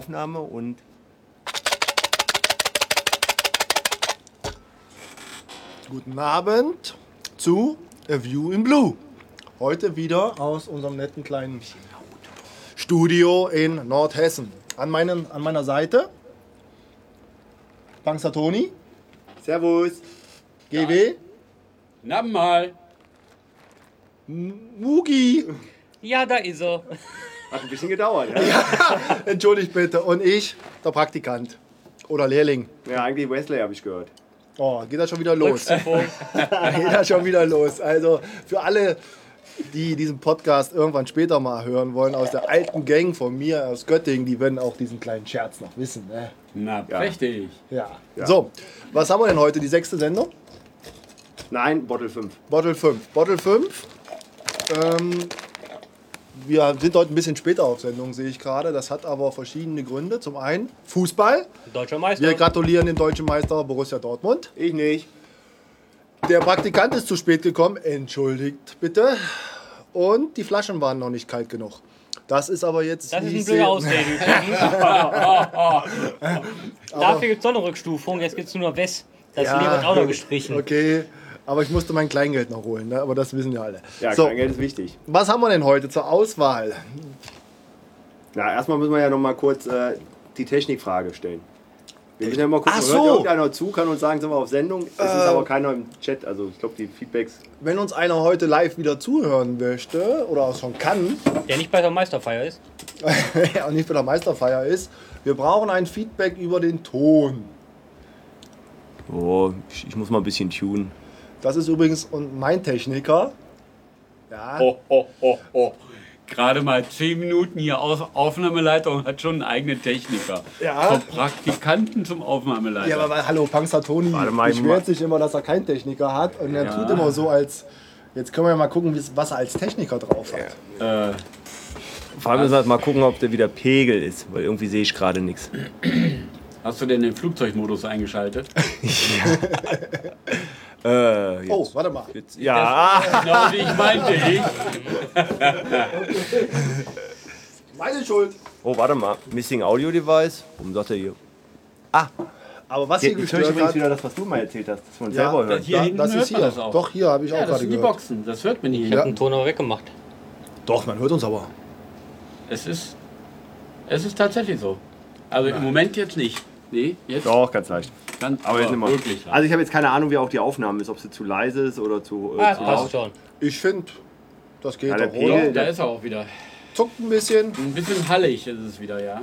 Aufnahme und guten Abend zu A View in Blue. Heute wieder aus unserem netten kleinen Studio in Nordhessen. An, meinen, an meiner Seite Bangster Toni, Servus. GW, Na mal. Mugi, Ja, da ist er. Hat ein bisschen gedauert. Ja, entschuldigt bitte, und ich, der Praktikant oder Lehrling. ja eigentlich Wesley habe ich gehört. Oh, geht das schon wieder los? Rückzug. geht das schon wieder los. Also für alle, die diesen Podcast irgendwann später mal hören wollen, aus der alten Gang von mir aus Göttingen, die werden auch diesen kleinen Scherz noch wissen. Ne? Na, prächtig. Ja. So, was haben wir denn heute? Die sechste Sendung? Nein, Bottle 5. Bottle 5. Bottle 5. Ähm, wir sind heute ein bisschen später auf Sendung, sehe ich gerade. Das hat aber verschiedene Gründe. Zum einen Fußball. Deutscher Meister. Wir gratulieren dem deutschen Meister Borussia Dortmund. Ich nicht. Der Praktikant ist zu spät gekommen, entschuldigt bitte. Und die Flaschen waren noch nicht kalt genug. Das ist aber jetzt. das wie ist ich ein sehe- blöder Ausrede übrigens. Dafür gibt es doch eine Rückstufung. Jetzt gibt es nur noch Wes. Das Ja. Leben wird auch noch gestrichen. Okay, aber ich musste mein Kleingeld noch holen, ne? aber das wissen ja alle. Ja, so, Kleingeld ist wichtig. was haben wir denn heute zur Auswahl? Na, erstmal müssen wir ja noch mal kurz äh, die Technikfrage stellen. Wir müssen ja mal Ach gucken, so. hört irgendeiner zu, kann uns sagen, sind wir auf Sendung. Es ist aber keiner im Chat, also ich glaube, die Feedbacks. Wenn uns einer heute live wieder zuhören möchte oder auch schon kann Der nicht bei der Meisterfeier ist. und nicht bei der Meisterfeier ist, wir brauchen ein Feedback über den Ton. Oh, ich, muss mal ein bisschen tunen. Das ist übrigens und mein Techniker. Ja, Ho, ho, ho, ho. Gerade mal 10 Minuten hier aus Aufnahmeleitung hat schon einen eigenen Techniker. Ja. Vom Praktikanten zum Aufnahmeleiter. Ja, aber weil- hallo, Pangster Toni Warte mal, ich beschwert mach- sich immer, dass er keinen Techniker hat und er Ja. tut immer so, als. Jetzt können wir ja mal gucken, wie's- was er als Techniker drauf hat. Vor allem müssen wir halt, mal gucken, ob der wieder Pegel ist, weil irgendwie sehe ich gerade nichts. Hast du denn den Flugzeugmodus eingeschaltet? oh, warte mal. Ja, genau wie ich meinte ich. Meine Schuld. oh, warte mal. Missing Audio Device. Warum sagt er hier? Aber was hier Jetzt höre ich gestört übrigens hat, wieder das, was du mal erzählt hast, dass wir uns Ja. selber hören. Das hier Da- hinten das hört ist hier. man das auch. Doch, hier habe ich auch Ja, das gerade sind die gehört. Boxen. Das hört man hier. Ich habe den Ton aber weggemacht. Doch, man hört uns aber. Es ist, es ist tatsächlich so. Also im Moment jetzt nicht. Nee, jetzt Doch, ganz leicht. ganz Aber jetzt immer. wirklich. Also ich habe jetzt keine Ahnung, wie auch die Aufnahme ist, ob sie zu leise ist oder zu, äh, Ah, das zu passt laut. schon. Ich finde, das geht Ja, der doch, Pegel- oder? da ist er auch wieder. Zuckt ein bisschen. Ein bisschen hallig ist es wieder, ja.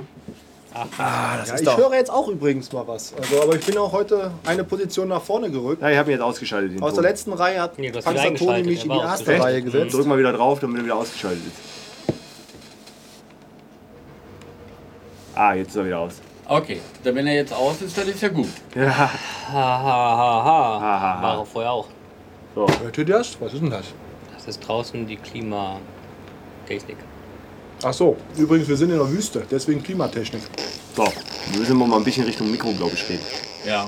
Ja, ich höre jetzt auch übrigens mal was. Also, aber ich bin auch heute eine Position nach vorne gerückt. Ja, ich habe ihn jetzt ausgeschaltet. Den Aus Ton. der letzten Reihe hat Nee, du hast ihn Pangster Toni eingeschaltet, mich in die er war erste ausgeschaltet. Reihe Mhm. gesetzt. Drück mal wieder drauf, damit er wieder ausgeschaltet ist. Ah, jetzt ist er wieder aus. Okay, dann wenn er jetzt aus ist, dann ist ja gut. Ha, ha, ha, ha. Ha, ha, ha. War er vorher auch. Hört ihr das? Was ist denn das? Das ist draußen die Klimatechnik. Ach so, übrigens, wir sind in der Wüste, deswegen Klimatechnik. So, wir müssen wir mal ein bisschen Richtung Mikro, glaube ich, reden. Ja.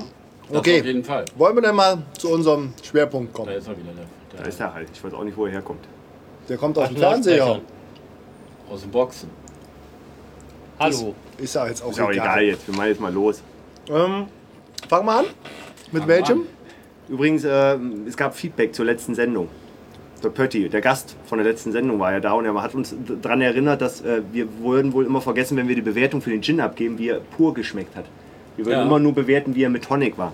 Das Okay. Auf jeden Fall. Wollen wir denn mal zu unserem Schwerpunkt Da kommen? ist er wieder. Der, Da der ist er halt. Ich weiß auch nicht, wo er herkommt. Der kommt aus Ach, dem Fernseher. Lautsprecher. Aus dem Boxen. Hallo. Ist ja jetzt auch Ist ja auch egal egal. jetzt. Wir machen jetzt mal los. Ähm, fang mal an. Mit Fang welchem? mal Übrigens, ähm, es gab Feedback zur letzten Sendung. Der Pötti, der Gast von der letzten Sendung, war ja da und er hat uns daran erinnert, dass äh, wir würden wohl immer vergessen, wenn wir die Bewertung für den Gin abgeben, wie er pur geschmeckt hat. Wir würden Ja. immer nur bewerten, wie er mit Tonic war.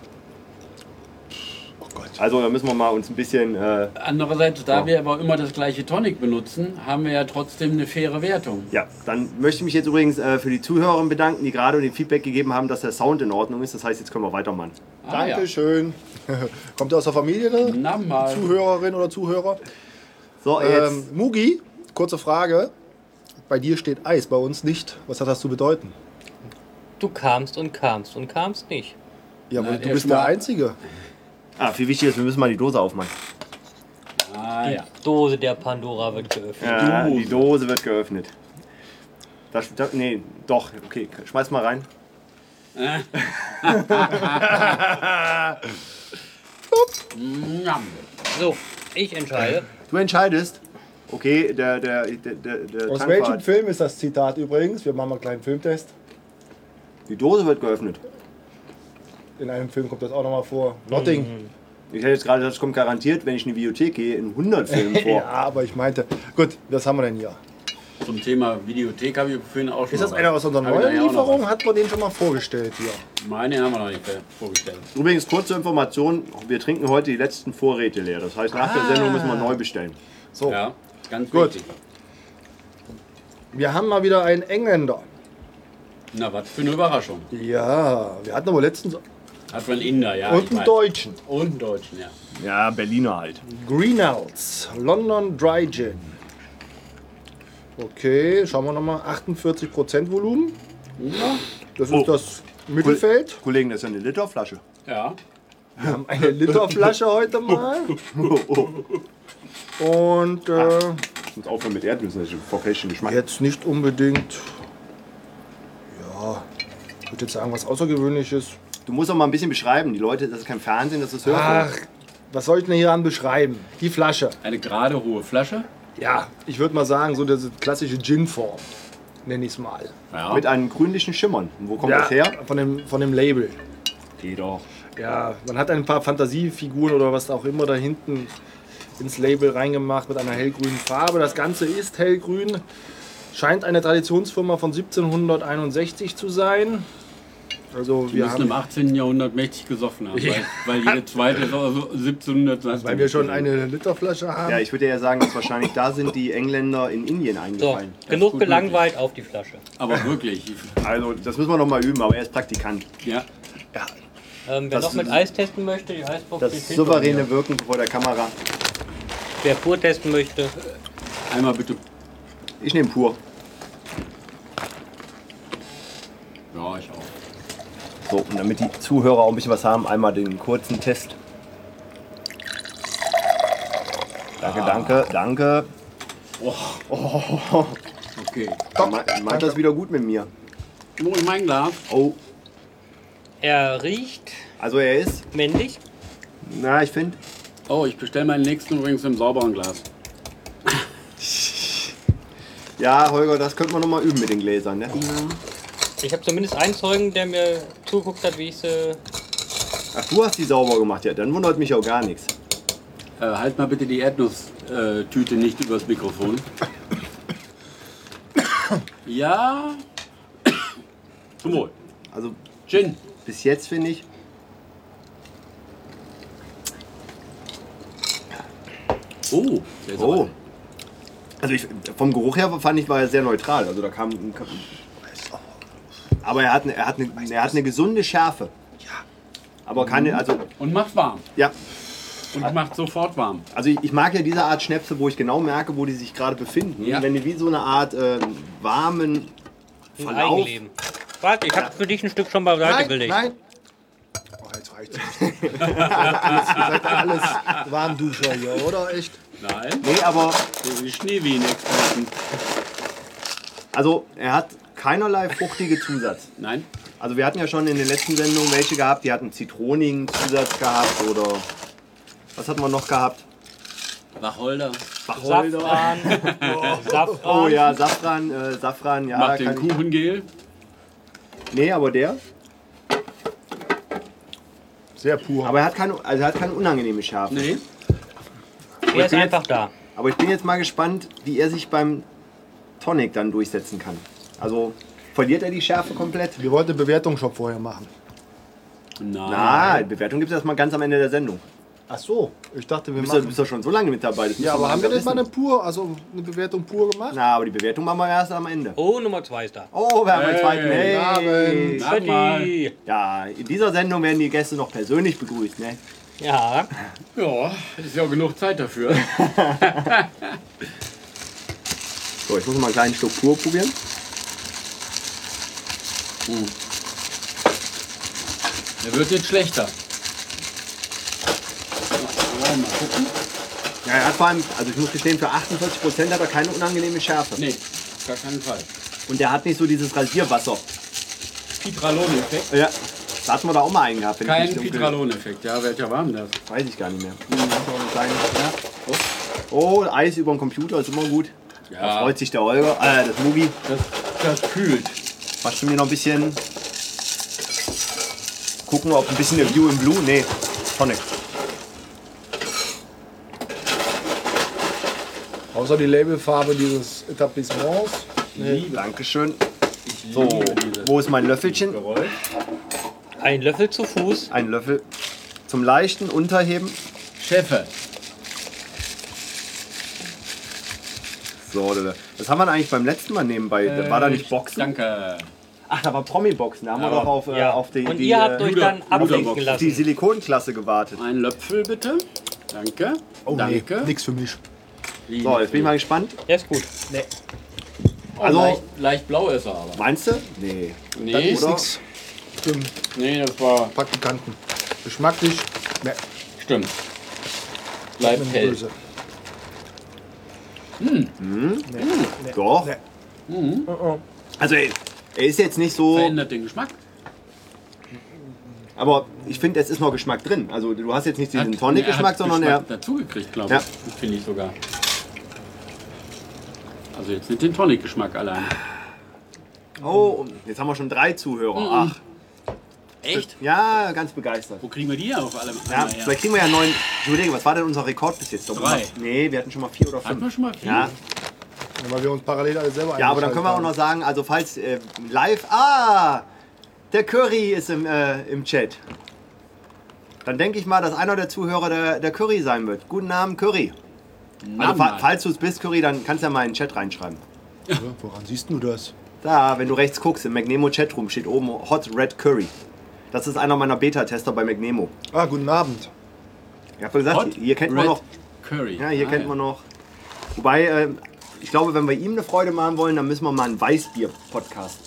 Oh Gott. Also da müssen wir mal uns ein bisschen... Äh, Andererseits, da So. wir aber immer das gleiche Tonic benutzen, haben wir ja trotzdem eine faire Wertung. ja, dann möchte ich mich jetzt übrigens äh, für die Zuhörer bedanken, die gerade den Feedback gegeben haben, dass der Sound in Ordnung ist. Das heißt, jetzt können wir weitermachen. Ah, ja. Dankeschön. kommt er aus der Familie, ne? Na mal. Zuhörerin oder Zuhörer? So, jetzt... Ähm, Mugi, kurze Frage. Bei dir steht Eis, bei uns nicht. Was hat das zu bedeuten? Du kamst und kamst und kamst nicht. Ja, aber Nein, du erst bist der mal- Einzige. ah, viel wichtiger ist, wir müssen mal die Dose aufmachen. Ah, ja. Dose der Pandora wird geöffnet. Ja, Äh, die Dose wird geöffnet. Das, das, nee, doch, okay, schmeiß mal rein. Njam. So, ich entscheide. Du entscheidest. Okay, der, der, der, der, der Aus Tankwart. welchem Film ist das Zitat übrigens? Wir machen mal einen kleinen Filmtest. Die Dose wird geöffnet. In einem Film kommt das auch nochmal vor. Notting. Ich hätte jetzt gerade gesagt, es kommt garantiert, wenn ich in die Bibliothek gehe, in 100 Filmen vor. Ja, aber ich meinte, gut, was haben wir denn hier? Zum Thema Videothek habe ich vorhin auch schon. Ist das mal einer was. aus unserer Habe ich neuen nachher auch noch Lieferung? Hat man den schon mal vorgestellt hier? was. Meine haben wir noch nicht äh, vorgestellt. Übrigens, kurze Information: Wir trinken heute die letzten Vorräte leer. Das heißt, Ah. nach der Sendung müssen wir neu bestellen. So, Ja, ganz Gut. wichtig. wir haben mal wieder einen Engländer. Na, was für eine Überraschung. Ja, wir hatten aber Ah, letztens Hat man Inder, ja. ich und einen weiß. Deutschen. Und einen Deutschen, ja. Ja, Berliner halt. Greenouts, London Dry Gin. Okay, schauen wir nochmal. 48% Volumen. Das ist Oh. das Mittelfeld. Kollegen, das ist ja eine Literflasche. Ja, Wir haben eine Literflasche heute mal. Und äh, Ah. Ich muss aufhören mit Erdnüssen, das ist verfälscht den Geschmack. jetzt nicht unbedingt. Ja, ich würde jetzt sagen, was Außergewöhnliches. Du musst auch mal ein bisschen beschreiben. Die Leute, das ist kein Fernsehen, das ist Hörfunk. Ach, was soll ich denn hier an beschreiben? Die Flasche. eine gerade hohe Flasche. Ja, ich würde mal sagen, so diese klassische Gin-Form. Nenne ich es mal. Ja. Mit einem grünlichen Schimmern. Und wo kommt ja, das her? Von dem, von dem Label. Geh doch. Ja, man hat ein paar Fantasiefiguren oder was auch immer da hinten ins Label reingemacht mit einer hellgrünen Farbe. Das Ganze ist hellgrün. Scheint eine Traditionsfirma von 1761 zu sein. Also Wir wir müssen im haben, 18. Jahrhundert mächtig gesoffen haben, weil, weil jede zweite ist auch so 1700. weil wir schon eine Literflasche haben. Ja, ich würde ja sagen, dass wahrscheinlich da sind die Engländer in Indien So, eingefallen. gut genug gelangweilt auf die Flasche. Aber wirklich. Also, das müssen wir noch mal üben, aber er ist Praktikant. Ja, Ähm, wer Das noch mit ist- Eis testen möchte, die Eisbox Das steht hinter souveräne mir. Wirken vor der Kamera. Wer pur testen möchte, einmal bitte. Ich nehme pur. Ja, ich auch. So, und damit die Zuhörer auch ein bisschen was haben, einmal den kurzen Test. Danke, danke, danke. Oh, Oh, okay. man, meint das wieder gut mit mir. Nur in mein Glas. Oh, er riecht also er ist, männlich. na, ich finde, Oh, ich bestelle meinen nächsten übrigens im sauberen Glas. ja, Holger, das könnte man nochmal üben mit den Gläsern, ne? Ich habe zumindest einen Zeugen, der mir zugeguckt hat, wie ich sie. Ach, du hast die sauber gemacht, ja, dann wundert mich auch gar nichts. Äh, halt mal bitte die Erdnusstüte nicht übers Mikrofon. ja. Zum Wohl. Also, Gin. bis jetzt finde ich, Oh, sehr oh. sauber. Also, ich, vom Geruch her fand ich, war er sehr neutral. Also, da kam, kam aber er hat, eine- er, hat eine, er hat eine gesunde Schärfe. Aber keine, also, Und macht warm. ja, Und macht sofort warm. Also ich, ich mag ja diese Art Schnäpse, wo ich genau merke, wo die sich gerade befinden. Ja. Wenn die wie so eine Art ähm, warmen Ein Verlauf. Eigenleben. Warte, ich habe für dich ein Stück schon beiseite gelegt. nein. Oh, jetzt reicht's. Ihr seid alles Warmduscher hier, oder? Echt? Nein. Nee, aber Die Schneewien-Experten. also er hat keinerlei fruchtige Zusatz. Nein. Also wir hatten ja schon in den letzten Sendungen welche gehabt, die hatten zitronigen Zusatz gehabt oder was hatten wir noch gehabt? Wacholder. Safran. Safran. Oh ja, Safran, äh, Safran, ja. Macht kann den ich- Kuchengel. Nee, aber der. Sehr pur. Aber er hat keine, also er hat keine unangenehme Schärfe. Nee. Er ist einfach da. Aber ich bin jetzt mal gespannt, wie er sich beim Tonic dann durchsetzen kann. Also verliert er die Schärfe komplett? wir wollten Bewertung schon vorher machen. Nein. Na, die Bewertung gibt es erstmal ganz am Ende der Sendung. Ach so, ich dachte, wir Du bist, ja, machen. bist doch schon so lange mit dabei. das muss Ja, doch aber haben wir denn langsam mal eine wissen. pur, also eine Bewertung pur gemacht? Na, aber die Bewertung machen wir erst am Ende. Oh, Nummer 2 ist da. Oh, wir haben einen Hey, zweiten. Hey. guten Sag mal. Freddy. Ja, in dieser Sendung werden die Gäste noch persönlich begrüßt. Ne? Ja, Ja, ist ja auch genug Zeit dafür. So, ich muss mal einen kleinen Schluck pur probieren. Der wird jetzt schlechter. Oh, mal gucken. Ja, er hat vor allem, also ich muss gestehen, für 48% hat er keine unangenehme Schärfe. Nee, gar keinen Fall. Und er hat nicht so dieses Rasierwasser. Pitralon-Effekt? Ja, da hatten wir da auch mal einen gehabt. wenn ich Kein mich dunkel- Pitralon-Effekt. Ja, welcher war denn das? Weiß ich gar nicht mehr. Hm, Ja. Oh, Oh, Eis über den Computer ist immer gut. Ja. Da freut sich der Holger, äh, das Mugi. das, das kühlt. Machst du mir noch ein bisschen Gucken wir, ob ein bisschen der View in Blue. Nee, Tonic. Außer die Labelfarbe dieses Etablissements. Dankeschön. Ich So, liebe dieses wo ist mein Löffelchen? Geräusch. Ein Löffel zu Fuß. Ein Löffel zum leichten Unterheben. Chefe. So, das haben wir eigentlich beim letzten Mal nebenbei. War da nicht Boxen? Äh, Danke. Ach, da war Promi-Boxen. Da haben wir Aber- doch auf, äh, Ja. auf die, Und die, ihr habt äh, euch Luder- dann ablenken Luderbox. auf die lassen. Silikonklasse gewartet. Ein Löpfel bitte. Danke. Oh Danke. nee, nix für mich. So, jetzt bin ich mal gespannt. Ja, ist gut. also, Also- leicht, leicht blau ist er aber. Meinst du? Nee. Das Nee, ist nix für den nee, das war. Praktikanten. Geschmacklich, ne, Stimmt. Bleibt hell. böse. Doch. Nee. Also, ey, er ist jetzt nicht so. Mhm. Verändert den Geschmack. Aber ich finde, es ist noch Geschmack drin. Also, du hast jetzt nicht diesen Tonic-Geschmack, sondern er. der. dazu gekriegt, glaube Ja. ich. Finde ich sogar. Also jetzt nicht den Tonic-Geschmack allein. Oh, jetzt haben wir schon drei Zuhörer. Ach, Mhm. Echt? ja, ganz begeistert. Wo kriegen wir die auf alle Ja, einmal her? vielleicht kriegen wir ja neun. Ich überlege, was war denn unser Rekord bis jetzt? Doch, Drei. Nee, wir hatten schon mal vier oder Hatten fünf. wir schon mal viel? Ja, Ja, weil wir uns parallel alle selber ja aber dann können wir auch noch sagen, also falls äh, live. Ah! Der Curry ist im, äh, im Chat. Dann denke ich mal, dass einer der Zuhörer der, der Curry sein wird. Guten Abend, Curry. Also, fa Mann. falls du es bist, Curry, dann kannst du ja mal in den Chat reinschreiben. Ja, woran siehst du das? Da, wenn du rechts guckst, im McNemo Chatroom steht oben Hot Red Curry. Das ist einer meiner Beta-Tester bei McNemo. Ah, guten Abend. Ich habe gesagt, Hot hier kennt Red Ah, man noch Curry. Ja, hier kennt man noch. Wobei, äh, ich glaube, wenn wir ihm eine Freude machen wollen, dann müssen wir mal einen Weißbier-Podcast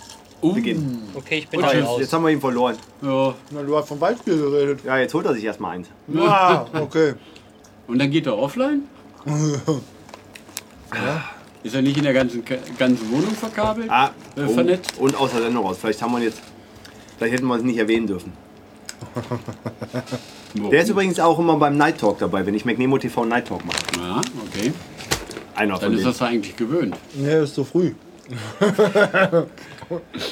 Uh. beginnen. Okay, ich bin Und da tschüss. Jetzt raus. haben wir ihn verloren. Uh, Ja. Na, du hast vom Waldbier geredet. Ja, jetzt holt er sich erstmal eins. Ah, okay. Und dann geht er offline? Ist er nicht in der ganzen, ganzen Wohnung verkabelt? Ah, Äh, oh, vernetzt. und aus der Sendung raus. Vielleicht haben wir ihn jetzt. Vielleicht hätten wir es nicht erwähnen dürfen. Wo? Der ist übrigens auch immer beim Night Talk dabei, wenn ich McNemo TV Night Talk mache. Ja, okay. Einer Dann von ist denen. das ja eigentlich gewöhnt. Nee, ist zu früh.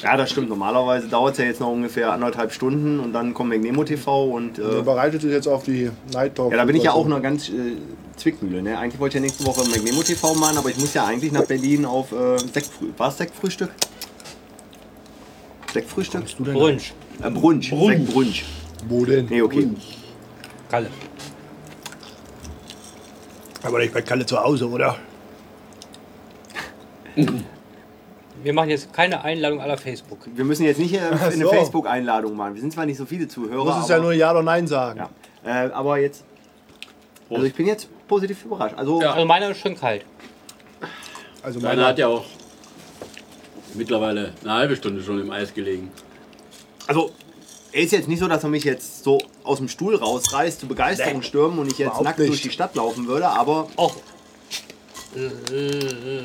Ja, das stimmt. Normalerweise dauert es ja jetzt noch ungefähr anderthalb Stunden und dann kommt McNemo TV und. Er Äh, bereitet sich jetzt auf die Night Talk. ja, da bin ich also- ja auch noch. noch ganz äh, Zwickmühle. Ne? Eigentlich wollte ich ja nächste Woche McNemo TV machen, aber ich muss ja eigentlich nach Berlin auf äh, Sektfrüh. War es Sektfrühstück? Sektfrühstück? Brunch. Äh, Brunch. Brunch. Sektbrunch. Wo denn? Nee, okay. Kalle. Aber ich bei Kalle zu Hause, oder? Wir machen jetzt keine Einladung aller Facebook. Wir müssen jetzt nicht äh, eine so. Facebook-Einladung machen. Wir sind zwar nicht so viele Zuhörer. Du musst es ja nur aber, Ja oder Nein sagen. ja. Äh, aber jetzt. Also ich bin jetzt positiv überrascht. Also Ja. Also meiner ist schon kalt. Also Deiner meiner hat ja auch mittlerweile eine halbe Stunde schon im Eis gelegen. Also, er ist jetzt nicht so, dass er mich jetzt so aus dem Stuhl rausreißt, zu Begeisterung stürmen und ich jetzt überhaupt nackt nicht. durch die Stadt laufen würde, aber Auch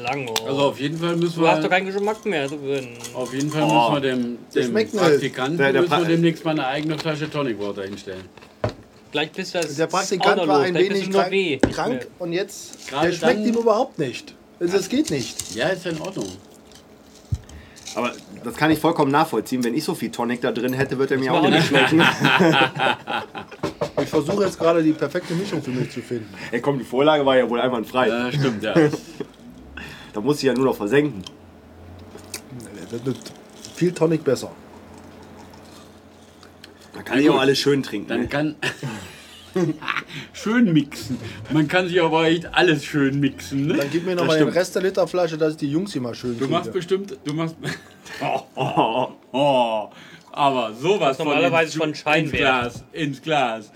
lango. Also auf jeden Fall müssen du hast doch wir. keinen Geschmack mehr. Du bin- Auf jeden Fall Oh. müssen wir dem, Der dem schmeckt nicht. Praktikanten Der- der müssen wir Pra- demnächst mal eine eigene Flasche Tonic Water hinstellen. Gleich bist du das Der Praktikant auch noch war los. ein Gleich wenig bist du nur krank, weh. Nicht krank mehr. und jetzt Gerade der schmeckt dann- ihm überhaupt nicht. Also, Es geht nicht. Ja, ist ja in Ordnung. Aber das kann ich vollkommen nachvollziehen. Wenn ich so viel Tonic da drin hätte, würde er mir auch macht ne? nicht schmecken. Ich versuche jetzt gerade die perfekte Mischung für mich zu finden. Ey, komm, die Vorlage war ja wohl einwandfrei. Ja, stimmt, ja. Da muss ich ja nur noch versenken. Das wird viel Tonic besser. Da kann ich auch alles schön trinken. Dann Ne? kann. schön mixen. Man kann sich aber echt alles schön mixen. Ne? Dann gib mir Das nochmal den stimmt. Rest der Literflasche, dass ich die Jungs hier mal schön Du machst kriege. bestimmt. Du machst. Oh, oh, oh. Aber sowas von Normalerweise von ins Scheinwerfer. Glas. Ins Glas.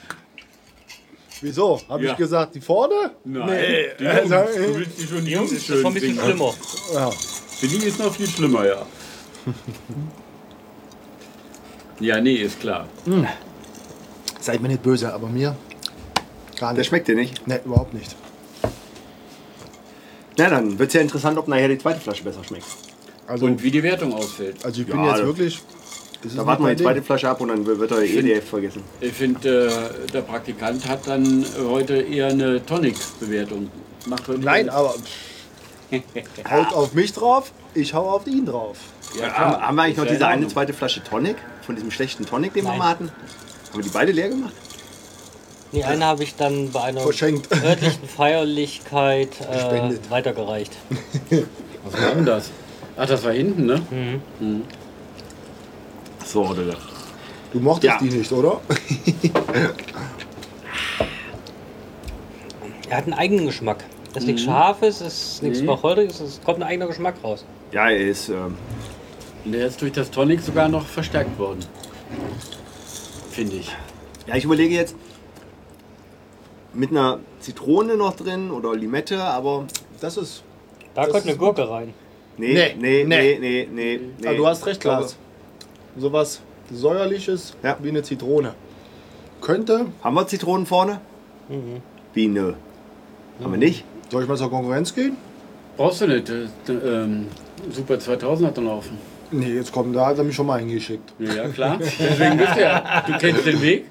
Wieso? Hab Ja. ich gesagt, die vorne? Nein. Nee. Die Äh, Jungs, sorry. du willst die schon die Jungs Jungs, das schön ist schon ein bisschen singen. schlimmer. Ja. Für die ist noch viel schlimmer, ja. Ja, nee, ist klar. Seid mir nicht böse, aber mir gar Der nicht. schmeckt dir nicht. Nee, überhaupt nicht. Na, dann wird es ja interessant, ob nachher die zweite Flasche besser schmeckt. Also, Und wie die Wertung ausfällt. also ich Ja, bin jetzt das- wirklich. es ist Da warten wir nicht die mein zweite Flasche ab und dann wird er find- EDF vergessen. Ich finde, äh, der Praktikant hat dann heute eher eine Tonic-Bewertung. Macht heute Ding. Nein, eher- aber pff, Haut auf mich drauf, ich hau auf ihn drauf. Ja, Haben, haben wir eigentlich noch Ist ja diese in eine Ordnung. zweite Flasche Tonic von diesem schlechten Tonic, den wir Nein. mal hatten? Haben wir die beide leer gemacht? Nee, eine habe ich dann bei einer Verschenkt. örtlichen Feierlichkeit Gespendet. äh, weitergereicht. Was war denn das? Ach, das war hinten, ne? So, oder? Du mochtest Ja. die nicht, oder? Er hat einen eigenen Geschmack. Das ist nichts Mhm. Scharfes, es ist nichts Wacholdiges, es kommt ein eigener Geschmack raus. Ja, er ist. Ähm, Und Mhm. der ist durch das Tonic sogar noch verstärkt worden. Finde ich. ja, ich überlege jetzt mit einer Zitrone noch drin oder Limette, aber. Das ist. Da kommt eine Gurke rein. Nee, nee, Nee, nee, nee, nee. nee. Aber du hast recht, Ich glaube, Klaas. Sowas säuerliches Ja. wie eine Zitrone. Könnte. Haben wir Zitronen vorne? Mhm. Wie nö. Haben wir nicht? Soll ich mal zur Konkurrenz gehen? Brauchst du nicht. äh, d- Ähm, Super 2000 hat er laufen. Nee, jetzt kommt, da hat er mich schon mal hingeschickt. Ja, klar. Deswegen bist du ja. Du kennst den Weg.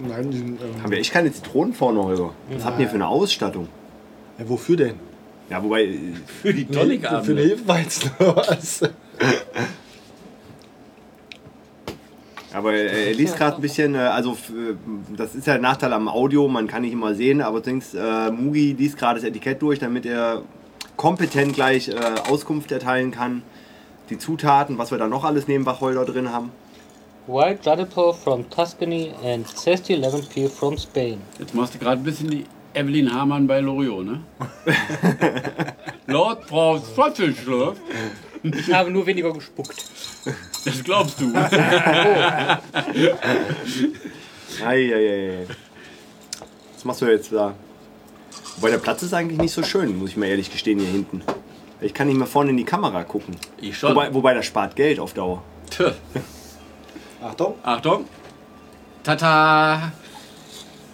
Nein, diesen, ähm, Haben wir echt keine Zitronen vorne, Holger? Was habt ihr für eine Ausstattung? ja, wofür denn? Ja, wobei, äh, Für die Für den ne? Tonicabende. Hefeweizen oder was? aber äh, er liest gerade ein bisschen, äh, also f- äh, das ist ja ein Nachteil am Audio, man kann nicht immer sehen, aber denkst, äh, Mugi liest gerade das Etikett durch, damit er kompetent gleich äh, Auskunft erteilen kann. Die Zutaten, was wir da noch alles neben Wacholder drin haben. White Jadipo from Tuscany and Zesty Lemon Peel from Spain. Jetzt machst du gerade ein bisschen die Evelyn Hamann bei Loriot, ne? Lord Braus Fotzelschlurf. Ich habe nur weniger gespuckt. Das glaubst du. Eieiei. Was machst du jetzt da? Wobei der Platz ist eigentlich nicht so schön, muss ich mal ehrlich gestehen, hier hinten. Ich kann nicht mehr vorne in die Kamera gucken. Ich schon. Wobei, wobei das spart Geld auf Dauer. Tö. Achtung. Achtung. Tata.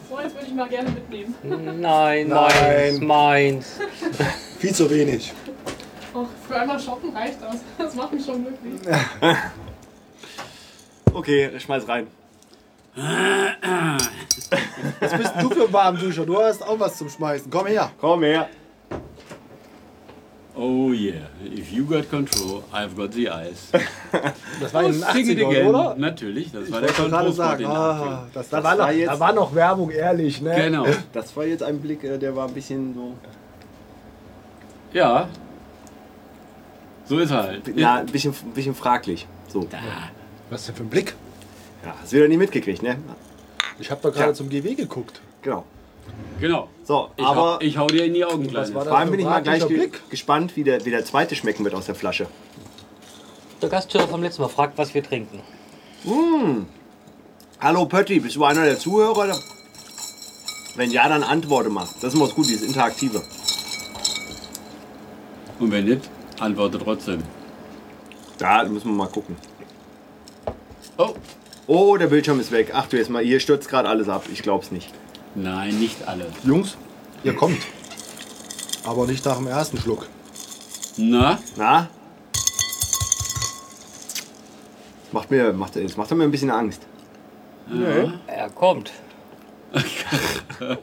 So, jetzt würde ich mal gerne mitnehmen. Nein, Nein. meins, meins. Viel zu wenig. Auch für einmal shoppen reicht das. Das macht mich schon glücklich. Okay, schmeiß rein. Was bist du für ein Warmduscher? Du hast auch was zum Schmeißen. Komm her. Komm her. Oh yeah. If you got control, I've got the eyes. Das war in den Sing it 80ern, again. oder? Natürlich, das war Ich der wollte gerade Kontrollspot in sagen, den ah, 80ern. das, da, war noch, war jetzt- da war noch Werbung, ehrlich, ne? Genau. Das war jetzt ein Blick, äh, der war ein bisschen so. Ja. So ist er halt. Ja, ein bisschen, ein bisschen fraglich. So. Was denn für ein Blick? Ja, hast du wieder nicht mitgekriegt, ne? Ich habe doch gerade Ja. zum GW geguckt. Genau. Genau. So, Ich, aber hau, ich hau dir in die Augen, Kleines. war vor allem Also bin ich mal gleich fraglicher ge Blick. gespannt, wie der, wie der zweite schmecken wird aus der Flasche. Der Gasthörer vom letzten Mal fragt, was wir trinken. Hallo Pötti, bist du einer der Zuhörer? Wenn ja, dann antworte mal. Das ist immer das Gute, dieses Interaktive. Und wenn nicht, antworte trotzdem. Da müssen wir mal gucken. Oh, Oh, der Bildschirm ist weg. Ach du jetzt mal, hier stürzt gerade alles ab. Ich glaub's nicht. nein, nicht alle. Jungs, ihr kommt. Aber nicht nach dem ersten Schluck. Na, Na? Das macht mir, macht, das macht mir ein bisschen Angst. Er kommt.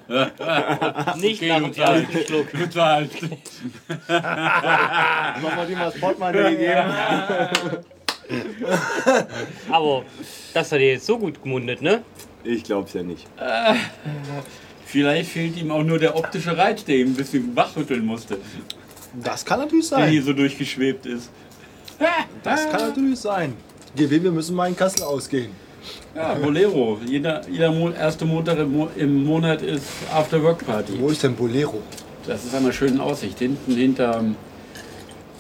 Nicht Okay, nach dem gut, halt. dann. ersten Schluck. du zahlst. Nochmal dem das Portemonnaie gegeben. Aber das hat dir jetzt so gut gemundet, ne? Ich glaub's ja nicht. Vielleicht fehlt ihm auch nur der optische Reiz, der ihn ein bisschen wachrütteln musste, Das kann natürlich der hier sein. so durchgeschwebt ist. Das kann natürlich sein. GW, wir müssen mal in Kassel ausgehen. Ja, Bolero. Jeder, jeder Mo erste Montag im, Mo im Monat ist After Work Party. Wo ist denn Bolero? Das ist eine schöne Aussicht. Hinten hinter. ähm,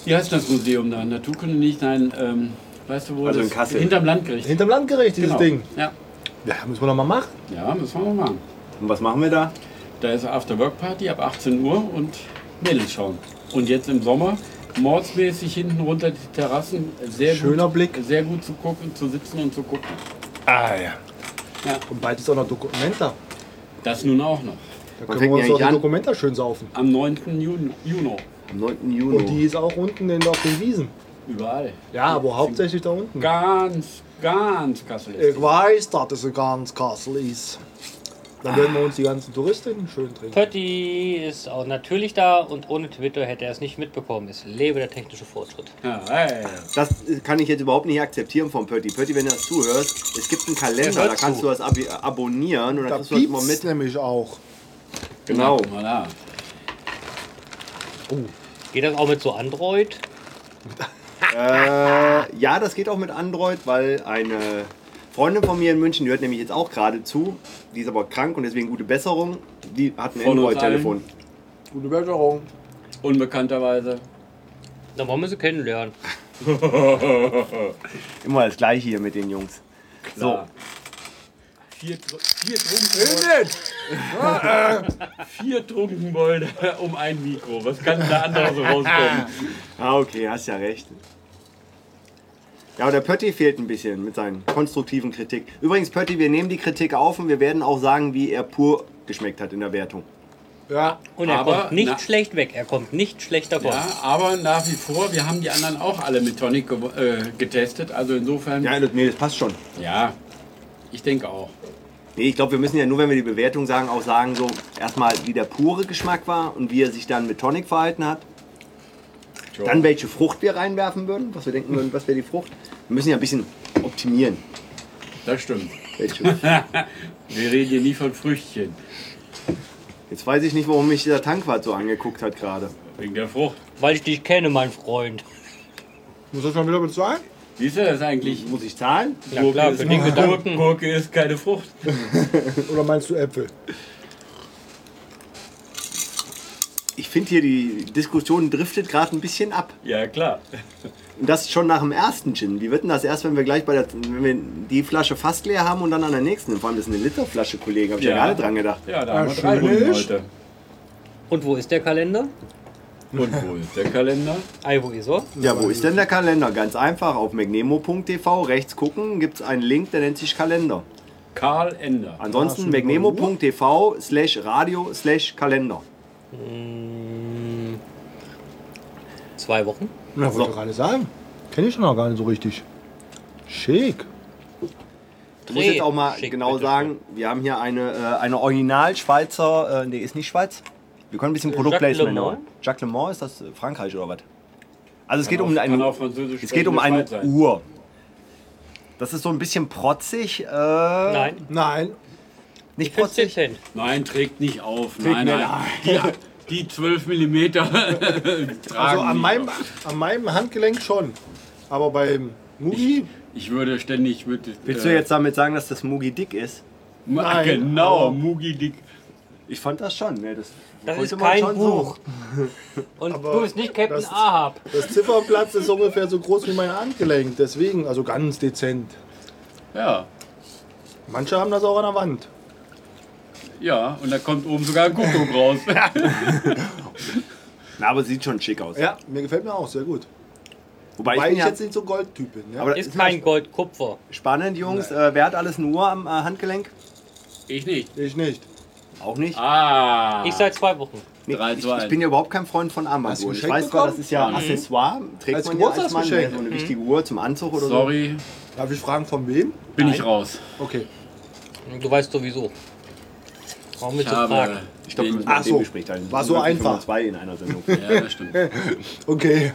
Wie heißt das Museum da? Naturkunde nicht, nein. Ähm, weißt du wo? Also das, in Kassel. Hinterm Landgericht. Hinterm Landgericht, dieses Genau. Ding. Ja. Ja, müssen wir noch mal machen. ja, müssen wir mal machen. Und was machen wir da? Da ist After Work Party ab 18 Uhr und Mädels schauen. Und jetzt im Sommer mordsmäßig hinten runter die Terrassen. Sehr Schöner gut, Blick. Sehr gut zu gucken, zu sitzen und zu gucken. Ah ja. Ja. Und bald ist auch noch Dokumenta. Das nun auch noch. Da fängt können wir die uns eigentlich doch die an? Dokumenta schön saufen. Am 9. Juni, Juni. Am 9. Und die Juni. ist auch unten in, auf den Wiesen. Überall. Ja, aber hauptsächlich da unten. Ganz, ganz Kassel ist. Äh, Ich weiß, dass es ein ganz Kassel ist. Dann werden wir uns die ganzen Touristinnen schön trinken. Pötti ist auch natürlich da und ohne Twitter hätte er es nicht mitbekommen. Es lebe der technische Fortschritt. Ja, hey. Das kann ich jetzt überhaupt nicht akzeptieren von Pötti. Pötti, wenn du das zuhörst, es gibt einen Der Kalender, hört da kannst zu. du das ab abonnieren und dann Da kriegst du das immer piept's mit. nämlich auch. Genau. Guck Mal da. Geht das auch mit so Android? Äh, ja, das geht auch mit Android, weil eine Freundin von mir in München, die hört nämlich jetzt auch gerade zu, die ist aber krank und deswegen gute Besserung, die hat ein Von uns Android-Telefon. Gute Besserung. Unbekannterweise. Da wollen wir sie kennenlernen. Immer das gleiche hier mit den Jungs. Klar. Vier, Tr- vier trunken Wolde- vier trunken Wolde um ein Mikro. Was kann denn da anderes rauskommen? Ah, okay, hast ja recht. Ja, aber der Pötti fehlt ein bisschen mit seinen konstruktiven Kritik. Übrigens, Pötti, wir nehmen die Kritik auf und wir werden auch sagen, wie er pur geschmeckt hat in der Wertung. Ja, Und er Aber, kommt nicht na- schlecht weg. Er kommt nicht schlecht davon. Ja, aber nach wie vor, wir haben die anderen auch alle mit Tonic gew- äh, getestet. Also insofern, ja, Ja, das- nee, das passt schon. ich denke auch. Nee, ich glaube, wir müssen ja nur, wenn wir die Bewertung sagen, auch sagen, so erstmal, wie der pure Geschmack war und wie er sich dann mit Tonic verhalten hat. Jo. Dann, welche Frucht wir reinwerfen würden, was wir denken würden, was wäre die Frucht. Wir müssen ja ein bisschen optimieren. Das stimmt. Welche. Wir reden hier nie von Früchtchen. Jetzt weiß ich nicht, warum mich dieser Tankwart so angeguckt hat gerade. Wegen der Frucht. Weil ich dich kenne, mein Freund. muss das schon wieder bezahlen? Siehst du das eigentlich? Muss ich zahlen? Ja klar, für den Gurke, Gedanken. Gurke ist keine Frucht. Oder meinst du Äpfel? Ich finde hier, die Diskussion driftet gerade ein bisschen ab. Ja, klar. Und das schon nach dem ersten Gin. Wie wird denn das erst, wenn wir gleich bei der, wenn wir die Flasche fast leer haben und dann an der nächsten? Vor allem, das ist eine Literflasche, Kollege. Habe ich ja. Ja. gerade dran gedacht. Ja, da haben wir Ja, drei schön Runden ist. heute. Und wo ist der Kalender? Und wo ist der Kalender? Ei, wo ist er? Ja, wo ist denn der Kalender? Ganz einfach, auf magnemo.tv rechts gucken, gibt es einen Link, der nennt sich Kalender. Karl Ender. Ansonsten magnemo.tv slash radio slash Kalender. Zwei Wochen. Na, wollte So. gerade sagen. Kenne ich schon noch gar nicht so richtig. Schick. Ich muss jetzt auch mal Schick, genau bitte. sagen, wir haben hier eine, äh, eine Original-Schweizer, äh, nee, ist nicht Schweiz. Wir können ein bisschen Le Produktplacement Mans? machen. Jacques Le Mans, ist das äh, Frankreich oder was? Also es geht auch- um kann eine, auch französisch es geht um eine sprechende Schweiz sein. Uhr. Das ist so ein bisschen protzig. Äh, Nein, Äh. Nein. Nicht find's protzig. dezent. Nein, trägt nicht auf. nein, nein. Die, die 12 mm tragen Also an nicht meinem, auf. an meinem Handgelenk schon. Aber beim Mugi. Ich würde ständig mit. äh, Willst du jetzt damit sagen, dass das Mugi dick ist? Nein, Nein, genau, aber- Mugi Dick. Ich fand das schon. Ne? Das, Das konnte ist man kein schon Buch. Und du bist nicht Captain Ahab. Das Zifferblatt ist ungefähr so groß wie mein Handgelenk. Deswegen, also ganz dezent. Ja, Manche haben das auch an der Wand. ja, und da kommt oben sogar ein Kuckuck raus. So. Na, aber sieht schon schick aus. Ja, mir gefällt mir auch sehr gut. Wobei, Weil ich, ich bin jetzt nicht so Goldtyp bin. Ja? Aber- Ist Ist kein Gold, Kupfer. ja spannend, Jungs. Äh, wer hat alles eine Uhr am äh, Handgelenk? Ich nicht. ich nicht. Auch nicht. Ah. Ich seit zwei Wochen. Nee, drei, ich, zwei. ich bin ja überhaupt kein Freund von Hast du Armbanduhren. ein Ich Geschenk weiß zwar, das bekommen? Mhm. ist ja Accessoire, trägt Als man ja als Mann Geburtstagsgeschenk. Mhm. ne, so eine wichtige Uhr zum Anzug oder Sorry, Darf ich fragen, von wem? bin ich raus. Okay. Du weißt sowieso. Warum Ich willst du habe. fragen? so. Ich glaube, wir müssen Ach nach dem so. Gespräch teilen. War so Wir sind einfach. 25 in einer Sendung. Ja, das stimmt. Okay.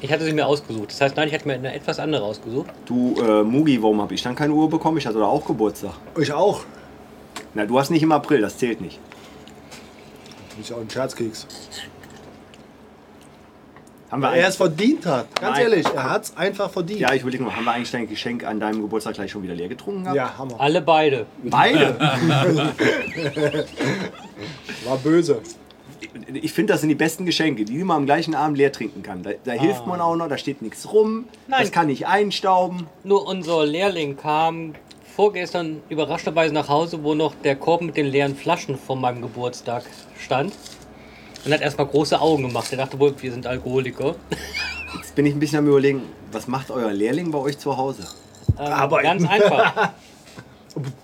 Ich hatte sie mir ausgesucht. Das heißt, nein, ich hatte mir eine etwas andere ausgesucht. du, äh, Mugi, warum habe ich dann keine Uhr bekommen? Ich hatte da auch Geburtstag. Ich auch. Na, du hast nicht im April, das zählt nicht. Ich auch ein Scherzkeks. Haben wir Weil er eigentlich- es verdient hat. Ganz Nein. ehrlich, er hat es einfach verdient. ja, ich überlege mal, haben wir eigentlich dein Geschenk an deinem Geburtstag gleich schon wieder leer getrunken? gehabt? ja Hammer. Alle beide. Beide? War böse. Ich finde, das sind die besten Geschenke, die man am gleichen Abend leer trinken kann. Da, da Ah. hilft man auch noch, da steht nichts rum, Nein. das kann nicht einstauben. Nur unser Lehrling kam vorgestern überraschenderweise nach Hause, wo noch der Korb mit den leeren Flaschen von meinem Geburtstag stand. Und hat erstmal große Augen gemacht. Er dachte wohl, wir sind Alkoholiker. Jetzt bin ich ein bisschen am überlegen, was macht euer Lehrling bei euch zu Hause? Ähm, Aber ganz einfach.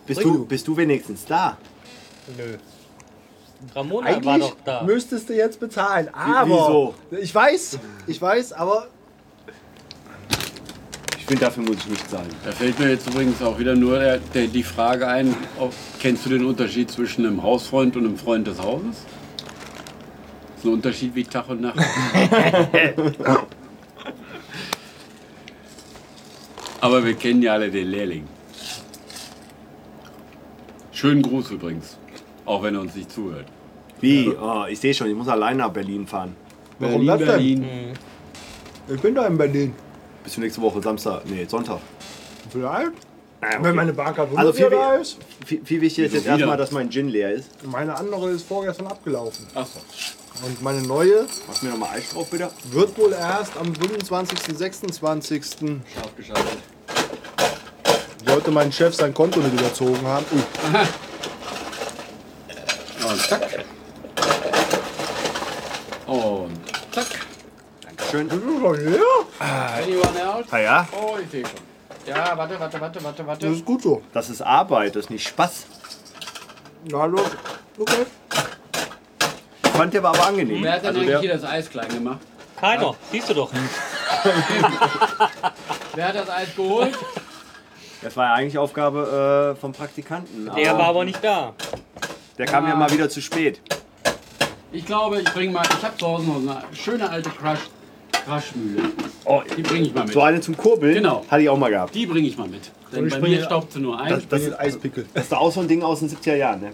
Bist du, bist du wenigstens da? Nö. Ramona war Eigentlich doch da. müsstest du jetzt bezahlen, aber wieso? ich weiß, ich weiß, aber Ich Ich finde, dafür muss ich nichts sagen. Da fällt mir jetzt übrigens auch wieder nur der, der, die Frage ein, ob, kennst du den Unterschied zwischen einem Hausfreund und einem Freund des Hauses? Das ist ein Unterschied wie Tag und Nacht. Aber wir kennen ja alle den Lehrling. Schönen Gruß übrigens, auch wenn er uns nicht zuhört. Wie? Oh, ich sehe schon, ich muss alleine nach Berlin fahren. Warum das denn? Berlin. Ich bin da in Berlin. Bis zur nächste Woche, Samstag, nee, Sonntag. Vielleicht. Ah, okay. Wenn meine Banker Also viel, da ist. viel, viel wichtiger ist jetzt Wieso erstmal, wieder? dass mein Gin leer ist. Meine andere ist vorgestern abgelaufen. Ach so. Und meine neue Machst du mir nochmal Eis drauf wieder? wird wohl erst am 25. 26. Scharf geschaltet. sollte mein Chef sein Konto nicht überzogen haben. Ui, Und Ah, zack. Und zack. Dankeschön. das ist doch leer. Anyone out? Ah ja, Oh, ich sehe schon. Ja, warte, warte, warte, warte, Das warte. ist gut so. das ist Arbeit, das ist nicht Spaß. Na los. Okay. Ich fand der war aber angenehm. Wer hat denn Also eigentlich der, hier das Eis klein gemacht? Keiner, siehst du doch. Wer hat das Eis geholt? das war ja eigentlich Aufgabe äh, vom Praktikanten. aber Der war aber nicht da. der kam ja mal wieder zu spät. Ich glaube, ich bringe mal. Ich habe zu Hause noch eine schöne alte Crush, Crushmühle. Oh, Die bringe ich mal mit. so eine zum Kurbeln Genau. hatte ich auch mal gehabt. Die bringe ich mal mit. Denn ich bei bringe- mir staubt sie nur ein. Das, das, ist, Eispickel. das ist doch auch so ein Ding aus den 70er Jahren, ne?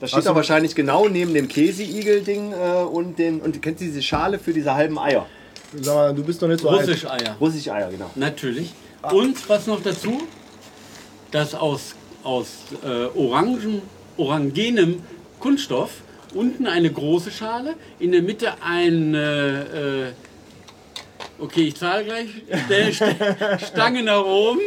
Das steht Hast da du- wahrscheinlich genau neben dem Käseigel-Ding äh, und dem. Und kennst du diese Schale für diese halben Eier? Sag mal, du bist doch nicht so alt. Russisch Eier. Russische Eier, genau. Natürlich. Ah. Und was noch dazu? Das aus, aus äh, orangen, orangenem Kunststoff. Unten eine große Schale, in der Mitte ein. Äh, äh, okay, ich zahle gleich. St- St- Stangen nach oben.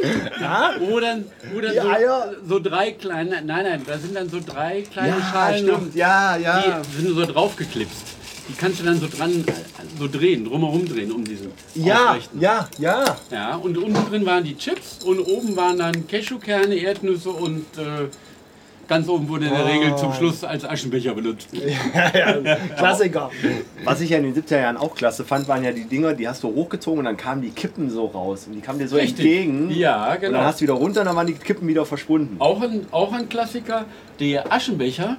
Wo dann, wo dann Die Eier? so, so drei kleine. Nein, nein, da sind dann so drei kleine Schalen. noch- Ja, ja. Die sind so draufgeklipst. Die kannst du dann so dran, so drehen, drumherum drehen, um diesen Ja, aufrechten. ja, ja. Ja, und unten drin waren die Chips und oben waren dann Cashewkerne, Erdnüsse und äh, ganz oben wurde in der Regel zum Schluss als Aschenbecher benutzt. Klassiker. Was ich ja in den 70er Jahren auch klasse fand, waren ja die Dinger, die hast du hochgezogen und dann kamen die Kippen so raus. Und die kamen dir so Richtig. entgegen. Ja, Und genau. Oh. dann hast du wieder runter und dann waren die Kippen wieder verschwunden. Auch ein, auch ein Klassiker, der Aschenbecher,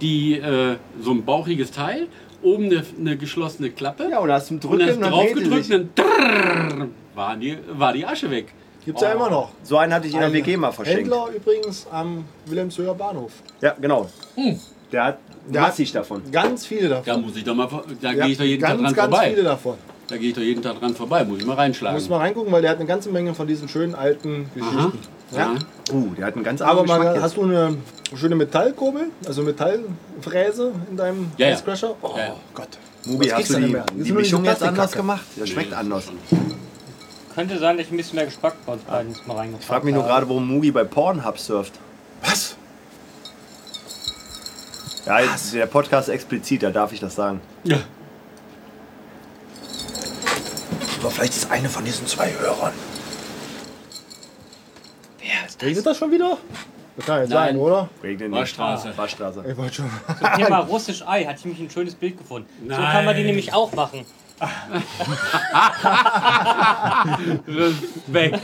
die, äh, so ein bauchiges Teil, oben eine, eine geschlossene Klappe. Ja, und dann hast du und drücken dann und dann drehte draufgedrückt und sich. dann trrrr, war die, war die Asche weg. Gibt's ja Oh. immer noch. So einen hatte ich in der Ein WG mal verschenkt. Händler übrigens am Wilhelmshöher Bahnhof. Ja, genau. Der hat Der massig davon. Ganz viele davon. Da muss ich doch mal, vor- da Ja, gehe ich doch jeden ganz, Tag dran ganz vorbei. viele davon. Da gehe ich doch jeden Tag dran vorbei, muss ich mal reinschlagen. Muss mal reingucken, weil der hat eine ganze Menge von diesen schönen alten Geschichten. Ja. Ja. Uh, der hat einen ganz Aber anderen Geschmack man, jetzt. hast du eine schöne Metallkurbel, also Metallfräse in deinem Ja, ja. Ice Crusher? Oh Ja, ja. Gott. Mugi, was kriegst hast du du denn die, mehr? Ist die nur die Mischung jetzt anders Plastikkacke. gemacht? Das schmeckt anders. Könnte sein, dass ich ein bisschen mehr Geschmack bei uns beiden jetzt mal reingepackt Ich frage mich nur gerade, warum Mugi bei Pornhub surft. Was? Ja, jetzt, der Podcast ist explizit, da darf ich das sagen. Ja. Aber vielleicht ist eine von diesen zwei Hörern. Wer ist Regnet das schon wieder? Das kann ja nicht Nein. sein, oder? Regnet nicht. Waschstraße. Waschstraße. Ich wollte schon. Zum Thema russisch Ei hatte ich mich ein schönes Bild gefunden. So Nein. kann man die nämlich auch machen. Weg.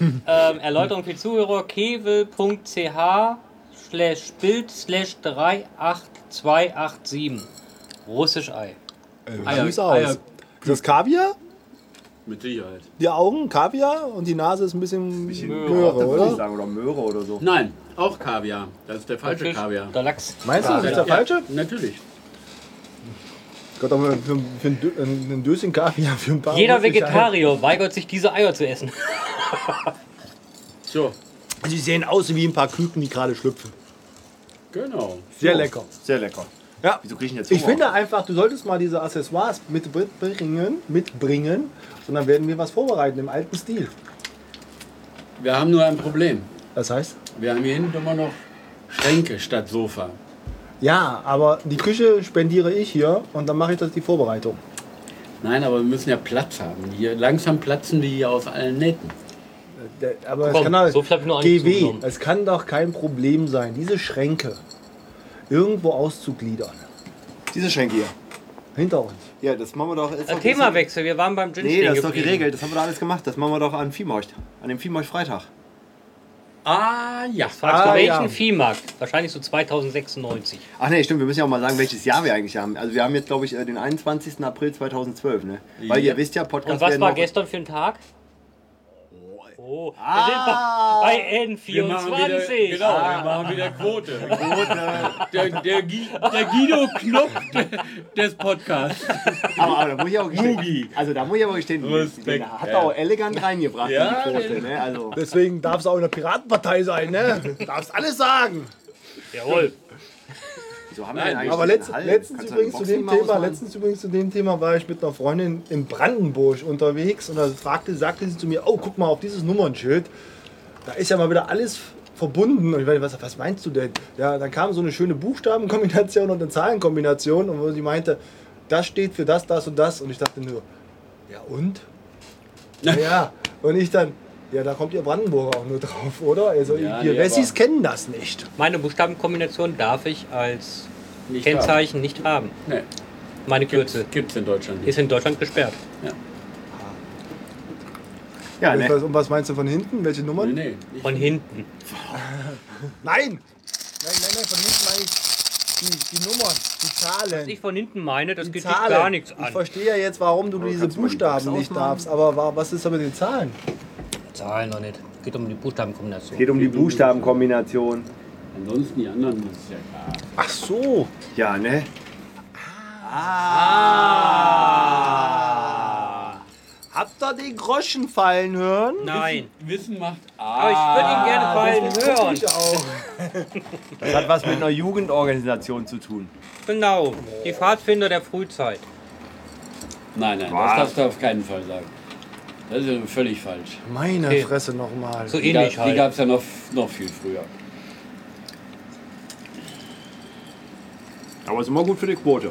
Ähm, Erläuterung für Zuhörer: kevel.ch slash bild slash 38287. Russisch Ei. Äh, Eier- Süß aus. Eier- Ist das Kaviar? Mit Sicherheit. Die Augen Kaviar und die Nase ist ein bisschen, Möhre, würde Möhre, ich oder? sagen. Oder Möhre oder so. Nein, auch Kaviar. Das ist der falsche Fisch, Kaviar. Der Lachs. Meinst du, das ist der Ja, falsche? Natürlich. Gott, aber für, für ein, Dö- ein ein Döschen Kaviar für ein paar Jeder Russisch Vegetarier weigert sich, diese Eier zu essen. So, Ei. Also, Sie sehen aus wie ein paar Küken, die gerade schlüpfen. genau. Sehr lecker. Sehr lecker. Ja. Wieso krieg ich denn jetzt Ich Hunger? finde einfach, du solltest mal diese Accessoires mitbringen, mitbringen und dann werden wir was vorbereiten im alten Stil. Wir haben nur ein Problem. Das heißt? Wir haben hier hinten immer noch Schränke statt Sofa. Ja, aber die Küche spendiere ich hier und dann mache ich das die Vorbereitung. Nein, aber wir müssen ja Platz haben. Hier langsam platzen die hier aus allen Nähten. Der- Aber es Komm, kann doch, so viel hab ich noch eigentlich GW, zugenommen. es kann doch kein Problem sein, diese Schränke irgendwo auszugliedern. Diese Schränke hier. hinter uns. Ja, das machen wir doch. Ist doch- Themawechsel, wir waren beim Gin Nee, stehen das ist doch geblieben. geregelt. Das haben wir doch alles gemacht. Das machen wir doch an Viehmeucht. An dem Viehmeucht-Freitag. Ah, ja. Fragst Ah, du, welchen ja. Viehmarkt? Wahrscheinlich so 2096. Ach nee, stimmt, wir müssen ja auch mal sagen, welches Jahr wir eigentlich haben. Also wir haben jetzt, glaube ich, äh, den 21. April 2012, ne? Weil Ja. ihr wisst ja, Podcast Und was werden war noch- gestern für ein Tag? Oh, wir sind Ah. bei, bei Wir machen wieder, N24. genau, Ah. wir machen wieder Quote. Gut, äh, Der, der, Gi- der Guido Knopf de- des Podcasts. aber, aber Ah, da muss ich auch gestehen. Mugi. Also da muss ich aber gestehen, Respekt, den hat ja. er auch elegant reingebracht Ja, in die Quote, den- ne? Also Deswegen darf es auch in der Piratenpartei sein, ne? Darfst alles sagen. Jawohl. so haben wir Nein, den eigentlich Aber in letzt, Halle. letztens Kannst du übrigens zu eine dem Boxen Thema, mal letztens übrigens zu dem Thema war ich mit einer Freundin in Brandenburg unterwegs und da fragte, sagte sie zu mir, oh guck mal auf dieses Nummernschild, da ist ja mal wieder alles verbunden. Und ich meine, was, was meinst du denn? Ja, dann kam so eine schöne Buchstabenkombination und eine Zahlenkombination und wo sie meinte, das steht für das, das und das und ich dachte nur, ja und? Ja, ja. und ich dann, ja da kommt ihr Brandenburger auch nur drauf, oder? Also Ja, wir nee, Wessis aber- kennen das nicht. Meine Buchstabenkombination darf ich als Nicht Kennzeichen nicht haben. haben. Nee, Meine gibt's, Kürze gibt's in Deutschland nicht. ist in Deutschland gesperrt. Ja, ne? Was- Und was meinst du von hinten? Welche Nummern? Nee, nee. Ich- Von hinten. Nein! Nein, nein, nein, von hinten meine ich die, die Nummern, die Zahlen. Was ich von hinten meine, das die geht dich Zahlen. gar nichts Ich an. verstehe ja jetzt, warum du diese kannst du mal die Box Buchstaben nicht ausmachen? darfst, aber wa- was ist da mit den Zahlen? Zahlen noch nicht. Geht um die Buchstabenkombination. Geht um die Buchstabenkombination. Ansonsten die anderen, das ist ja klar. Ach so. Ja, ne? Ah. Habt ihr den Groschen fallen hören? Nein. Wissen macht Aber ich A. würde ihn gerne fallen hören. Ich auch. Das hat was mit einer Jugendorganisation zu tun. Genau. Die Pfadfinder der Frühzeit. Nein, nein, das Was? darfst du auf keinen Fall sagen. Das ist ja völlig falsch. Meine Okay. Fresse nochmal. So Die gab ähnlich halt. es ja noch, noch viel früher. Aber ist immer gut für die Quote.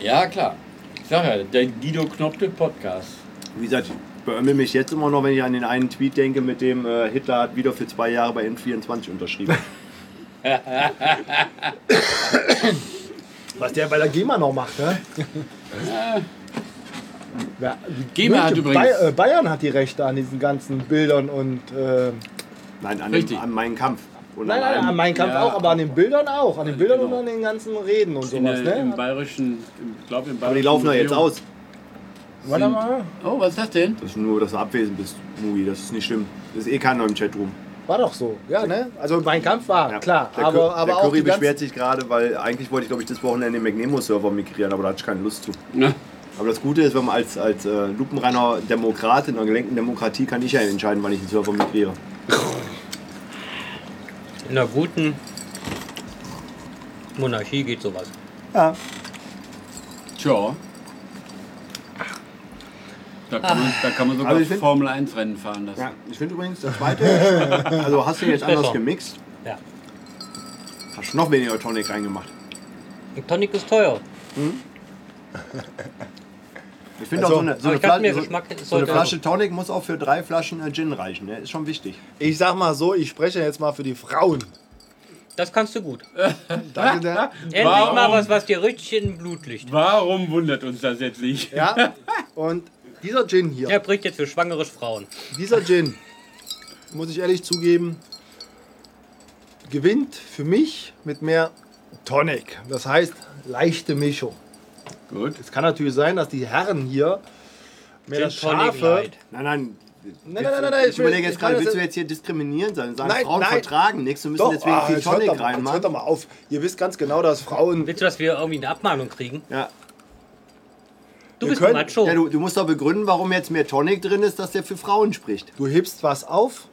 Ja, klar. Ich sag ja, der Guido Knopte Podcast. Wie gesagt, ich beömmel mich jetzt immer noch, wenn ich an den einen Tweet denke, mit dem äh, Hitler hat wieder für zwei Jahre bei N24 unterschrieben. Was der bei der GEMA noch macht, ne? Ja, die GEMA hat übrigens- Bay- äh, Bayern hat die Rechte an diesen ganzen Bildern und. Äh, Nein, an, Richtig. dem, an meinen Kampf. Und nein, nein, allem. an meinem Kampf Ja. auch, aber an den Bildern auch. An den Bildern Genau. und an den ganzen Reden und In, sowas, der- Im ne? bayerischen, im, glaub, im bayerischen Aber die laufen doch jetzt Museum aus. Warte mal. sind- Oh, was ist das denn? Das ist nur, dass du abwesend bist, Mugi. Das ist nicht schlimm. Das ist eh keiner im Chatroom. War doch so, ja, ne? Also mein Kampf war, Ja. klar. Der, Cur- aber aber der auch Curry die ganzen- beschwert sich gerade, weil eigentlich wollte ich, glaube ich, das Wochenende den McNemo-Server migrieren, aber da hatte ich keine Lust zu. Na, Aber das Gute ist, wenn man als, als äh, lupenreiner Demokrat in einer gelenkten Demokratie kann ich ja entscheiden, wann ich den Server migriere. In einer guten Monarchie geht sowas. tja. Da kann, man, da kann man sogar Also ich find- Formel 1 Rennen fahren lassen. Ja, ich finde übrigens der zweite. also hast du jetzt anders Besser. gemixt? Ja. Hast du noch weniger Tonic reingemacht? Ein Tonic ist teuer. Ich finde Also, auch so eine, so aber eine, ich dachte mir, Flas- so, Geschmack so eine sollte- Flasche Tonic muss auch für drei Flaschen äh, Gin reichen. Ne? Ist schon wichtig. Ich sag mal so, ich spreche jetzt mal für die Frauen. Das kannst du gut. Danke, der. Endlich Warum? mal was, was dir richtig in Blut liegt. Warum wundert uns das jetzt nicht? Ja. Und dieser Gin hier, Er bricht jetzt für schwangere Frauen. dieser Gin, muss ich ehrlich zugeben, gewinnt für mich mit mehr Tonic. Das heißt, leichte Mischung. Gut. Es kann natürlich sein, dass die Herren hier mehr das Gin Tonic Scharfe... Light. Nein, nein. Nein, nein, nein, nein, Ich überlege jetzt gerade, will willst das du jetzt hier diskriminieren sein? Sagen, Nein, Frauen nein. vertragen nichts, wir müssen Doch, deswegen ah, viel jetzt hört Tonic doch mal- jetzt hört doch reinmachen. mal auf. Ihr wisst ganz genau, dass Frauen... Willst du, dass wir irgendwie eine Abmahnung kriegen? Ja. Du Wir bist können- ein Macho. Ja, du, du musst doch begründen, warum jetzt mehr Tonic drin ist, dass der für Frauen spricht. Du hebst was auf,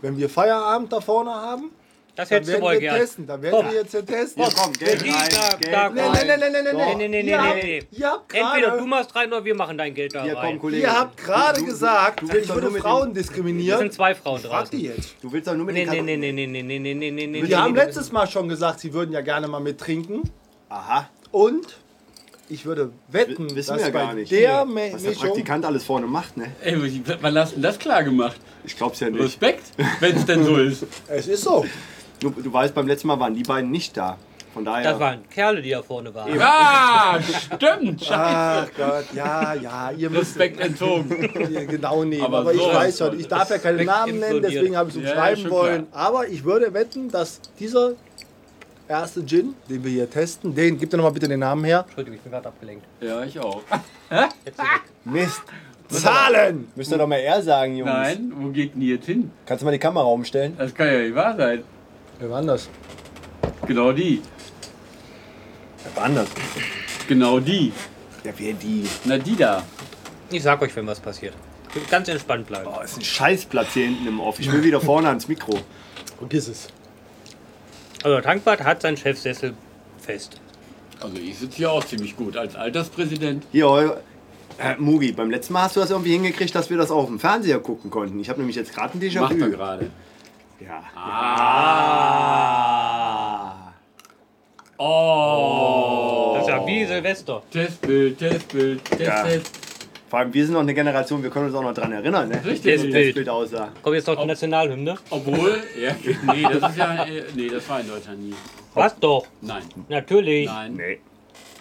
wenn wir Feierabend da vorne haben. das Dann hättest du werden wohl wir gern. testen. Dann werden Komm. wir jetzt hier testen. Oh, Ja, komm, Geld Berlin, rein, da- Geld da- rein. Nein, nein, nein, nein, nein, nein. Nee, nee, nee, nee, ihr, habt, nee, nee. ihr habt Entweder du gerade, machst rein oder wir machen dein Geld da Hier, komm, rein. Kollege. ihr habt gerade Du- du- gesagt, du ich willst doch nur würde mit Frauen Es diskriminieren. sind zwei Frauen Frag die draußen. jetzt. den- Du willst doch nur mit Nee, den nee, Kat- nee, nee, nee, nee, nee, nee, nee, nee, nee. Wir nee, haben nee, letztes Mal schon gesagt, sie würden ja gerne mal mittrinken. Aha, Und ich würde wetten, W- wissen dass wir ja bei gar nicht. der Mi- was der Mischung Praktikant alles vorne macht, ne? Ey, wie- wann hast du denn das klar gemacht? Ich glaub's ja nicht. Respekt, wenn es denn so ist. es ist so. Du, du weißt, beim letzten Mal waren die beiden nicht da. Von daher. Das waren Kerle, die da vorne waren. Ja, Ah, stimmt. Ah. Scheiße. Ach Gott, ja, ja, ihr müsst Respekt entzogen. ihr genau nehmen. Aber Aber, ich sowas weiß schon, von. ich darf ja keine Respekt Namen nennen, implodiert. deswegen habe ich es Ja, ja, umschreiben schon wollen. Aber ich würde wetten, dass dieser erste Gin, den wir hier testen, den, gib dir nochmal bitte den Namen her. Entschuldigung, ich bin gerade abgelenkt. Ja, ich auch. Mist. Zahlen! Müsst ihr doch mal eher sagen, Jungs. Nein, wo geht denn jetzt hin? Kannst du mal die Kamera umstellen? Das kann ja nicht wahr sein. Wer war denn das? Genau die. Anders. Genau die. Ja, wer die? Na, die da. Ich sag euch, wenn was passiert. Ganz entspannt bleiben. Boah, Oh, ist ein Scheißplatz hier hinten im Off. Ich will wieder vorne ans Mikro. Vergiss es. Also der Tankwart hat seinen Chefsessel fest. Also, ich sitze hier auch ziemlich gut als Alterspräsident. Hier, Eu- äh, Mugi, beim letzten Mal hast du das irgendwie hingekriegt, dass wir das auch auf dem Fernseher gucken konnten. Ich habe nämlich jetzt gerade ein Macht er Déjà-vu. gerade. Ja. Oh. Das ist ja wie Silvester. Testbild, Testbild, Test, Ja. Test. Vor allem, wir sind noch eine Generation, wir können uns auch noch dran erinnern, ne? Richtig. Wie Testbild. das Bild aussah. Kommt jetzt noch die Nationalhymne? Obwohl, ja, nee, das ist ja, äh, nee, das war in Deutschland nie. Was doch? Nein, Natürlich. nein, Nee.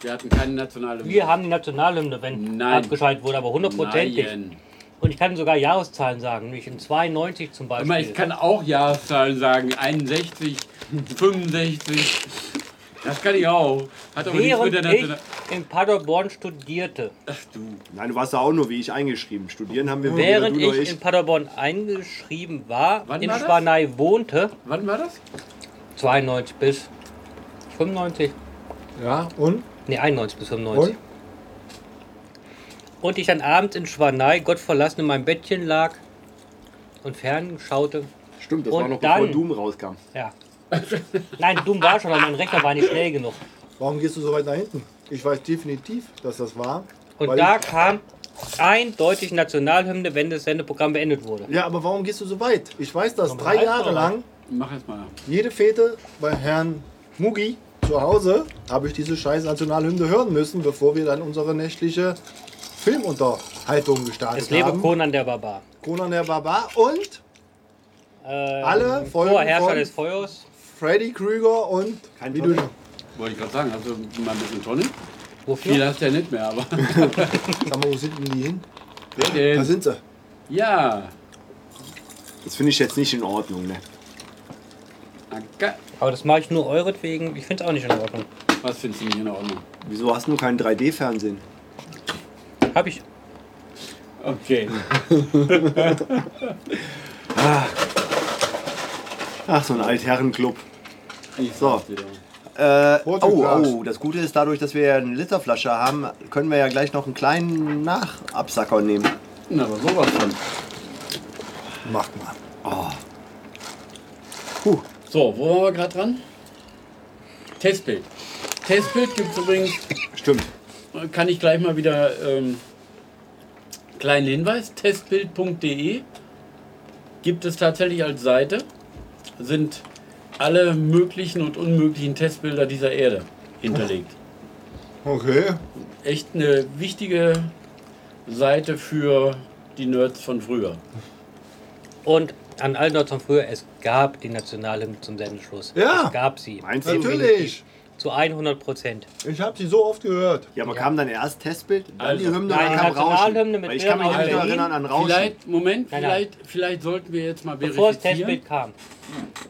wir hatten keine nationale. Wir haben die Nationalhymne, wenn Nein. abgeschaltet wurde, aber hundertprozentig. Nein. Und ich kann sogar Jahreszahlen sagen, nämlich in 92 zum Ich, Beispiel. meine, ich kann auch Jahreszahlen sagen, 61, 65. Das kann ich auch. Hat aber nichts mit Während der ich National. in Paderborn studierte, Ach du. Nein, du warst da auch nur wie ich eingeschrieben. Studieren haben wir weder während du noch ich in Paderborn eingeschrieben war, Wann in war das? Schwanei wohnte, Wann war das? 92 bis 95, Ja, und? nee 91 bis 95. Und? Und, ich dann abends in Schwanei, Gott verlassen, in meinem Bettchen lag und fernschaute. Stimmt, das Und war noch bevor dann- Doom rauskam. Ja. Nein, dumm war schon, aber mein Rechner war nicht schnell genug. Warum gehst du so weit nach hinten? Ich weiß definitiv, dass das war. Und weil da ich, kam eindeutig Nationalhymne, wenn das Sendeprogramm beendet wurde. ja, aber warum gehst du so weit? Ich weiß das. Komm, Drei halt Jahre doch. lang, Mach jetzt mal. jede Fete bei Herrn Mugi zu Hause, habe ich diese scheiß Nationalhymne hören müssen, bevor wir dann unsere nächtliche Filmunterhaltung gestartet Es lebe haben. Conan der Barbar. Conan der Barbar und Ähm, Alle Folgen Vorherrscher von- des Feuers. Freddy Krüger und Kein wie du, Problem. Wollte ich gerade sagen, hast du mal ein bisschen Tonne? Viel Wofür? hast du ja nicht mehr, aber. sag mal, wo sind denn die hin? Wer Da denn? sind sie. Ja. Das finde ich jetzt nicht in Ordnung, ne? Aga. Aber das mache ich nur euretwegen. Ich finde es auch nicht in Ordnung. Was findest du nicht in Ordnung? Wieso hast du keinen 3D-Fernsehen? Hab ich. Okay. Ach, so ein Altherrenclub. Ich So. sag's dir doch. Äh, oh, Portugals. oh, das Gute ist, dadurch, dass wir ja eine Literflasche haben, können wir ja gleich noch einen kleinen Nachabsacker nehmen. Na, aber sowas von. Macht mal. So, wo waren wir gerade dran? Testbild. Testbild gibt es übrigens, Stimmt. kann ich gleich mal wieder ähm, kleinen Hinweis, testbild.de E gibt es tatsächlich als Seite, sind alle möglichen und unmöglichen Testbilder dieser Erde hinterlegt. Okay. Echt eine wichtige Seite für die Nerds von früher. Und an all dort von früher, es gab die Nationalhymne zum Sendeschluss. Ja. Es gab sie. Meinst du? Natürlich. Zu 100 Prozent. Ich habe sie so oft gehört. Ja, man kam dann erst Testbild, dann Also. die Hymne, Nein, dann die kam Rauschen. Nationalhymne mit Weil ich kann mich Bildern aus nicht mehr Berlin. erinnern an Rauschen. Vielleicht, Moment, Nein, nein. vielleicht, vielleicht sollten wir jetzt mal Bevor das verifizieren. Testbild kam.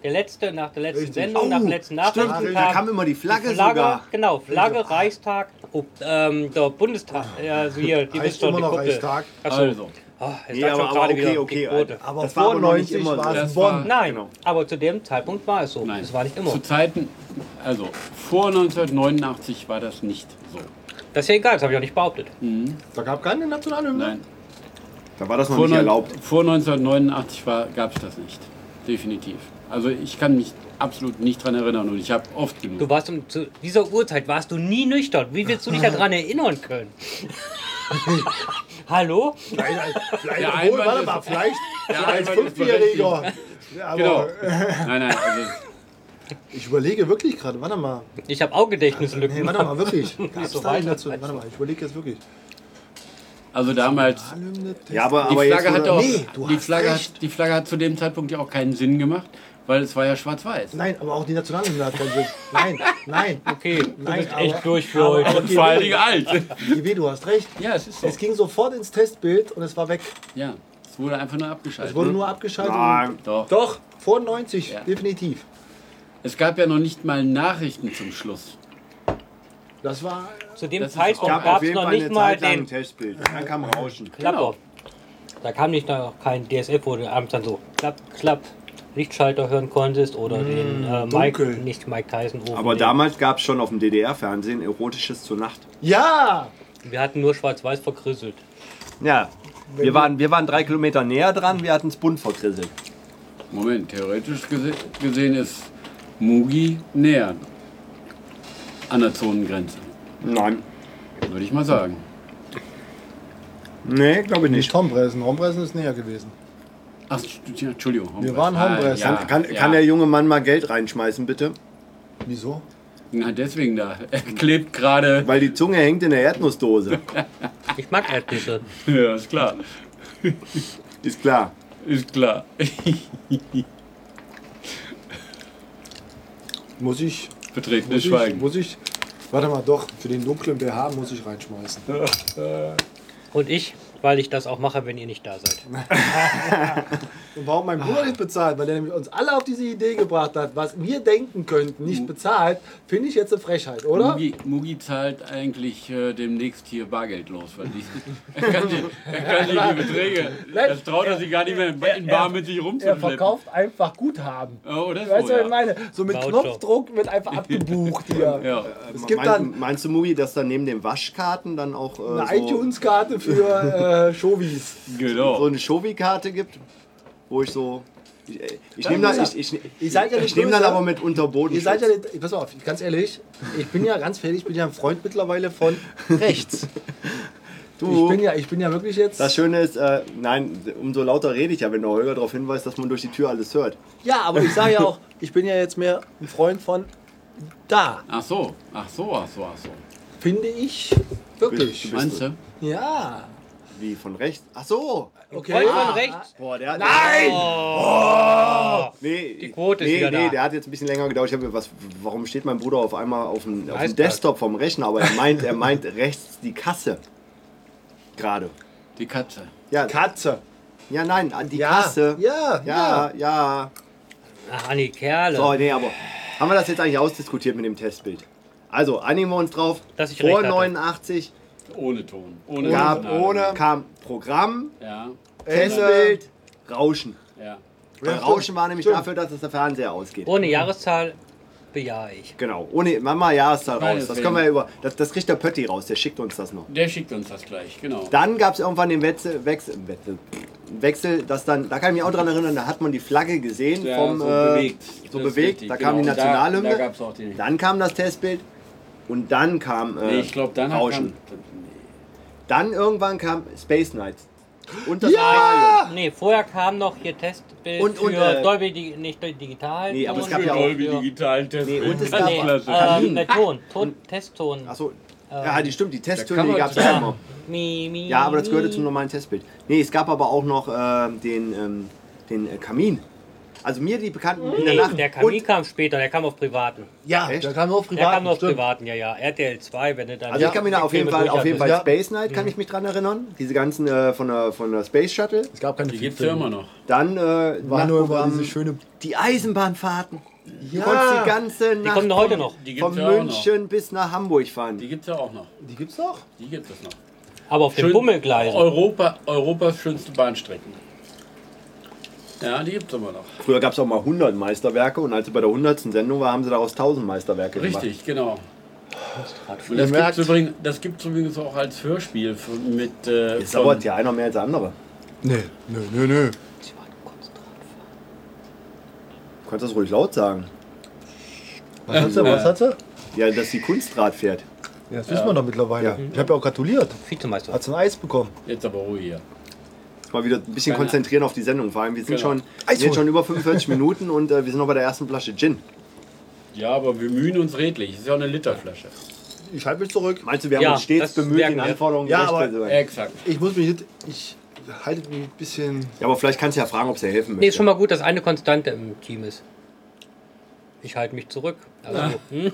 Der letzte, nach der letzten Richtig. Sendung, Oh, nach den letzten Nachrichten stimmt, da kam. kam immer die Flagge sogar. Genau, Flagge, Reichstag, oh, ähm, der Bundestag, äh, also hier, die Heißt wisst schon, immer die noch Kuppel. Reichstag. Achso. Also, Oh, jetzt Nee, sagt aber, schon aber gerade okay, wieder okay. die Quote. Alter. Aber Das vor war aber noch nicht 90 immer war so. es Das Bonn. war- Nein, Genau. aber zu dem Zeitpunkt war es so. Nein. Es war nicht immer. Zu Zeiten, also vor 1989 war das nicht so. Das ist ja egal, das habe ich auch nicht behauptet. Da gab keine Nationalhymne. Nein, Da war das noch vor, nicht neun- erlaubt. vor 1989 gab es das nicht. Definitiv. Also ich kann mich absolut nicht dran erinnern und ich habe oft Du genug. warst um, zu dieser Uhrzeit warst du nie nüchtern. Wie willst du dich daran erinnern können? Hallo? Vielleicht, vielleicht, Der obwohl, Einwand warte ist- mal, vielleicht Der als Einwand ist Fünfjähriger. Ja, aber äh, Genau. Nein, nein, also ich überlege wirklich gerade, warte mal. Ich habe auch Gedächtnislücken. Nee, warte mal, wirklich. Gab's so da weit, nicht dazu? Warte mal, ich überlege jetzt wirklich. Also damals, Nationalhymne, Ja, aber, die aber Flagge, jetzt, hat auch, Nee, du die, hast Flagge recht. hat, die Flagge hat zu dem Zeitpunkt ja auch keinen Sinn gemacht, Weil es war ja schwarz-weiß. Nein, aber auch die Nationalhymne hat keinen Sinn. Nein, nein. Okay, du Nein, bist echt aber- durch für aber- heute. aber- Und vor allen Dingen alt. GB, du hast recht. Ja, es ist so. Es ging sofort ins Testbild und es war weg. Ja, es wurde einfach nur Es abgeschaltet. wurde nur abgeschaltet. Ah, und- Doch. Doch, vor 90, Ja. definitiv. Es gab ja noch nicht mal Nachrichten zum Schluss. Das war Zu dem Das ist Zeitpunkt auch- gab es noch nicht mal lang Genau. ein den Testbild. Dann kam Rauschen. Klapper. Da kam nicht noch kein DSF, wo du abends dann so klapp, klapp Lichtschalter hören konntest oder den äh, Mike, dunkel. nicht Mike Tyson. Ofen. Mm, Aber den- damals gab es schon auf dem DDR-Fernsehen Erotisches zur Nacht. Ja! Wir hatten nur schwarz-weiß verkrisselt. Ja, wir waren, wir waren drei Kilometer näher dran, wir hatten es bunt verkrisselt. Moment, theoretisch gese gesehen ist Mugi näher an der Zonengrenze. Nein. Würde ich mal sagen. Nee, glaube ich Nicht Hombressen. Hombressen ist näher gewesen. Ach, St- ja, Entschuldigung. Hombress. Wir waren Hombress. Ah, ja, Kann, kann, ja. kann der junge Mann mal Geld reinschmeißen, bitte? Wieso? Na, deswegen da. Er klebt gerade. Weil die Zunge hängt in der Erdnussdose. Ich mag Erdnüsse. Ja, ist klar. Ist klar. Ist klar. Muss ich. Betretenes Muss ich, Schweigen. muss ich. Warte mal, doch, für den dunklen BH muss ich reinschmeißen. Und ich, weil ich das auch mache, wenn ihr nicht da seid. Und warum mein Bruder nicht bezahlt, weil er nämlich uns alle auf diese Idee gebracht hat, was wir denken könnten, nicht Mhm. bezahlt, finde ich jetzt eine Frechheit, oder? Mugi, Mugi zahlt eigentlich äh, demnächst hier Bargeld los, weil die, er kann die, er kann die, die Beträge, Nein, das traut er sich gar nicht mehr in, in Bar mit sich Er rumzuschleppen. verkauft einfach Guthaben. Oh, oder so, Weißt du, was ja. ich meine? So mit Voucher. Knopfdruck wird einfach abgebucht hier. Ja. Es gibt Meinst- dann meinst du, Mugi, dass dann neben den Waschkarten dann auch äh, eine so, iTunes-Karte für äh, Showies. so Genau. eine Shovi-Karte gibt? Wo ich so. Ich, äh, ich nehme dann, muss ich, ich, Ihr seid ja ich nicht nehm dann böse. aber mit Unterboden. Ihr seid ja, nicht- pass mal auf, ganz ehrlich, ich bin ja ganz fertig, ich bin ja ein Freund mittlerweile von rechts. Ich du. bin ja, ich bin ja wirklich jetzt. das Schöne ist, äh, nein, umso lauter rede ich ja, wenn der Holger darauf hinweist, dass man durch die Tür alles hört. Ja, aber ich sage ja auch, ich bin ja jetzt mehr ein Freund von da, Ach so, ach so, ach so, ach so. finde ich wirklich. Meinst du? Ja. Wie von rechts? Ach so! Okay. Voll Ah, von rechts. Boah, der hat Nein! Nee, Die Quote ist nee, wieder nee, da. der hat jetzt ein bisschen länger gedauert. Ich habe was, warum steht mein Bruder auf einmal auf dem, auf dem Eisberg. Desktop vom Rechner? Aber er meint, er meint rechts die Kasse. Gerade. Die Katze. Ja, Katze. ja, nein, an die Ja, Kasse. ja, ja, ja, Ach, an die Kerle. So, nee, aber haben wir das jetzt eigentlich ausdiskutiert mit dem Testbild? Also, einigen wir uns drauf. Dass ich recht Vor hatte. 89 Ohne Ton. Ohne gab, Signal. kam Programm, Ja, Testbild, Rauschen. ja. Oh. Weil Ja, Rauschen stimmt. war nämlich Stimmt. dafür, dass es der Fernseher ausgeht. Ohne Jahreszahl bejahe ich. Genau, ohne mach mal Jahreszahl Nein, raus. Das deswegen. können wir ja über. Das, das kriegt der Pötti raus, der schickt uns das noch. Der schickt uns das gleich, genau. Dann gab es irgendwann den Wechsel, Wechsel, Wechsel, Wechsel, dass dann, da kann ich mich auch dran erinnern, da hat man die Flagge gesehen Ja, vom so äh, bewegt. So Das ist bewegt. richtig, da kam genau. die Da- Nationalhymne. da gab's auch die- Dann kam das Testbild und dann kam äh, Nee, ich glaube, dann hat Rauschen. man, Dann irgendwann kam Space Knights und das Ja! Aquarium. Nee, vorher kam noch hier Testbild Und- und, für äh, Dolby, Di- nicht Dolby Digital. Nee, aber es Ton. gab ja auch- Für- digitalen Test. Nee, und es Ah, gab- nee, Klasse. ähm, der Ton, Ton Testton. Achso, ja, die stimmt, die Testtöne, Ähm, kann die man- mhm. gab es ja immer. Mi, mi, Ja, aber das gehörte mi. zum normalen Testbild. Nee, es gab aber auch noch äh, den, ähm, den äh, Kamin. Also mir die Mhm. Bekannten in der Nee, Nacht. der Kamin und, kam später, der kam auf privaten. Ja, Echt? da kam nur auf Der kam privat. nur auf privaten, ja, ja. RTL 2, wenn du dann. also ich kann mich da auf jeden Fall, auf jeden Fall Ja. Space Night kann ich Mhm. mich dran erinnern. Diese ganzen äh, von, der, von der Space Shuttle. Es gab keine Die gibt's ja immer noch. Dann äh, War nur über Nachtprogramm, diese schöne. die Eisenbahnfahrten. Du Ja. konntest die ganze Die Nacht kommen heute noch. Die von gibt's ja auch noch. München bis nach Hamburg fahren. Die gibt's ja auch noch. Die gibt's doch. Die gibt es noch. Aber auf den Schön- Bummelgleisen. Europa, Europas schönste Bahnstrecken. Ja, die gibt's immer noch. Früher gab es auch mal 100 Meisterwerke und als sie bei der 100. Sendung war, haben sie daraus 1000 Meisterwerke gemacht. Richtig, genau. Und das Ihr merkt- gibt's, übrigens, das gibt's übrigens auch als Hörspiel von- mit äh, Jetzt von- dauert ja einer mehr als der andere. Nee, nö, nö, nö. Du kannst das ruhig laut sagen. Was hat sie? Was hat sie? Ja, dass die Kunstrad fährt. Ja, das wissen wir doch mittlerweile. Ja. Ich habe ja auch gratuliert. Vizemeister. Hat sie ein Eis bekommen. Jetzt aber Ruhe hier. Mal wieder ein bisschen Keine- konzentrieren auf die Sendung. Vor allem, wir sind, Genau. schon, wir Also. sind schon über 45 Minuten und äh, wir sind noch bei der ersten Flasche Gin. Ja, aber wir mühen uns redlich. Ist ja auch eine Literflasche. Ich halte mich zurück. Meinst du, wir haben Ja, uns stets das bemüht, merken den wir. äh, Anforderungen Ja, gerecht aber- zu sein? Exakt. Ich muss mich nicht. Ich haltet ein bisschen. Ja, aber vielleicht kannst du ja fragen, ob sie helfen möchte. Nee, ist schon mal gut, dass eine Konstante im Team ist. Ich halte mich zurück. Also, hm?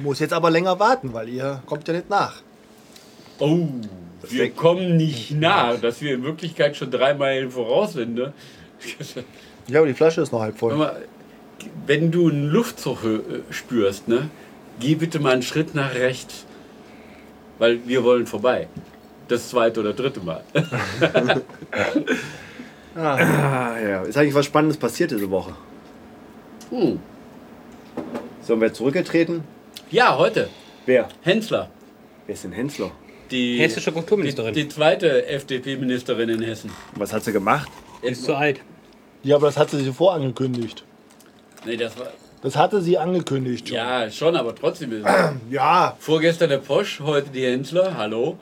Muss jetzt aber länger warten, weil ihr kommt ja nicht nach. Oh, wir kommen nicht nah, dass wir in Wirklichkeit schon drei Meilen voraus sind. Ne? Ja, aber die Flasche ist noch halb Sag voll. mal, Wenn du einen Luftzug äh, spürst, ne, geh bitte mal einen Schritt nach rechts, weil wir wollen vorbei. Das zweite oder dritte Mal. Ah, ja. Ist eigentlich was Spannendes passiert diese Woche. Hm. Sollen wir zurückgetreten? Ja, heute. Wer? Hensler. Wer ist denn Hensler? Die, Hessische Kulturministerin. Die, die zweite FDP-Ministerin in Hessen. Was hat sie gemacht? Ist zu alt. Ja, aber das hatte sie vorangekündigt. Nee, das war. Das hatte sie angekündigt. schon. Ja, schon, aber trotzdem. Ist ja, Vorgestern der Posch, heute die Hensler. Hallo.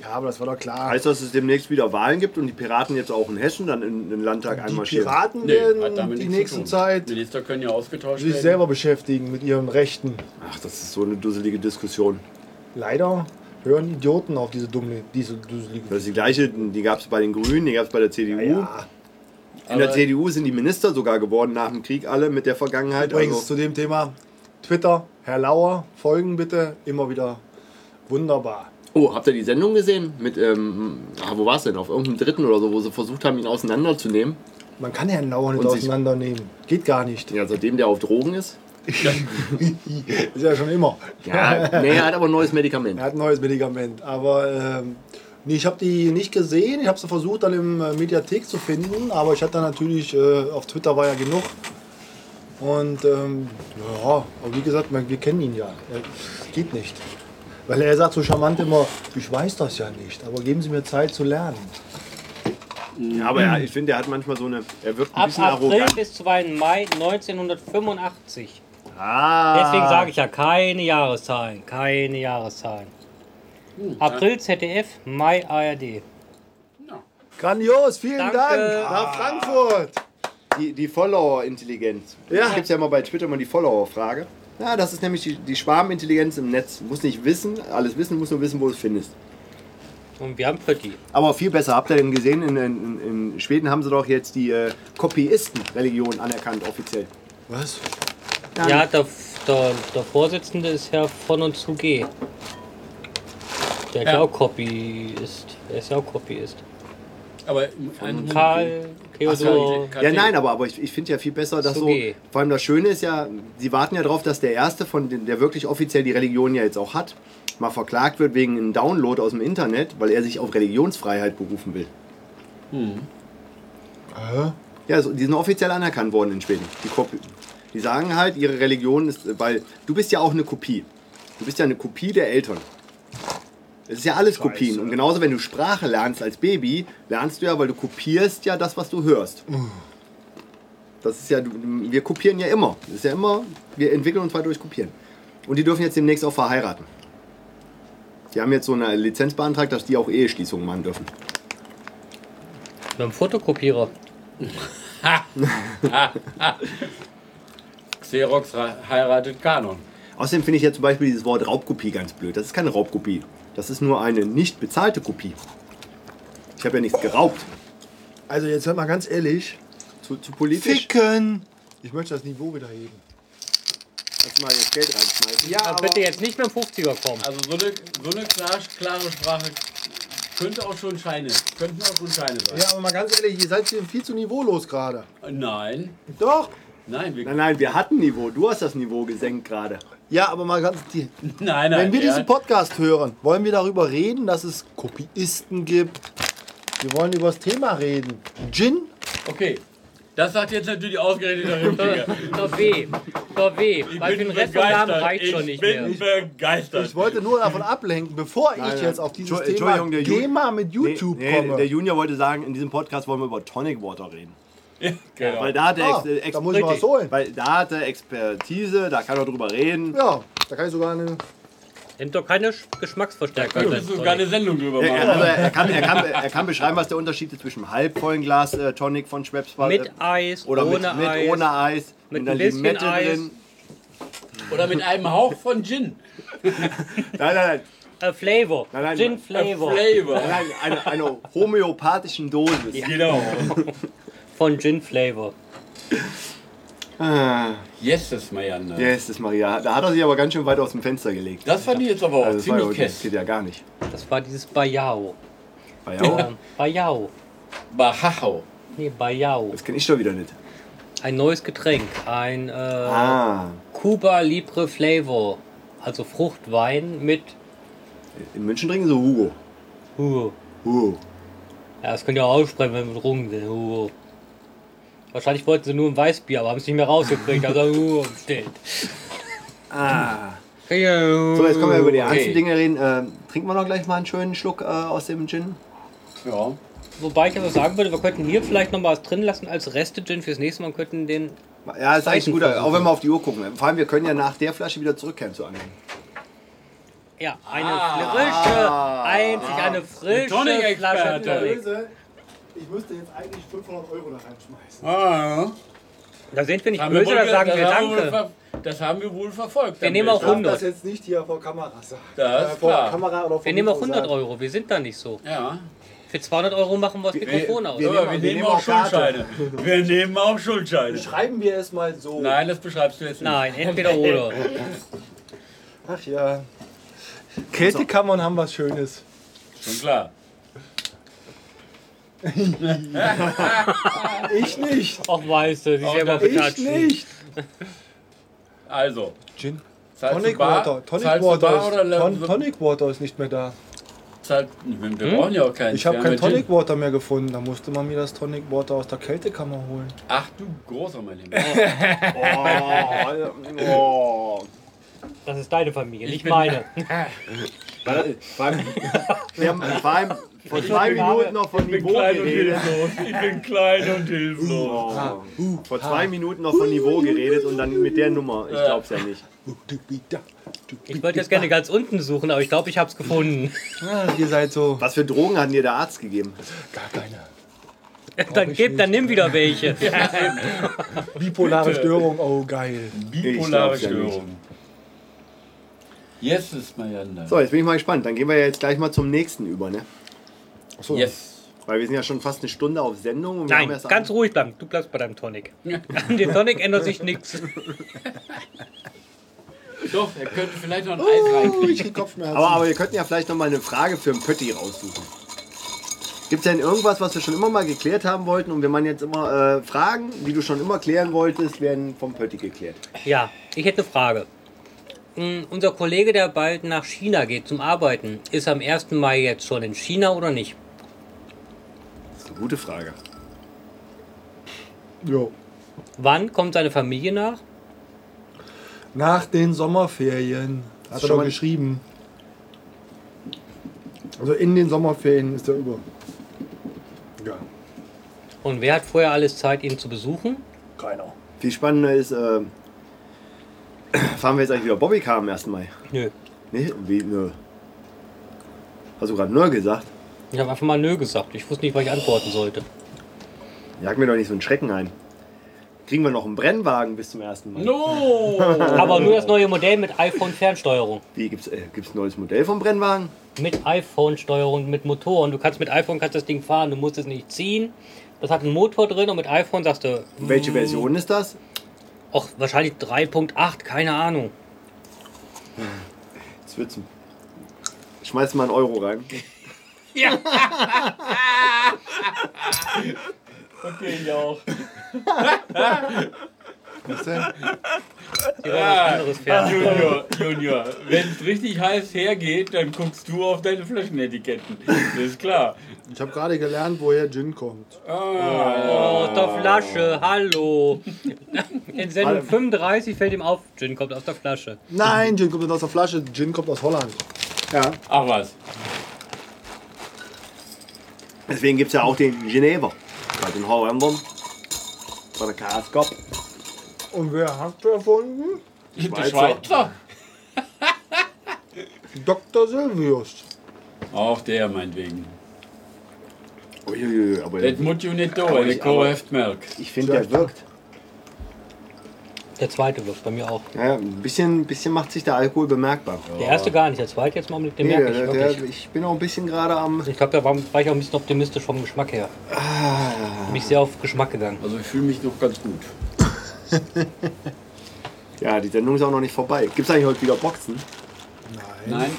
ja, aber das war doch klar. Heißt das, dass es demnächst wieder Wahlen gibt und die Piraten jetzt auch in Hessen dann in in den Landtag die einmarschieren? Piraten Nee, hat werden damit die nichts zu nächste tun. Zeit Minister können ja ausgetauscht sich werden. selber beschäftigen mit ihren Rechten. Ach, das ist so eine dusselige Diskussion. Leider hören Idioten auf diese dumme, diese dusselige. Das ist die gleiche, die gab es bei den Grünen, die gab es bei der CDU. Ja, In der Aber- CDU sind die Minister sogar geworden nach dem Krieg alle mit der Vergangenheit. übrigens Also, zu dem Thema Twitter, Herr Lauer, folgen bitte immer wieder wunderbar. oh, habt ihr die Sendung gesehen? Mit, ähm, ah, wo war es denn? Auf irgendeinem Dritten oder so, wo sie versucht haben, ihn auseinanderzunehmen. Man kann Herrn Lauer nicht Und sich- auseinandernehmen. Geht gar nicht. Ja, seitdem der auf Drogen ist. Ist ja schon immer. Ja, nee, er hat aber ein neues Medikament. Er hat ein neues Medikament, aber ähm, nee, ich habe die nicht gesehen. Ich habe sie versucht, dann im äh, Mediathek zu finden, aber ich hatte natürlich, äh, auf Twitter war ja genug. Und ähm, ja, aber wie gesagt, man, wir kennen ihn ja. Er, geht nicht. Weil er sagt so charmant immer, ich weiß das ja nicht, aber geben Sie mir Zeit zu lernen. Ja, aber ja, ich finde, er hat manchmal so eine. Er wirkt ein Ab bisschen April arrogant. bis 2. Mai 1985. Ah, Deswegen sage ich ja keine Jahreszahlen. Keine Jahreszahlen. Hm, April ZDF, Mai ARD. Grandios, vielen Danke. Dank nach Frankfurt. Ah. Die, die Follower-Intelligenz. Ja. Ja. Gibt es ja immer bei Twitter mal die Follower-Frage. Ja, das ist nämlich die, die Schwarmintelligenz im Netz. Muss nicht wissen, alles wissen, muss nur wissen, wo du es findest. Und wir haben Pötti. Aber viel besser. Habt ihr denn gesehen, in, in, in Schweden haben sie doch jetzt die äh, Kopiisten-Religion anerkannt, offiziell. Was? Ja, der, der, der Vorsitzende ist Herr von und zu G. Der ja. Ja. auch Copy ist. Der ist ja auch Copy ist. Aber Mhm. ein Karl, Theodor. Ja, nein, aber, aber ich, ich finde ja viel besser, dass So so. geh. Vor allem das Schöne ist ja, sie warten ja darauf, dass der Erste, von den, der wirklich offiziell die Religion ja jetzt auch hat, mal verklagt wird wegen einem Download aus dem Internet, weil er sich auf Religionsfreiheit berufen will. Äh, Ja, so, die sind offiziell anerkannt worden in Schweden. Die, Kopi die sagen halt, ihre Religion ist, weil du bist ja auch eine Kopie. Du bist ja eine Kopie der Eltern. Es ist ja alles Kopien. Und genauso, wenn du Sprache lernst als Baby, lernst du ja, weil du kopierst ja das, was du hörst. Das ist ja, du- wir kopieren ja immer. Das ist ja immer, wir entwickeln uns weiter durch Kopieren. Und die dürfen jetzt demnächst auch verheiraten. Die haben jetzt so eine Lizenz beantragt, dass die auch Eheschließungen machen dürfen. Mit einem Fotokopierer. Xerox ra- heiratet Kanon. Außerdem finde ich ja zum Beispiel dieses Wort Raubkopie ganz blöd. Das ist keine Raubkopie. Das ist nur eine nicht bezahlte Kopie. Ich habe ja nichts geraubt. Also jetzt hört mal ganz ehrlich. Zu, zu politisch. Ficken! Ich möchte das Niveau wieder heben. Lass mal jetzt Geld reinschmeißen. Ja, Aber bitte jetzt nicht mit dem 50er kommen. Also so eine, so eine klar, klare Sprache könnte auch schon Scheine, könnten auch schon Scheine sein. Ja, aber mal ganz ehrlich, ihr seid hier viel zu niveaulos gerade. Nein, Doch! nein, wir, nein, Nein, nein, wir hatten Niveau. Du hast das Niveau gesenkt gerade. Ja, aber mal ganz. Die, nein. Wenn wir ja. diesen Podcast hören, wollen wir darüber reden, dass es Kopiisten gibt. Wir wollen über das Thema reden. Gin? Okay, das sagt jetzt natürlich ausgerechnet der Rüdiger. Doch weh. Doch weh. Weil für den Rest vom Namen reicht ich schon nicht mehr. bin begeistert. Ich wollte nur davon ablenken, bevor ich nein. jetzt auf dieses Entschu- Thema Entschuldigung, der Ju- GEMA mit YouTube Nee, nee, komme. Der Junior wollte sagen, in diesem Podcast wollen wir über Tonic Water reden. Genau. Weil da hat er ah, Ex Ex da muss ich mal was holen. weil da hat er Expertise, da kann er drüber reden. Ja, da kann ich sogar eine. Sind doch keine Sch- Geschmacksverstärker. Da könntest du sogar eine Sendung drüber Er, er- machen. also er, kann, er, kann, er kann beschreiben, was der Unterschied ist zwischen halbvollen Glas äh, Tonic von Schweppes war. Mit Eis, Oder ohne mit, mit Eis. ohne Eis. Mit und dann ein bisschen Limette Eis. drin. Oder mit einem Hauch von Gin. Nein, nein, nein. Äh, Flavor. Nein, nein, Äh, Gin nein. Flavor. Flavor. Nein, einer eine homöopathischen Dosis. Genau. Von Gin Flavor. Ah, Yes, das ist Marianne. yes, das Maria. Da hat er sich aber ganz schön weit aus dem Fenster gelegt. Das fand ich jetzt aber auch Also das, war, ja- ziemlich das kess. geht ja gar nicht. Das war dieses Bayao. War ja auch. Ähm, Bayao. Bahachau. Nee, Bayao. Das kenne ich doch wieder nicht. Ein neues Getränk. Ein äh, Ah, Cuba Libre Flavor. Also Fruchtwein mit. in München trinken sie Hugo. Huh. Hugo. Ja, das könnt ihr auch aussprechen, wenn wir betrunken sind. Huh. Wahrscheinlich wollten sie nur ein Weißbier, aber haben es nicht mehr rausgekriegt. Also, huh, steht. Ah. So, So, jetzt können wir über die ernsten Okay. Dinge reden. Ähm, trinken wir noch gleich mal einen schönen Schluck äh, aus dem Gin? Ja. Wobei ich aber sagen würde, wir könnten hier vielleicht noch mal was drin lassen als Reste-Gin fürs nächste Mal. und könnten den. Ja, ist eigentlich ein guter, Seitenversuch. auch wenn wir auf die Uhr gucken. Vor allem, wir können ja nach der Flasche wieder zurückkehren zu anderen. Ja, eine Ah. frische. Einzig eine frische Tonic-Experte. Flasche Tonic. Böse. Ich müsste jetzt eigentlich 500 Euro da reinschmeißen. Ah, Da sind wir nicht Haben böse, wohl da ge- sagen wir das haben wohl Danke. ver- Das haben wir wohl verfolgt. Wir Herr nehmen auch Ich Milch. darf 100. das jetzt nicht hier vor Kamera sagen. Äh, Das ist vor klar. Kamera oder vor Wir nehmen auch Mikro 100 sagen. Euro, wir sind da nicht so. Ja. Für 200 Euro machen wir das Mikrofon aus. wir- Aber wir nehmen- nehmen auch Karte. Schuldscheine. Wir nehmen auch Schuldscheine. Schreiben wir es mal so. Nein, das beschreibst du jetzt nicht. Nein, entweder oder. Ach ja. Kältekammern haben was Schönes. Schon klar. Ich nicht. Auch weißt du, sich selber Ich betatschen. nicht. Also, Gin. zahlst Tonic du bar, Water. Tonic zahlst du bar Water, oder ist, Ton, lässt du- Tonic Water ist nicht mehr da. zahlt, Wir wir brauchen ja auch keinen. Hm? Ich habe Wir kein haben ja Gin. Tonic Water mehr gefunden. Da musste man mir das Tonic Water aus der Kältekammer holen. Ach du großer, mein Lieber. Oh, Das ist deine Familie, nicht bin- meine. Vor allem, wir haben vor allem vor zwei bin- Minuten noch von Ich bin Niveau klein und geredet. hilflos. Ich bin klein und hilflos. Oh. Vor zwei Minuten noch von Niveau geredet und dann mit der Nummer. Ich glaub's ja nicht. Ich wollte jetzt gerne ganz unten suchen, aber ich glaube, ich habe es gefunden. Ah, ihr seid so. Was für Drogen hat dir der Arzt gegeben? Gar keine. Dann gib, dann nimm wieder welche. Bipolare Bitte. Störung, oh geil. Bipolare Ich glaub's ja Störung. Yes ist Marianne. So, jetzt bin ich mal gespannt. Dann gehen wir ja jetzt gleich mal zum nächsten über, ne? Achso. Yes. Weil wir sind ja schon fast eine Stunde auf Sendung. Und wir haben Nein, erst ganz an- ruhig bleiben. Du bleibst bei deinem Tonic. An dem Tonic ändert sich nichts. Doch, er könnte vielleicht noch ein Eis rein. Oh, Ich krieg Kopfschmerzen. aber, aber wir könnten ja vielleicht noch mal eine Frage für den Pötti raussuchen. Gibt es denn irgendwas, was wir schon immer mal geklärt haben wollten? Und wir meinen jetzt immer äh, Fragen, die du schon immer klären wolltest, werden vom Pötti geklärt. Ja, ich hätte eine Frage. Hm, Unser Kollege, der bald nach China geht zum Arbeiten, ist am 1. Mai jetzt schon in China oder nicht? Das ist eine gute Frage. Jo. Wann kommt seine Familie nach? Nach den Sommerferien. Hast Hast du du schon mal- geschrieben. Also in den Sommerferien ist er über. Ja. Und wer hat vorher alles Zeit, ihn zu besuchen? Keiner. Viel spannender ist, äh, fahren wir jetzt eigentlich wieder Bobbycar am 1. Mai? Nö. Nee, wie, nö. Hast du gerade nö gesagt? Ich habe einfach mal nö gesagt. Ich wusste nicht, was ich antworten sollte. Jag mir doch nicht so einen Schrecken ein. Kriegen wir noch einen Brennwagen bis zum 1. Mai? No! Aber nur das neue Modell mit iPhone-Fernsteuerung. Wie, gibt's, äh, gibt's ein neues Modell vom Brennwagen? Mit iPhone-Steuerung, mit Motoren. Du kannst mit iPhone kannst das Ding fahren, du musst es nicht ziehen. Das hat einen Motor drin und mit iPhone sagst du, Welche Version ist das? ach, wahrscheinlich 3.8, keine Ahnung. Jetzt wird's. ein- Schmeiß mal einen Euro rein. Okay, ich auch. Die wollen was anderes fährt. Junior, Junior, wenn es richtig heiß hergeht, dann guckst du auf deine Flaschenetiketten. Das ist klar. Ich habe gerade gelernt, woher Gin kommt. Aus der Flasche, hallo. In Sendung 35 fällt ihm auf, Gin kommt aus der Flasche. Nein, Gin kommt nicht aus der Flasche, Gin kommt aus Holland. Ja. Ach was. Deswegen gibt's ja auch den Geneva. Gerade den Holländer. Von der Kaskop. Und wer hat erfunden? Der Schweizer. Schweizer? Dr. Silvius. Auch der meinetwegen. Uiuiui, aber Das muss you nicht do, Aber der ich- aber- Kohlheft Milk. ich finde, der wirkt. Der zweite Wurf, bei mir auch. Ja, ein bisschen, bisschen macht sich der Alkohol bemerkbar. Der erste gar nicht, der zweite jetzt mal mit dem Nee, merke ich der, der, wirklich. ich bin auch ein bisschen gerade am. Ich glaube, da war, war ich auch ein bisschen optimistisch vom Geschmack her. Bin ich sehr auf Geschmack gegangen. Also ich fühle mich noch ganz gut. Ja, die Sendung ist auch noch nicht vorbei. Gibt's eigentlich heute wieder Boxen? Nein,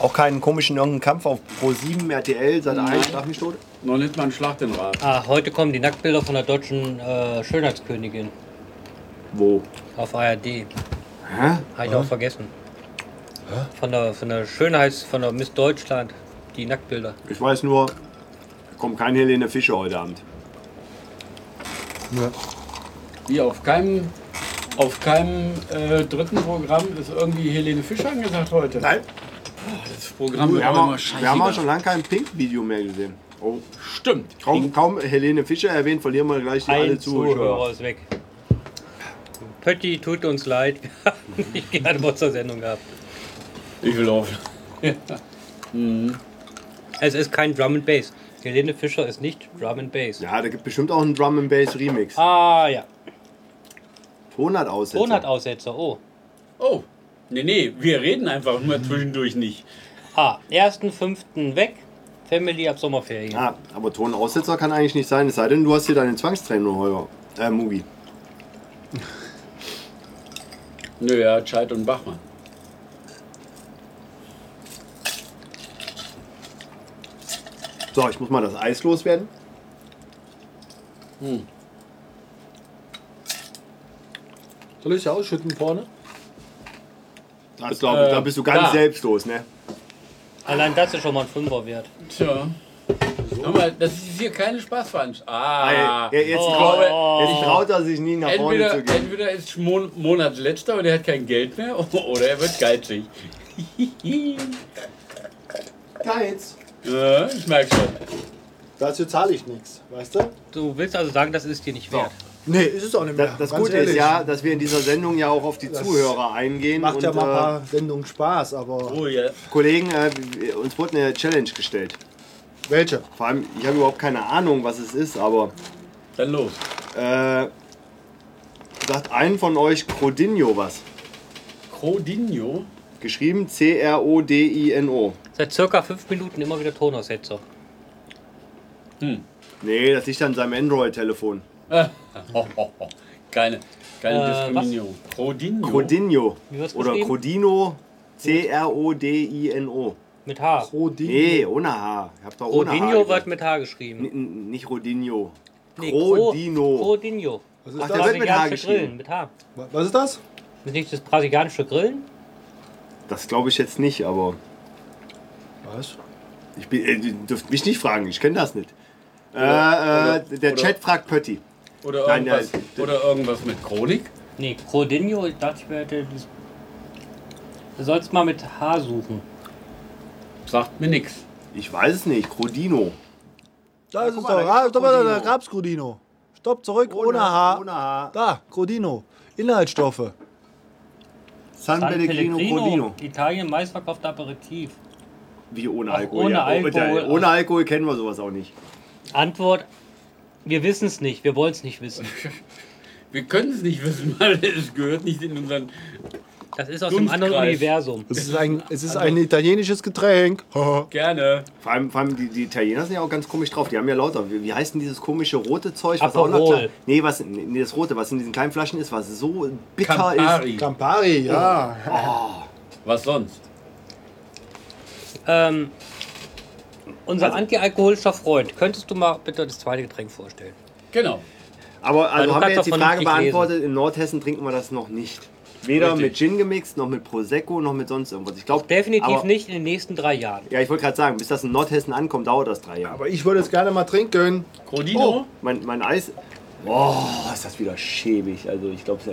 Auch keinen komischen irgendeinen Kampf auf Pro 7 RTL seit einem Schlag mich tot? noch nicht mal ein Schlag den Rad. Ah, heute kommen die Nacktbilder von der deutschen äh, Schönheitskönigin Wo? auf ARD. Hä? Habe ich auch vergessen. Von der, von der Schönheits-, von der Miss Deutschland, die Nacktbilder. Ich weiß nur, kommt kein Helene Fischer heute Abend. Wie auf keinem, auf keinem äh, dritten Programm ist irgendwie Helene Fischer angesagt heute. Nein. Das Programm wird Wir haben, auch auch, immer wir haben auch scheiße. schon lange kein Pink-Video mehr gesehen. Oh, Stimmt. kaum, kaum Helene Fischer erwähnt, verlieren wir gleich die alle Ein Zuhörer. Zuhörer ist weg. Pötti, tut uns leid. Wir haben nicht gerne bei unserer Sendung gehabt. Ich will auf. Es ist kein Drum and Bass. Helene Fischer ist nicht Drum and Bass. Ja, da gibt bestimmt auch einen Drum and Bass Remix. Ah ja. Ton hat Aussetzer. Donut-Aussetzer. Oh. Oh, nee, nee, wir reden einfach nur zwischendurch nicht. Ah, 1.5. weg. Family ab Sommerferien. Ah, aber Tonaussetzer kann eigentlich nicht sein, es sei denn, du hast hier deine Zwangstrennung heuer. Äh, Mugi. Nö, ja, Scheid und Bachmann. So, ich muss mal das Eis loswerden. Soll ich ja ausschütten vorne? Das glaube ich, Äh, Ähm, da bist du ganz da. selbstlos, ne? Allein das ist schon mal ein Fünfer wert. Tja. Hör mal, das ist hier keine Spaßveranstaltung. Ah, Ah, ja, jetzt, Oh. traut, jetzt traut er sich nie nach vorne entweder, zu gehen. entweder ist Mon Monat letzter und er hat kein Geld mehr oder er wird geizig. Geiz. ja, Äh, ich merke schon. Dazu zahle ich nichts, weißt du? Du willst also sagen, das ist dir nicht wert. Nee, ist es auch nicht mehr. Das, das ganz Gute ehrlich. ist ja, dass wir in dieser Sendung ja auch auf die Das Zuhörer eingehen. Macht und, ja mal ein äh, paar Sendungen Spaß, aber. Oh ja. Kollegen, äh, wir- uns wurde eine Challenge gestellt. Welche? Vor allem, ich habe überhaupt keine Ahnung, was es ist, aber Dann los. äh, sagt einen von euch Crodinho was. Crodinho. Geschrieben C-R-O-D-I-N-O. Seit circa fünf Minuten immer wieder Tonaussetzer. Nee, das liegt an seinem Android-Telefon. Keine, keine Äh, Diskriminierung. Crodinho. Crodinho. Wie wird's Oder geschrieben? Crodino. C-R-O-D-I-N-O. Mit H. Rodin. Nee, ohne H. Ich hab doch ohne H. Rodinho wird gesagt. mit H geschrieben. N- n- Nicht Rodinho. Nee, Crodino. Cro- Crodinho. Was ist Ach, der das? wird mit H Brasilianische geschrieben. Grillen. Mit H. Was ist das? Ist nicht das brasilianische Grillen? Das glaube ich jetzt nicht, aber Was? ich bin, äh, ihr dürft mich nicht fragen, ich kenne das nicht. Oder- äh, äh, der oder- Chat fragt Pötti. Oder Nein, irgendwas, nein. oder irgendwas mit Chronik. Nee, Crodinho, ich dachte, ich werde das. Du sollst mal mit H suchen. Sagt mir nichts. Ich weiß es nicht, Crodino. Da ist es mal, doch. da Ah, ist stopp, da, da Crodino. gab's Crodino. Stopp, zurück, ohne, Haar. Ohne H. Da, Crodino. Inhaltsstoffe. San, Pellegrino, Crodino. Italien, meistverkaufter Aperitif. Wie ohne Ach, Alkohol. ohne ja. Oh, Alkohol. der- ohne Alkohol kennen wir sowas auch nicht. Antwort: Wir wissen es nicht, wir wollen es nicht wissen. Wir können es nicht wissen, weil es gehört nicht in unseren. Das ist aus einem anderen Dunstkreis. Universum. Es ist ein, es ist ein italienisches Getränk. Haha. Gerne. Vor allem, vor allem die, die Italiener sind ja auch ganz komisch drauf. Die haben ja lauter. Wie, wie heißt denn dieses komische rote Zeug? Was auch Aperol. noch klein- nee, was, nee, das rote, was in diesen kleinen Flaschen ist, was so bitter ist. Campari. Campari, ja. Was sonst? Ähm, unser Also- antialkoholischer Freund, könntest du mal bitte das zweite Getränk vorstellen? Genau. Aber Weil du also haben wir kannst jetzt die davon Frage nicht lesen. beantwortet, in Nordhessen trinken wir das noch nicht. Weder Richtig. mit Gin gemixt, noch mit Prosecco, noch mit sonst irgendwas. Ich glaube Definitiv nicht in den nächsten drei Jahren. Ja, ich wollte gerade sagen, bis das in Nordhessen ankommt, dauert das drei Jahre. Aber ich würde es gerne mal trinken. Crodino. Mein, mein Eis. Boah, ist das wieder schäbig. Also ich glaube es ja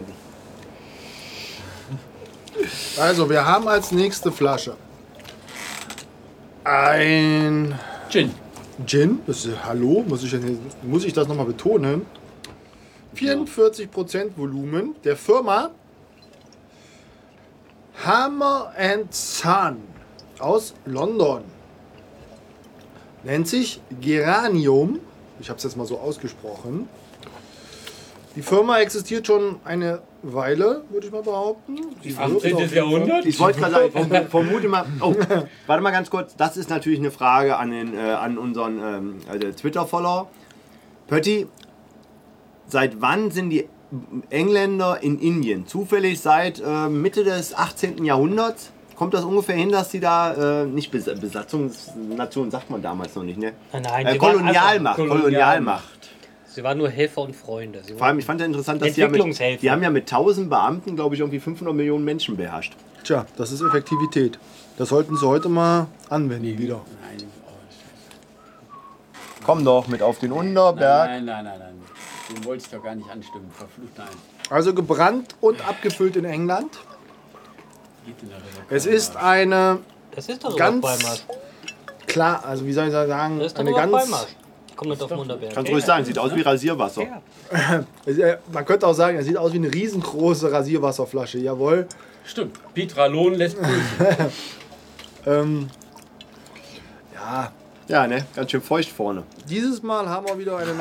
nicht. Also, wir haben als nächste Flasche ein Gin. Gin. Das ist, hallo, muss ich, denn- muss ich das nochmal betonen? 44% Volumen der Firma Hammer and Son aus London. Nennt sich Geranium. Ich habe es jetzt mal so ausgesprochen. Die Firma existiert schon eine Weile, würde ich mal behaupten. Die Firma 18. ist auf jeden Fall- Jahrhundert? Ich wollte gerade sagen, ich verm- vermute mal. Oh, warte mal ganz kurz. Das ist natürlich eine Frage an, den, äh, an unseren ähm, also Twitter-Follower. Pötti, seit wann sind die Engländer in Indien? Zufällig seit äh, Mitte des 18. Jahrhunderts? Kommt das ungefähr hin, dass die da äh, nicht Bes Besatzungsnation sagt man damals noch nicht, ne? Nein, Ah, nein, Äh, die waren Kolonialmacht, also- Kolonialmacht. Sie waren nur Helfer und Freunde. Sie Vor allem, ich fand ja interessant, dass die ja, mit, Entwicklungshelfer. die haben ja mit 1000 Beamten, glaube ich, irgendwie 500 Millionen Menschen beherrscht. Tja, das ist Effektivität. Das sollten Sie heute mal anwenden wieder. Nein, oh, Komm doch mit auf den Unterberg. nein, nein, nein, nein. Den wollte ich doch gar nicht anstimmen. Verflucht, nein. Also gebrannt und abgefüllt in England. Geht in der Redaktion. Es ist eine Das ist doch Ganz- Ganz Beimarsch. klar, also wie soll ich sagen, Das ist doch eine eine ganz Beimarsch. Kommt nicht auf den Unterberg. Kannst ruhig sagen, sieht aus wie Rasierwasser. Ja. Also, äh, Man könnte auch sagen, er sieht aus wie eine riesengroße Rasierwasserflasche. Jawohl. Stimmt. Pitralon lässt grüßen. Ähm, ja, Ja, ne? Ganz schön feucht vorne. dieses Mal haben wir wieder eine.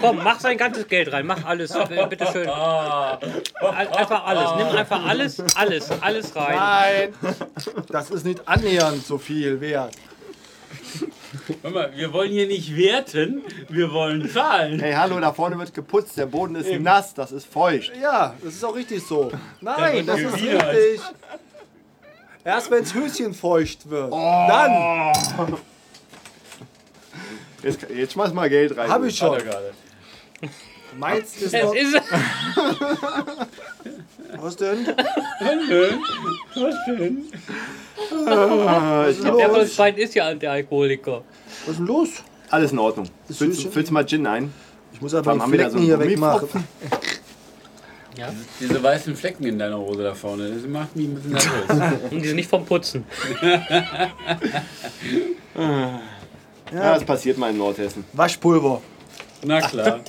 Komm, mach sein ganzes Geld rein, mach alles, äh, bitteschön. Al- Einfach alles, nimm einfach alles, alles, alles rein. Nein! Das ist nicht annähernd so viel wert. Hör mal, wir wollen hier nicht werten, wir wollen zahlen. Hey, hallo, da vorne wird geputzt, der Boden ist nass, das ist feucht. Ja, das ist auch richtig so. Nein, Da das wird ist gewidert. richtig. Erst wenn das Höschen feucht wird, dann Jetzt, jetzt schmeiß mal Geld rein. habe ich Hat er schon. gerade. Meins ist Das noch. ist Was denn? der von uns beiden ist ja der Alkoholiker. Was ist denn los? Alles in Ordnung. Ist Füllst, süß. füllst mal Gin ein. Ich muss einfach Warum haben die wir da Flecken so einen hier wegmachen. Gummipfropfen? Diese weißen Flecken in deiner Hose da vorne, das macht mich ein bisschen nervös. Und die sind nicht vom Putzen. Ja. das passiert mal in Nordhessen. Waschpulver. Na klar.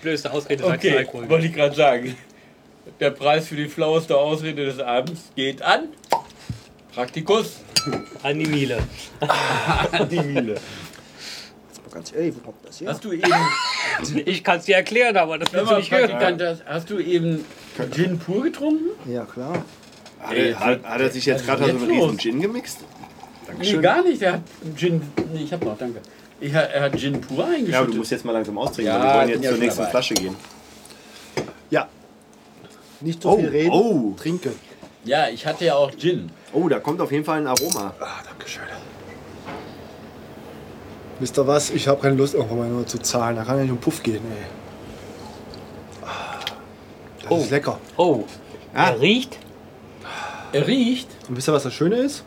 Blödste Ausrede, sagst du Okay, Alkoholiker. wollte ich gerade sagen. Der Preis für die flaueste Ausrede des Abends geht an. Praktikus. An die Miele. An die Miele. Aber ganz ehrlich, wo kommt das her? Hast du eben. Ich kann es dir erklären, aber das Hör willst du mal, nicht hören. Praktikant, das- hast du eben Gin pur getrunken? Ja, klar. Hat, er- hat, hat er sich jetzt gerade so jetzt einen riesen los? Gin gemixt? Nee, gar nicht. Er hat Gin. Nee, ich hab noch, danke. Ich, ha- er hat Gin pur Ja, aber du eingeschüttet. musst jetzt mal langsam austrinken, Ja, weil wir wollen bin jetzt ja zur schon nächsten dabei. Flasche gehen. Ja. Nicht so viel reden. oh, Trinke. ja, ich hatte ja auch Gin. oh, da kommt auf jeden Fall ein Aroma. Ah, Dankeschön. Wisst ihr was? Ich habe keine Lust, irgendwann mal nur zu zahlen. Da kann ja nicht um Puff gehen, ey. Ah, Das ist lecker. Oh, Ah. er riecht. Er riecht. Und wisst ihr, was das Schöne ist?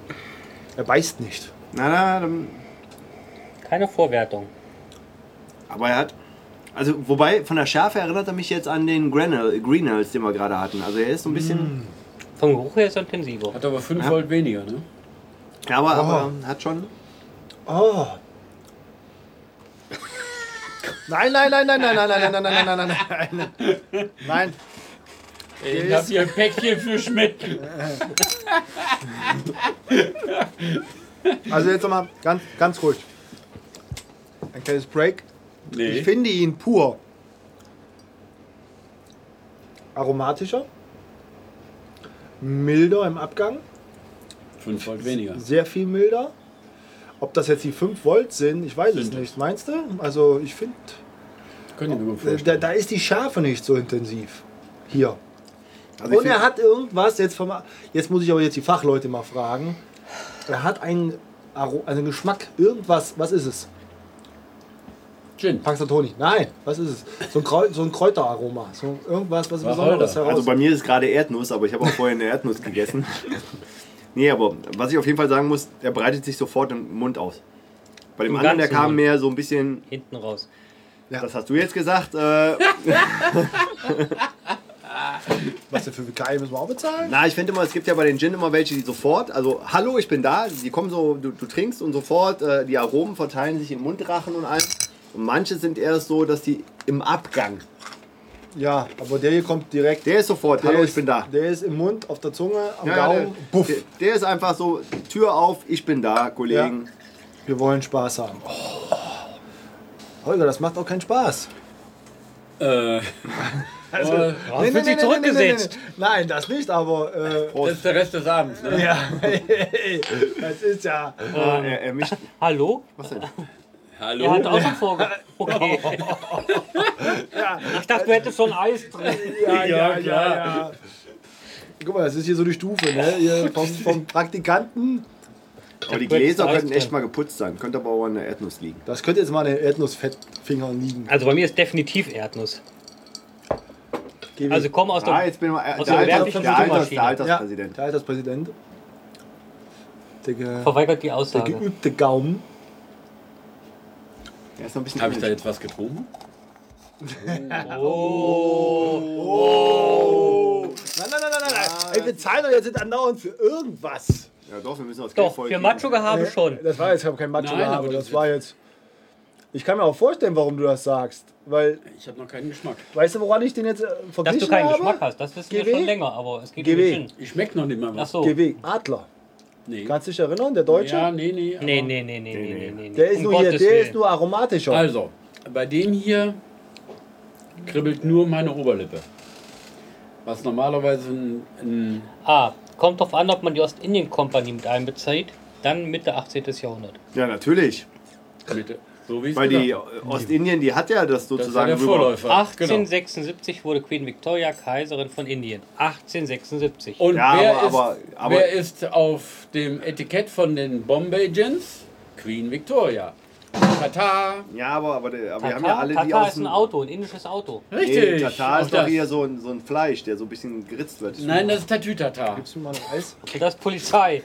Er beißt nicht. Na, na, dann, Keine Vorwertung. aber er hat. Also, wobei, von der Schärfe erinnert er mich jetzt an den Grenell, Greenells, den wir gerade hatten. Also, er ist so ein Mm. bisschen. Vom Geruch her ist er intensiver. Hat aber 5 Ja. Volt weniger, ne? Ja, aber, aber hat schon. Oh. Nein, nein, nein, nein, nein, nein, nein, nein, nein, nein, nein, nein, nein, nein. Nein. Ich hab hier ein Päckchen für Schmidt. Also jetzt nochmal ganz, ganz ruhig. Ein kleines Break. Ich finde ihn pur. Aromatischer. Milder im Abgang. 5 Volt weniger. Sehr viel milder. Ob das jetzt die 5 Volt sind, ich weiß es Sind nicht. Meinst du? Also ich finde, Könnt ihr mir gut vorstellen. da, da ist die Schärfe nicht so intensiv. Hier. Also ich Und er find- hat irgendwas, jetzt, vom, jetzt muss ich aber jetzt die Fachleute mal fragen. Er hat einen, Aro- einen Geschmack, irgendwas, was ist es? Gin. Paxatoni, nein, was ist es? So ein, Kreu so ein Kräuteraroma, so irgendwas, was Besonderes heraus. Also bei mir ist gerade Erdnuss, aber ich habe auch vorher eine Erdnuss gegessen. nee, aber was ich auf jeden Fall sagen muss, er breitet sich sofort im Mund aus. Bei dem Im anderen, der ganzen kam Mund. mehr so ein bisschen, Hinten raus. das hast du jetzt gesagt, äh, was denn für Vikai müssen wir auch bezahlen? na, ich finde immer, es gibt ja bei den Gin immer welche, die sofort, also, hallo, ich bin da, die kommen so, du, du trinkst und sofort, äh, die Aromen verteilen sich im Mundrachen und allem. Und manche sind erst so, dass die im Abgang, Ja, aber der hier kommt direkt. der ist sofort, Der hallo, ist, ich bin da. Der ist im Mund, auf der Zunge, am Ja, ja, Gaumen. der, Buff. der, der ist einfach so, Tür auf, ich bin da, Kollegen. Oh. Wir wollen Spaß haben. Holger, das macht auch keinen Spaß. Äh, äh, Oh, wird sie zurückgesetzt. nein, nein. Nein, das nicht, aber äh, das ist der Rest des Abends. Ne? ja, das ist ja. Ah, er, er mischt. Hallo? Was denn? Hallo? Er hat auch schon vorge. Okay. Ich dachte, du hättest schon Eis drin. Ja, ja, ja, Ja, ja, klar. Guck mal, das ist hier so die Stufe, ne? Hier vom, vom Praktikanten. Aber die Da wird Gläser Eis könnten echt drin. mal geputzt sein. Könnte aber auch an der Erdnuss liegen. Das könnte jetzt mal an den Erdnussfettfingern liegen. Also bei mir ist definitiv Erdnuss. Gebe Also ich- komm aus Ah, der. jetzt bin ich mal. Aus der, der Alters, gewerblichen der, Alters, Supermaschine. der Alterspräsident. Ja, der Alterspräsident. Der, ge Verweigert die der Aussage. geübte Gaumen. Der ist noch ein bisschen. Habe ich da jetzt was getrunken? Nein, nein, nein, nein, nein. Ey, wir zahlen doch jetzt nicht andauernd für irgendwas. ja, doch, wir müssen das Geld Doch, voll für kriegen. Äh, Macho-Gehabe schon. Das war jetzt kein Macho, Nein, aber aber das das war jetzt. Ich kann mir auch vorstellen, warum du das sagst. Weil, Ich habe noch keinen Geschmack. weißt du, woran ich den jetzt äh, verglichen Dass du keinen habe? Geschmack hast, das wissen wir GW? schon länger, aber es geht um GW. nicht hin. Ich schmeckt noch nicht mal was. Achso. GW, Adler. Nee. Kannst du dich erinnern, der Deutsche? Ja, nee, nee. aber- Nee, nee, nee, nee, nee, nee, nee. Der ist Um nur hier, der Gottes Willen. ist nur aromatischer. Also, bei dem hier kribbelt nur meine Oberlippe. Was normalerweise ein, ein Ah, kommt drauf an, ob man die Ostindien-Kompanie mit einbezieht. Dann Mitte 18. Jahrhundert. Ja, natürlich. mit, so wie es Weil die gesagt- äh, Ostindien, die hat ja das das war sozusagen der Vorläufer. Genau. 1876 wurde Queen Victoria Kaiserin von Indien. 1876. Und Ja, wer, aber- ist, aber- aber- wer ist auf dem Etikett von den Bombay Gins? Queen Victoria. Tata. Ja, aber, aber, der- aber wir haben ja Tata, alle die Tata aus ist dem. ein Auto, ein indisches Auto. Nee, Richtig. Tata auch ist doch das. hier so ein, so ein Fleisch, der so ein bisschen geritzt wird. Nein, das ist Tatütata. Gibst du mir mal ein Eis? Das ist Polizei.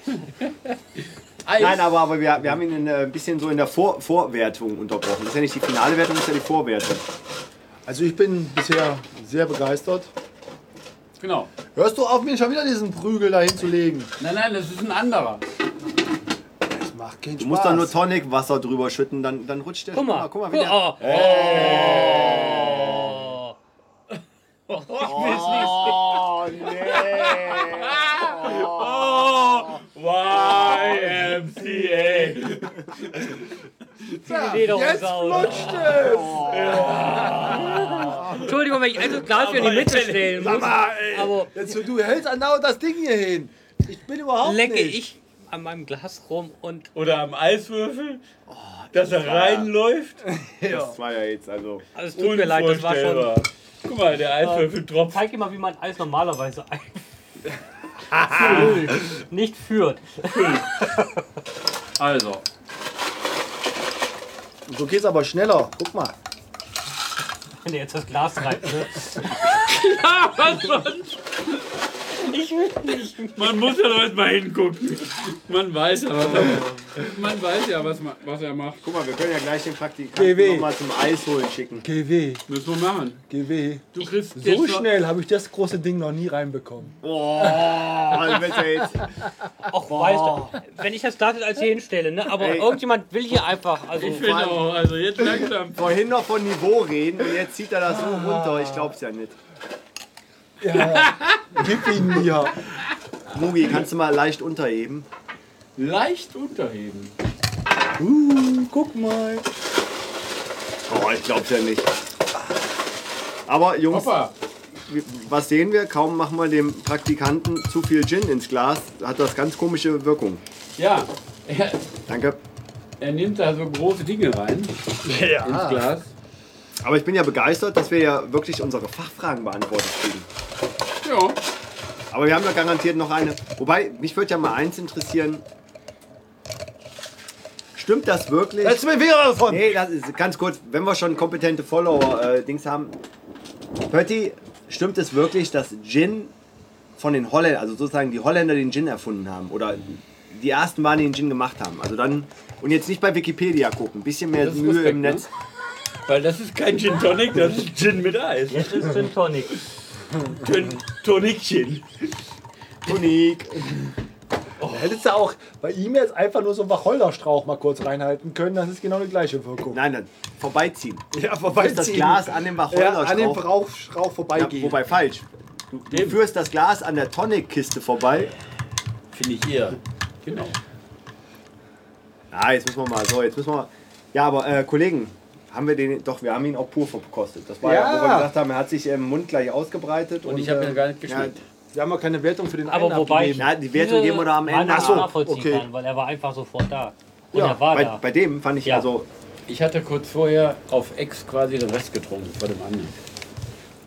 Eis. Nein, aber, aber wir, wir haben ihn in, äh, ein bisschen so in der Vor Vorwertung unterbrochen. Das ist ja nicht die finale Wertung, das ist ja die Vorwertung. Also ich bin bisher sehr begeistert. Genau. Hörst du auf, mir schon wieder diesen Prügel da hinzulegen? Nein, nein, das ist ein anderer. Das macht keinen Spaß. Du musst da nur Tonicwasser drüber schütten, dann, dann rutscht der. Guck mal. guck mal, wie Guck- der, oh. Oh. Oh, Oh, Oh. YMCA. Die Idee doch Jetzt aus. flutscht es! Entschuldigung, wenn ich ein Glas für in die Mitte stellen muss. Aber Jetzt, du hältst andauernd das Ding hier hin. Ich bin überhaupt lecke nicht. ich an meinem Glas rum und Oder am Eiswürfel, Oh, dass er reinläuft. Das war ja jetzt also. also es tut mir leid, das war schon. Unvorstellbar. Guck mal, der Eiswürfel tropft. Zeig dir mal, wie man Eis normalerweise einfüllt. Nicht führt. Also, Du gehst aber schneller. Guck mal. Wenn er jetzt das Glas rein. Ne? man muss ja doch erst mal hingucken. Man weiß ja, was er, man weiß ja, was, ma- was er macht. Guck mal, wir können ja gleich den GW. Praktikanten nochmal zum Eis holen schicken. GW, Müssen wir machen. GW. Du kriegst jetzt So noch- schnell habe ich das große Ding noch nie reinbekommen. Oh, das ist ja jetzt. Auch weißt du, wenn ich das Glas jetzt als hier hinstelle, ne? aber Ey. irgendjemand will hier einfach. Also, Ich finde auch, also jetzt langsam. Vorhin noch von Niveau reden und jetzt zieht er das so runter. Ich glaub's ja nicht. Gib ihn mir. Mugi, kannst du mal leicht unterheben? Leicht unterheben. Uh, guck mal. Oh, ich glaub's ja nicht. Aber Jungs, Hoppa. was sehen wir? Kaum machen wir dem Praktikanten zu viel Gin ins Glas, hat das ganz komische Wirkung. Ja. Er, Danke. er nimmt da so große Dinge rein ins Glas. Aber ich bin ja begeistert, dass wir ja wirklich unsere Fachfragen beantwortet kriegen. Ja. Aber wir haben ja garantiert noch eine. Wobei, mich würde ja mal eins interessieren. Stimmt das wirklich? Lass mir wieder davon. nee, das ist ganz kurz, wenn wir schon kompetente Follower-Dings haben. Pötti, stimmt es wirklich, dass Gin von den Holländern, also sozusagen die Holländer den Gin erfunden haben? Oder die ersten waren, die den Gin gemacht haben? Also dann, und jetzt nicht bei Wikipedia gucken, ein bisschen mehr Das ist Mühe Respekt, im ne? Netz. Weil das ist kein Gin Tonic, das ist Gin mit Eis. jetzt ist Gin Tonic. Gin Tonic Gin. Unik. Oh. Hättest du auch bei ihm jetzt einfach nur so einen Wacholderstrauch mal kurz reinhalten können, das ist genau die gleiche Wirkung. Nein, dann vorbeiziehen. Ja, Du musst das Glas an dem ja, Wacholder an dem schrauben. Brauch, Schrauch vorbeigehen. Ja, wobei falsch. Du, du führst das Glas an der Tonic-Kiste vorbei. Finde ich eher. Genau. Ah, Ja, jetzt müssen wir mal. So, jetzt müssen wir mal. Ja, aber äh, Kollegen, Haben wir den, doch, wir haben ihn auch pur verkostet. Das war ja, Ja. wo wir gesagt haben, er hat sich ähm, im Mund gleich ausgebreitet. Und, ähm, ich hab ihn gar nicht geschmeckt. geschmeckt. Wir haben ja keine Wertung für den Aber einen wobei ich abgegeben. Na, die Wertung geben wir da am Ende. Meinung Ach so, nachvollziehen okay. kann, weil er war einfach sofort da. Und Ja, er war bei, da. bei dem fand ich Ja. also, Ich hatte kurz vorher auf Ex quasi den Rest getrunken von dem anderen.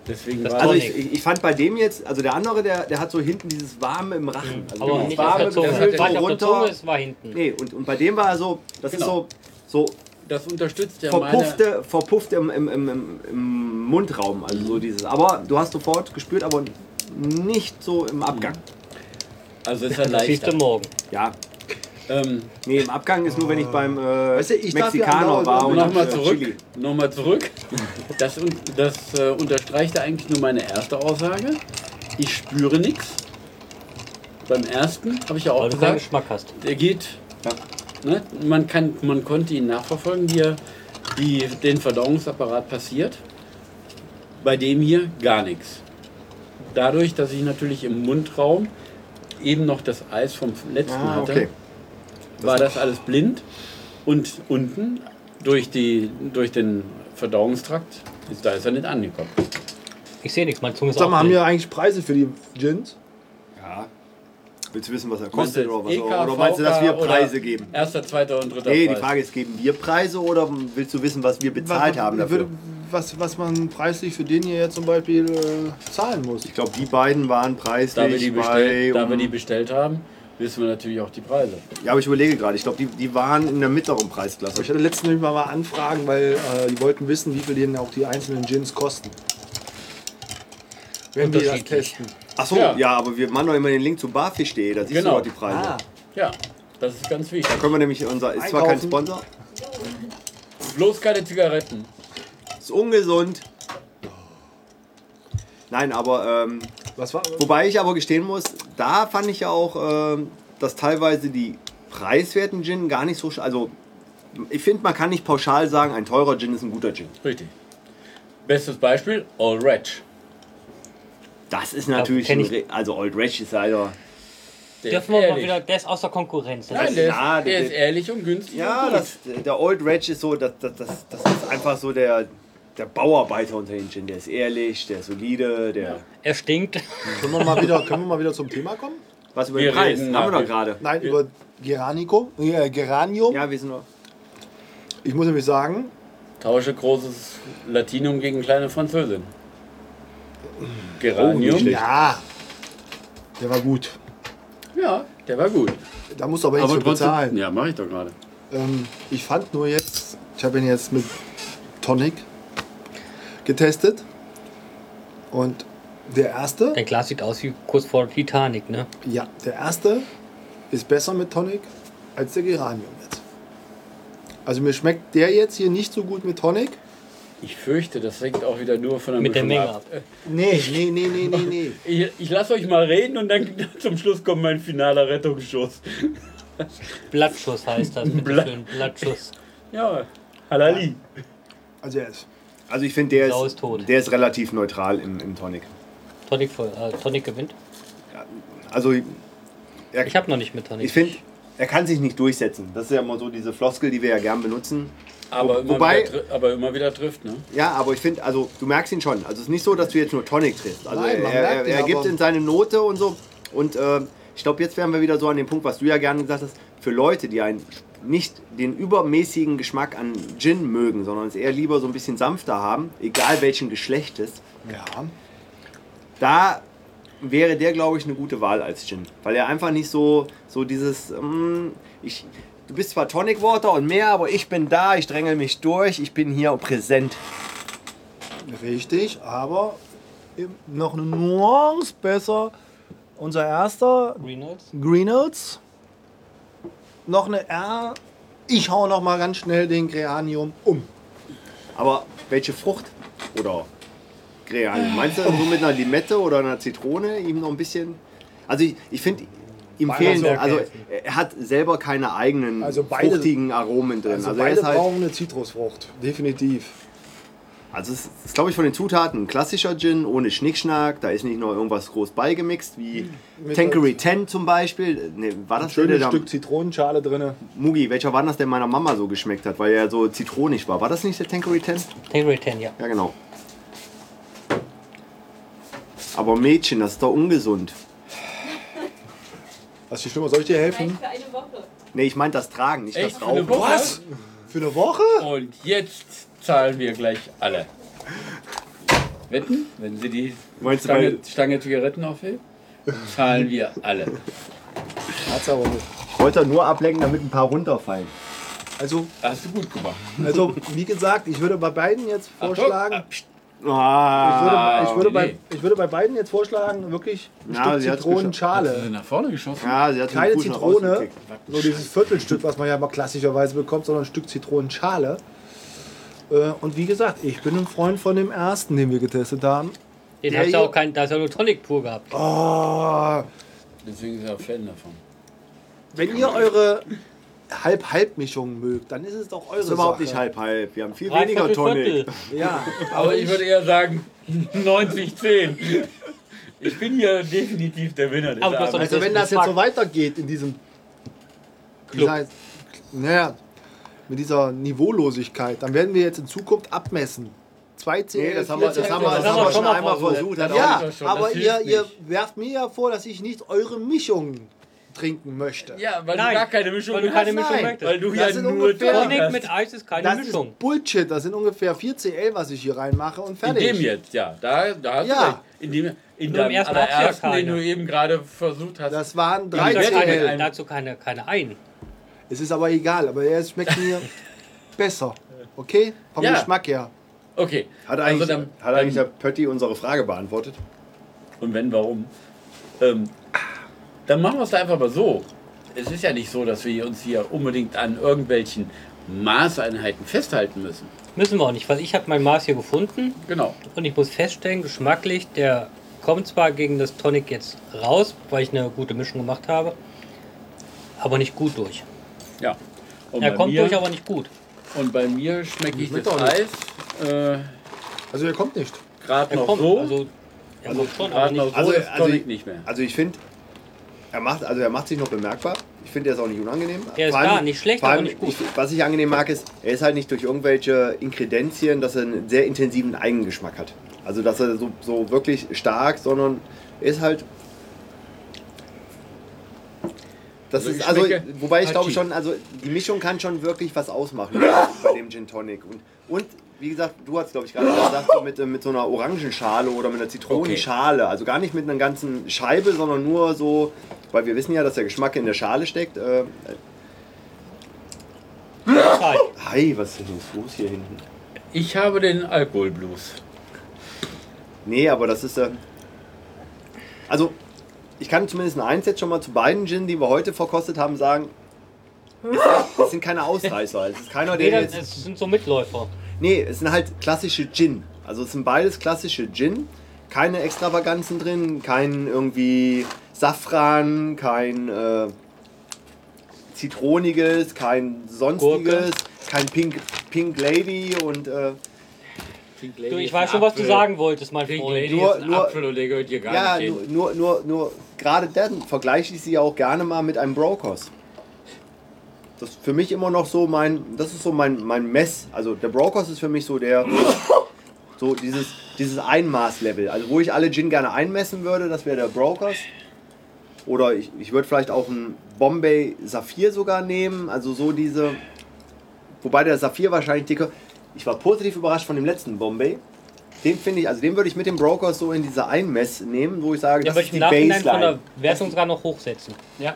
Deswegen Das war also Tonic. ich, ich ich fand bei dem jetzt, also der andere, der, der hat so hinten dieses Warme im Rachen. Also Mhm. aber dieses nicht auf der Zunge. Gefühl Es hat nicht auf der runter. Zunge, es war hinten. Nee, und, und bei dem war er so, das Genau. ist so, so das unterstützt ja meine. verpuffte, verpufft im, im, im, im, im Mundraum. Also so dieses. Aber du hast sofort gespürt, aber nicht so im Abgang. Mhm. Also ist er Das siehst du leichter. morgen. Ja. Ähm, Nee, im Abgang ist nur, wenn ich beim äh, Weißt du, ich darf ja Mexikaner genau andauernd war sagen, und nochmal hab, äh, zurück. Chili. Nochmal zurück. Das, un- das äh, unterstreicht eigentlich nur meine erste Aussage. Ich spüre nichts. Beim ersten habe ich ja auch Weil du keinen gesagt, Geschmack hast. Der geht. Ne? Man, kann, man konnte ihn nachverfolgen, wie er die, den Verdauungsapparat passiert. Bei dem hier gar nichts. Dadurch, dass ich natürlich im Mundraum eben noch das Eis vom letzten Ah, hatte, okay. war das alles blind. Und unten durch, die, durch den Verdauungstrakt, ist, da ist er nicht angekommen. Ich sehe nichts, meine Zunge ist Sag mal, auch haben blind. wir eigentlich Preise für die Gins? Ja. Willst du wissen, was er Meinst du kostet oder was? jetzt oder meinst du, dass wir EK, Preise oder geben? Erster, zweiter und dritter Nee, die Preis. Frage ist, geben wir Preise oder willst du wissen, was wir bezahlt haben Ich dafür? würde- was, was man preislich für den hier jetzt zum Beispiel äh, zahlen muss. ich glaube, die beiden waren preislich Da wir, die bei... bestellt, da wir um- die bestellt haben, wissen wir natürlich auch die Preise. ja, aber ich überlege gerade. Ich glaube, die, die waren in der mittleren Preisklasse. Ich hatte letztens nämlich mal mal Anfragen, weil äh, die wollten wissen, wie viel denen auch die einzelnen Gins kosten. Wenn wir das Unterschiedlich. testen. Ach so, ja. Ja. aber wir machen doch immer den Link zu barfisch.de, da siehst Genau. du doch die Preise. Ah. Ja, das ist ganz wichtig. Können wir nämlich unser, ist zwar kein Einkaufen. Sponsor, Bloß keine Zigaretten. ist ungesund. Nein, aber ähm, Was war? wobei ich aber gestehen muss, da fand ich ja auch, ähm, dass teilweise die preiswerten Gin gar nicht so, sch- also ich finde, man kann nicht pauschal sagen, ein teurer Gin ist ein guter Gin. Richtig. Bestes Beispiel, All Ratch. Das ist natürlich, kenn ein ich- Re- also Old Ratch ist leider, Der Dürfen ist wir mal ehrlich. wieder, der ist außer Konkurrenz. ne? Das Nein, ist- der, Ja, ist, der der- ist ehrlich und günstig. ja, und gut. das, der Old Ratch ist so, das, das, das, das ist einfach so der, der Bauarbeiter unter den Gin, der ist ehrlich, der ist solide, der... er stinkt. Können wir, mal wieder, können wir mal wieder zum Thema kommen? Was über Wir den Preis? reden Haben wir nach- doch gerade. Nein, über Geranico, äh, Geranium. Ja, wir sind noch. Ich muss nämlich sagen, Tausche großes Latinum gegen kleine Französin. Oh, nicht Geranium. schlecht. ja, der war gut. ja, der war gut. Da musst du aber nichts für bezahlen. Ja, mache ich doch gerade. Ähm, ich fand nur jetzt, ich habe ihn jetzt mit Tonic getestet. Und der erste, Dein Glas sieht aus wie kurz vor der Titanic, ne? ja, der erste ist besser mit Tonic als der Geranium jetzt. Also mir schmeckt der jetzt hier nicht so gut mit Tonic. Ich fürchte, das hängt auch wieder nur von der Mit der Mischung Menge ab. Nee, nee, nee, nee, nee, nee. Ich, ich lasse euch mal reden und dann zum Schluss kommt mein finaler Rettungsschuss. Blattschuss heißt das. Bitte Blatt- schön, Blattschuss. Ja, Halali. Also er ist. Also ich finde, der Sau ist, ist tot. der ist relativ neutral im, im Tonic. Tonic, voll- äh, Tonic gewinnt. Also ich, Ich habe noch nicht mit Tonic. ich finde, er kann sich nicht durchsetzen. Das ist ja immer so diese Floskel, die wir ja gern benutzen. Aber, Wo- immer wobei- wieder, tri- aber immer wieder trifft, ne? Ja, aber ich finde, also du merkst ihn schon. Also es ist nicht so, dass du jetzt nur Tonic triffst. Also Nein, er, man er, merkt ihn, er gibt aber- in seine Note und so. Und äh, ich glaube, jetzt wären wir wieder so an dem Punkt, was du ja gerne gesagt hast, für Leute, die einen nicht den übermäßigen Geschmack an Gin mögen, sondern es eher lieber so ein bisschen sanfter haben, egal welchen Geschlechtes, Ja. da wäre der, glaube ich, eine gute Wahl als Gin. Weil er einfach nicht so, so dieses, mm, ich, du bist zwar Tonic Water und mehr, aber ich bin da, ich drängel mich durch, ich bin hier präsent. Richtig, aber eben noch eine Nuance besser. Unser erster Reynolds? Greenouts. Noch eine R. Ich hau noch mal ganz schnell den Greanium um. Aber welche Frucht oder Ah. Greal? Meinst du so mit einer Limette oder einer Zitrone ihm noch ein bisschen? Also ich, ich finde, ihm fehlen, Weihnachtsberg also helfen. er hat selber keine eigenen Also beide- fruchtigen Aromen drin. Also, Also, er beide ist halt, brauchen eine Zitrusfrucht, definitiv. Also es ist, glaube ich, von den Zutaten ein klassischer Gin ohne Schnickschnack. Da ist nicht noch irgendwas groß beigemixt, wie Hm, Mit Tankery 10 zum Beispiel. Nee, war das der, Schönes der Stück Zitronenschale drin. Mugi, welcher war das, der meiner Mama so geschmeckt hat, weil er so zitronig war? War das nicht der Tankery 10? Tangerine 10, ja. Ja, genau. Aber Mädchen, das ist doch ungesund. Was ist die Stimme? Soll ich dir Nein, helfen? für eine Woche. Nee, ich meine das Tragen, nicht Echt? das Für eine Rauchen. Woche? Was? Für eine Woche? Und jetzt zahlen wir gleich alle. Wetten? Wenn sie die Meinst du, Stange, weil- Stange Zigaretten aufhält, zahlen wir alle. Hat's aber nicht. Ich wollte nur ablenken, damit ein paar runterfallen. Also, Hast du gut gemacht. also, wie gesagt, ich würde bei beiden jetzt Achtung, vorschlagen. ah, pst, Ich würde, Ah, ich, würde bei, nee. ich würde bei beiden jetzt vorschlagen, wirklich ein Na, sie Stück Hast hat's du Zitronenschale. nach vorne geschossen? ja, sie hat Keine den Fuß nach Zitrone, rausgekickt. so dieses Viertelstück, was man ja mal klassischerweise bekommt, sondern ein Stück Zitronenschale. Äh, Und wie gesagt, ich bin ein Freund von dem ersten, den wir getestet haben. Den Ja, hast du ja. auch kein, da hast du nur Tonic pur gehabt. Oh, Deswegen ist er auch Fan davon. wenn ihr eure Halb-Halb-Mischung mögt, dann ist es doch eure Das ist überhaupt Sache. nicht halb halb. Wir haben viel Drei weniger Viertel, Tonic. Viertel. Ja, Aber ich würde eher sagen 90-10. Ich bin hier definitiv der Winner des Aber du hast doch Abends. nicht- Also wenn das jetzt so weitergeht in diesem Dieser, naja, mit dieser Niveaulosigkeit, dann werden wir jetzt in Zukunft abmessen. Zwei Zähne, Nee, das haben vier wir, das Zähne, haben wir, das haben wir schon einmal versucht. Hat auch Ja, Das Halt schon, das aber hilft ihr, ihr nicht. werft mir ja vor, dass ich nicht eure Mischungen trinken möchte. Ja, weil Nein, du gar keine Mischung weil du keine hast. Mischung Nein, möchtest. Weil du Das hier sind nur ungefähr- Tonic Tonic hast. mit Eis ist keine das Mischung. ist Bullshit. Das sind ungefähr 4 CL, was ich hier reinmache und In fertig. dem jetzt, ja. Da, da hast Ja. du recht. In, dem, in Nur deinem im ersten Abschlag allerersten, den keine. du eben gerade versucht hast. Das waren Da 3 hast du keine, CL. da hast du keine, keine Ein. Es ist aber egal, aber es schmeckt mir besser. Okay? Vom Ja. Geschmack her. okay. Hat eigentlich, Also dann- hat eigentlich der Pötti unsere Frage beantwortet? Und wenn, warum? Ähm, dann machen wir es da einfach mal so. Es ist ja nicht so, dass wir uns hier unbedingt an irgendwelchen Maßeinheiten festhalten müssen. Müssen wir auch nicht, weil ich habe mein Maß hier gefunden Genau. und ich muss feststellen, geschmacklich, der kommt zwar gegen das Tonic jetzt raus, weil ich eine gute Mischung gemacht habe, aber nicht gut durch. Ja. Und, Er bei, kommt mir, durch, aber nicht gut. und bei mir schmecke ich Schmeckt das auch nicht. Eis äh, Also der kommt nicht. gerade Er noch kommt, so. also er kommt schon, aber gerade noch nicht. so ist Tonic ich- nicht mehr. Also ich finde, er macht, also er macht sich noch bemerkbar. Ich finde, er ist auch nicht unangenehm. Er ist Vor da, nicht schlecht, vor aber allem, nicht gut. Ich, was ich angenehm mag, ist, er ist halt nicht durch irgendwelche Inkredenzien, dass er einen sehr intensiven Eigengeschmack hat. Also dass er so, so wirklich stark, sondern er ist halt. Das Also ich ist also, schmecke wobei ich glaube Hachi. schon, also die Mischung kann schon wirklich was ausmachen bei dem Gin Tonic. Und, und wie gesagt, du hast glaube ich gerade gesagt, so mit, äh, mit so einer Orangenschale oder mit einer Zitronenschale. Also gar nicht mit einer ganzen Scheibe, sondern nur so, weil wir wissen ja, dass der Geschmack in der Schale steckt. Äh, Zeit. Hi, was ist denn jetzt los hier hinten? Ich habe den Alkoholblues. Nee, aber das ist ja. Also, ich kann zumindest ein Eins jetzt schon mal zu beiden Gin, die wir heute verkostet haben, sagen. es- Es sind keine Ausreißer. Es ist keiner, Nee, der das, jetzt. das sind so Mitläufer. Nee, es sind halt klassische Gin. Also, es sind beides klassische Gin. Keine Extravaganzen drin, kein irgendwie Safran, kein äh, Zitroniges, kein Sonstiges, kein Pink, Pink Lady und. Äh, Du, ich weiß schon, was du sagen Oh, wolltest, mein Pink Freund. Lady Nur- nur, ist ein nur- Apfel und der gehört hier gar Ja, nicht nur, hin. nur, nur, nur gerade dann vergleiche ich sie ja auch gerne mal mit einem Brokers. Das ist für mich immer noch so mein, das ist so mein, mein Mess. Also der Brokers ist für mich so der, so dieses, dieses Einmaßlevel. Also wo ich alle Gin gerne einmessen würde, das wäre der Brokers. Oder ich, ich würde vielleicht auch einen Bombay Saphir sogar nehmen. Also so diese, wobei der Saphir wahrscheinlich dicker. Ich war positiv überrascht von dem letzten Bombay. Den finde ich, also den würde ich mit dem Brokers so in diese Einmess nehmen, wo ich sage, Ja, das würde ist ich die im Nachhinein von Baseline. der Wertung sogar noch hochsetzen. Ja.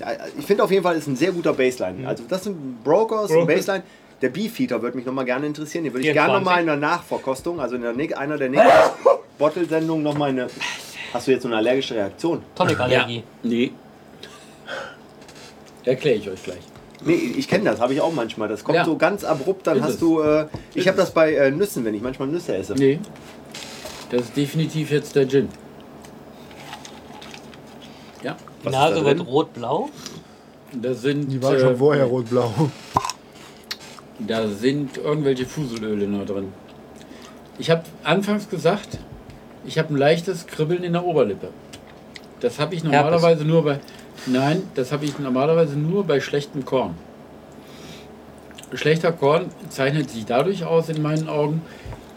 Ja, Ich finde auf jeden Fall, ist ein sehr guter Mhm. Baseline. Also das sind Brokers, ein Baseline. Der Beefeater würde mich nochmal gerne interessieren. Den würde ich gerne 24. nochmal in der Nachverkostung, also in der, nä- einer der nächsten Bottle-Sendungen nochmal eine... Hast du jetzt so eine allergische Reaktion? Tonic-Allergie. Ja. Nee. Erkläre ich euch gleich. Nee, ich kenne das, habe ich auch manchmal. Das kommt Ja. so ganz abrupt, dann Ist hast es. du... Äh, ich Ist habe es. das bei äh, Nüssen, wenn ich manchmal Nüsse esse. Nee. Das ist definitiv jetzt der Gin. Ja. Die Was ist da Nase wird drin? rot-blau. Da sind, Die war schon äh, vorher rot-blau. da sind irgendwelche Fuselöle noch drin. Ich habe anfangs gesagt, ich habe ein leichtes Kribbeln in der Oberlippe. Das habe ich normalerweise nur bei. Nein, das habe ich normalerweise nur bei schlechtem Korn. Schlechter Korn zeichnet sich dadurch aus in meinen Augen,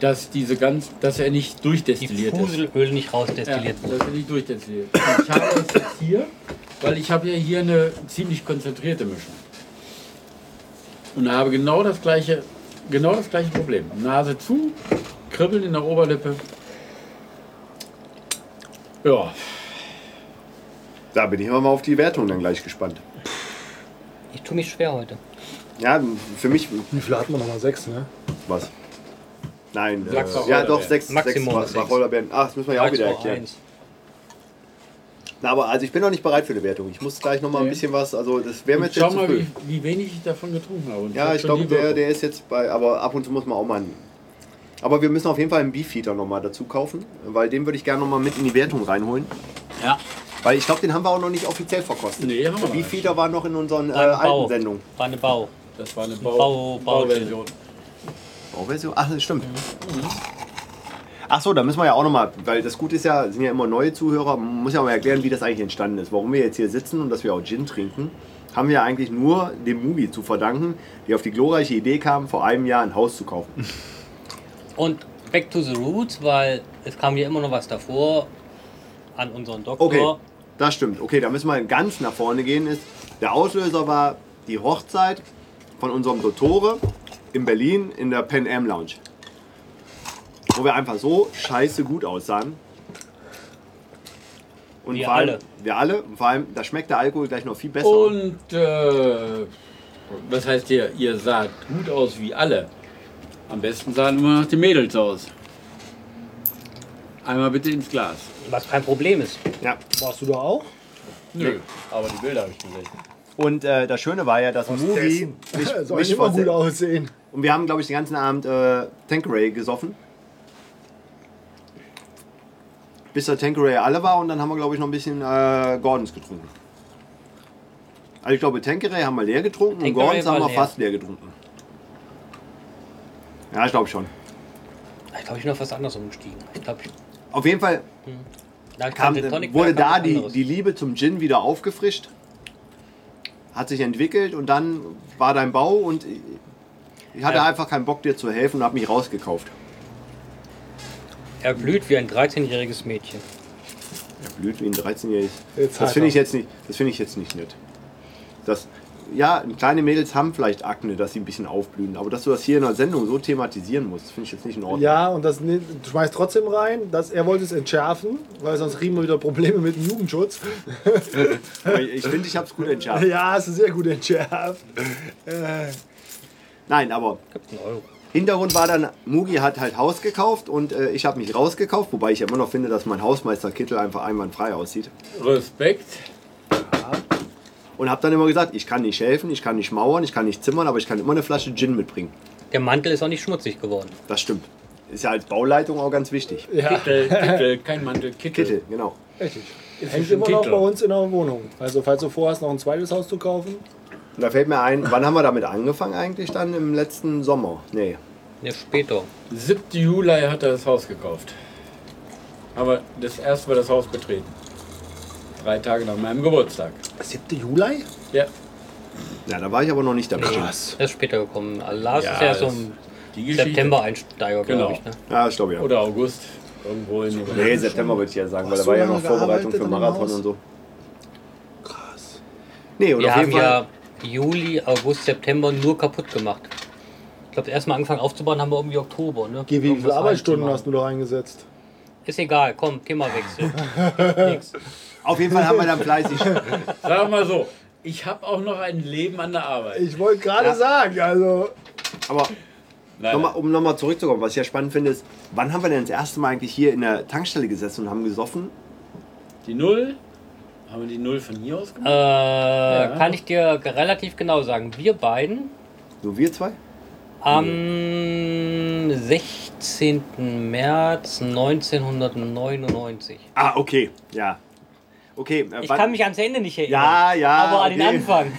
dass diese ganz, dass er nicht Die durchdestilliert ist. Fuselöl nicht Ja, rausdestilliert wurde. dass er nicht durchdestilliert. Und Ich habe es jetzt hier, weil ich habe ja hier eine ziemlich konzentrierte Mischung. Und habe genau das gleiche, genau das gleiche Problem. Nase zu, Kribbeln in der Oberlippe. Ja, Da bin ich aber mal auf die Wertung dann gleich gespannt. Ich tue mich schwer heute. Ja, für mich Wie viel hatten wir nochmal? Sechs, ne? was. Nein, äh, Sechs Wacholderbeeren. ja doch, sechs, Maximum sechs sechs. Wacholderbeeren. Ach, das müssen wir ja auch wieder Eins vor erklären. eins. Na, aber also ich bin noch nicht bereit für eine Wertung. Ich muss gleich nochmal ein Nee. bisschen was, also das wäre mir und jetzt schau zu mal, viel. wie, wie wenig ich davon getrunken habe. Und Ja, hat ich schon glaube, die der, Wirkung. der ist jetzt bei, aber ab und zu muss man auch mal. einen- Aber wir müssen auf jeden Fall einen Beefeater nochmal dazu kaufen, weil den würde ich gerne nochmal mit in die Wertung reinholen. Ja, Weil ich glaube, den haben wir auch noch nicht offiziell verkostet. Nee, haben wir Der noch Beefeater war noch in unseren äh, War eine alten Bau. Sendungen. War eine Bau. das war eine Bau- Bau, Bau- Bauversion. Bauversion? Oh, Ach, das stimmt. Mhm. Ach so, da müssen wir ja auch nochmal, weil das Gute ist ja, sind ja immer neue Zuhörer, man muss ja mal erklären, wie das eigentlich entstanden ist. Warum wir jetzt hier sitzen und dass wir auch Gin trinken, haben wir eigentlich nur dem Mugi zu verdanken, die auf die glorreiche Idee kam, vor einem Jahr ein Haus zu kaufen. Und back to the roots, weil es kam ja immer noch was davor an unseren Doktor. Okay, das stimmt. Okay, da müssen wir ganz nach vorne gehen. Ist, der Auslöser war die Hochzeit von unserem Dottore in Berlin in der Pan Am Lounge. Wo wir einfach so scheiße gut aussahen. Und Wir vor allem, alle. Wir alle. Und vor allem, da schmeckt der Alkohol gleich noch viel besser. Und äh, was heißt ihr? Ihr saht gut aus wie alle. Am besten sahen immer noch die Mädels aus. Einmal bitte ins Glas. Was kein Problem ist. ja. Warst du da auch? Nö, aber die Bilder habe ich gesehen. und äh, das Schöne war ja, dass Mugi Dessen. mich, Soll mich ich immer vor gut aussehen. Und wir haben, glaube ich, den ganzen Abend äh, Tanqueray gesoffen. Bis der Tanqueray alle war und dann haben wir, glaube ich, noch ein bisschen äh, Gordons getrunken. Also ich glaube, Tanqueray haben wir leer getrunken und Tanqueray Gordons haben war wir leer. fast leer getrunken. Ja, ich glaube schon. Ich glaube, ich bin auf was anderes umgestiegen. Ich glaube, ich- Auf jeden Fall da kam, kam, der Tonic. wurde kam da was die, anderes. die Liebe zum Gin wieder aufgefrischt. Hat sich entwickelt und dann war dein Bau und ich hatte Ja. einfach keinen Bock, dir zu helfen und habe mich rausgekauft. Er blüht wie ein 13-jähriges Mädchen. blüht wie ein 13-jähriges. Jetzt halt Das hat finde er. ich jetzt nicht. Das finde ich jetzt nicht nett. Das, ja, kleine Mädels haben vielleicht Akne, dass sie ein bisschen aufblühen, aber dass du das hier in der Sendung so thematisieren musst, finde ich jetzt nicht in Ordnung. Ja, und das ne- du schmeißt trotzdem rein. Dass er wollte es entschärfen, weil sonst kriegen wir wieder Probleme mit dem Jugendschutz. Aber Ich finde, ich habe es gut entschärft. Ja, hast du sehr gut entschärft. Äh, Nein, aber Gibt's einen Euro. Hintergrund war dann, Mugi hat halt Haus gekauft und äh, ich habe mich rausgekauft, wobei ich immer noch finde, dass mein Hausmeisterkittel einfach einwandfrei aussieht. Respekt. Und habe dann immer gesagt, ich kann nicht helfen, ich kann nicht mauern, ich kann nicht zimmern, aber ich kann immer eine Flasche Gin mitbringen. Der Mantel ist auch nicht schmutzig geworden. Das stimmt. Ist ja als Bauleitung auch ganz wichtig. ja, Kittel, Kittel, kein Mantel, Kittel. Kittel, genau. richtig. Ist Hängt schon immer noch Kittel. bei uns in der Wohnung. Also, falls du vorhast, noch ein zweites Haus zu kaufen. Und da fällt mir ein, wann haben wir damit angefangen eigentlich dann im letzten Sommer? Nee. Der später. 7. Juli hat er das Haus gekauft. Aber das erste war das Haus betreten. Drei Tage nach meinem Geburtstag. 7. Juli? Ja, Ja, da war ich aber noch nicht dabei. Krass. Der ist später gekommen. Also Lars Ja, ist ja so das- ein die Geschichte. September-Einsteiger, Genau. glaube ich. Ne? Ja, ich glaube ja. Oder August. Irgendwo in den nee, September würde ich ja sagen, weil Hast da war du ja lange noch Vorbereitung gearbeitet für an dem Marathon Haus? und so. Krass. Nee, und Wir auf jeden haben Fall. ja Juli, August, September nur kaputt gemacht. Ich glaube, erstmal angefangen aufzubauen haben wir irgendwie Oktober. Ne? Geh, wie Irgendwas viele Arbeitsstunden reinzumachen. hast du da reingesetzt? Ist egal, komm, Themawechsel. Nix. Auf jeden Fall haben wir dann fleißig. Sag mal so, ich habe auch noch ein Leben an der Arbeit. Ich wollte gerade Ja. sagen, also. aber Leider. nochmal, um nochmal zurückzukommen, was ich ja spannend finde, ist, wann haben wir denn das erste Mal eigentlich hier in der Tankstelle gesessen und haben gesoffen? Die Null. Haben wir die Null von hier aus Äh, gemacht? Kann ich dir relativ genau sagen. Wir beiden Nur wir zwei? am 16. März 1999. Ah, okay. Ja. Okay, äh, Ich wann- kann mich ans Ende nicht erinnern. Ja, ja, Aber an den okay. Anfang.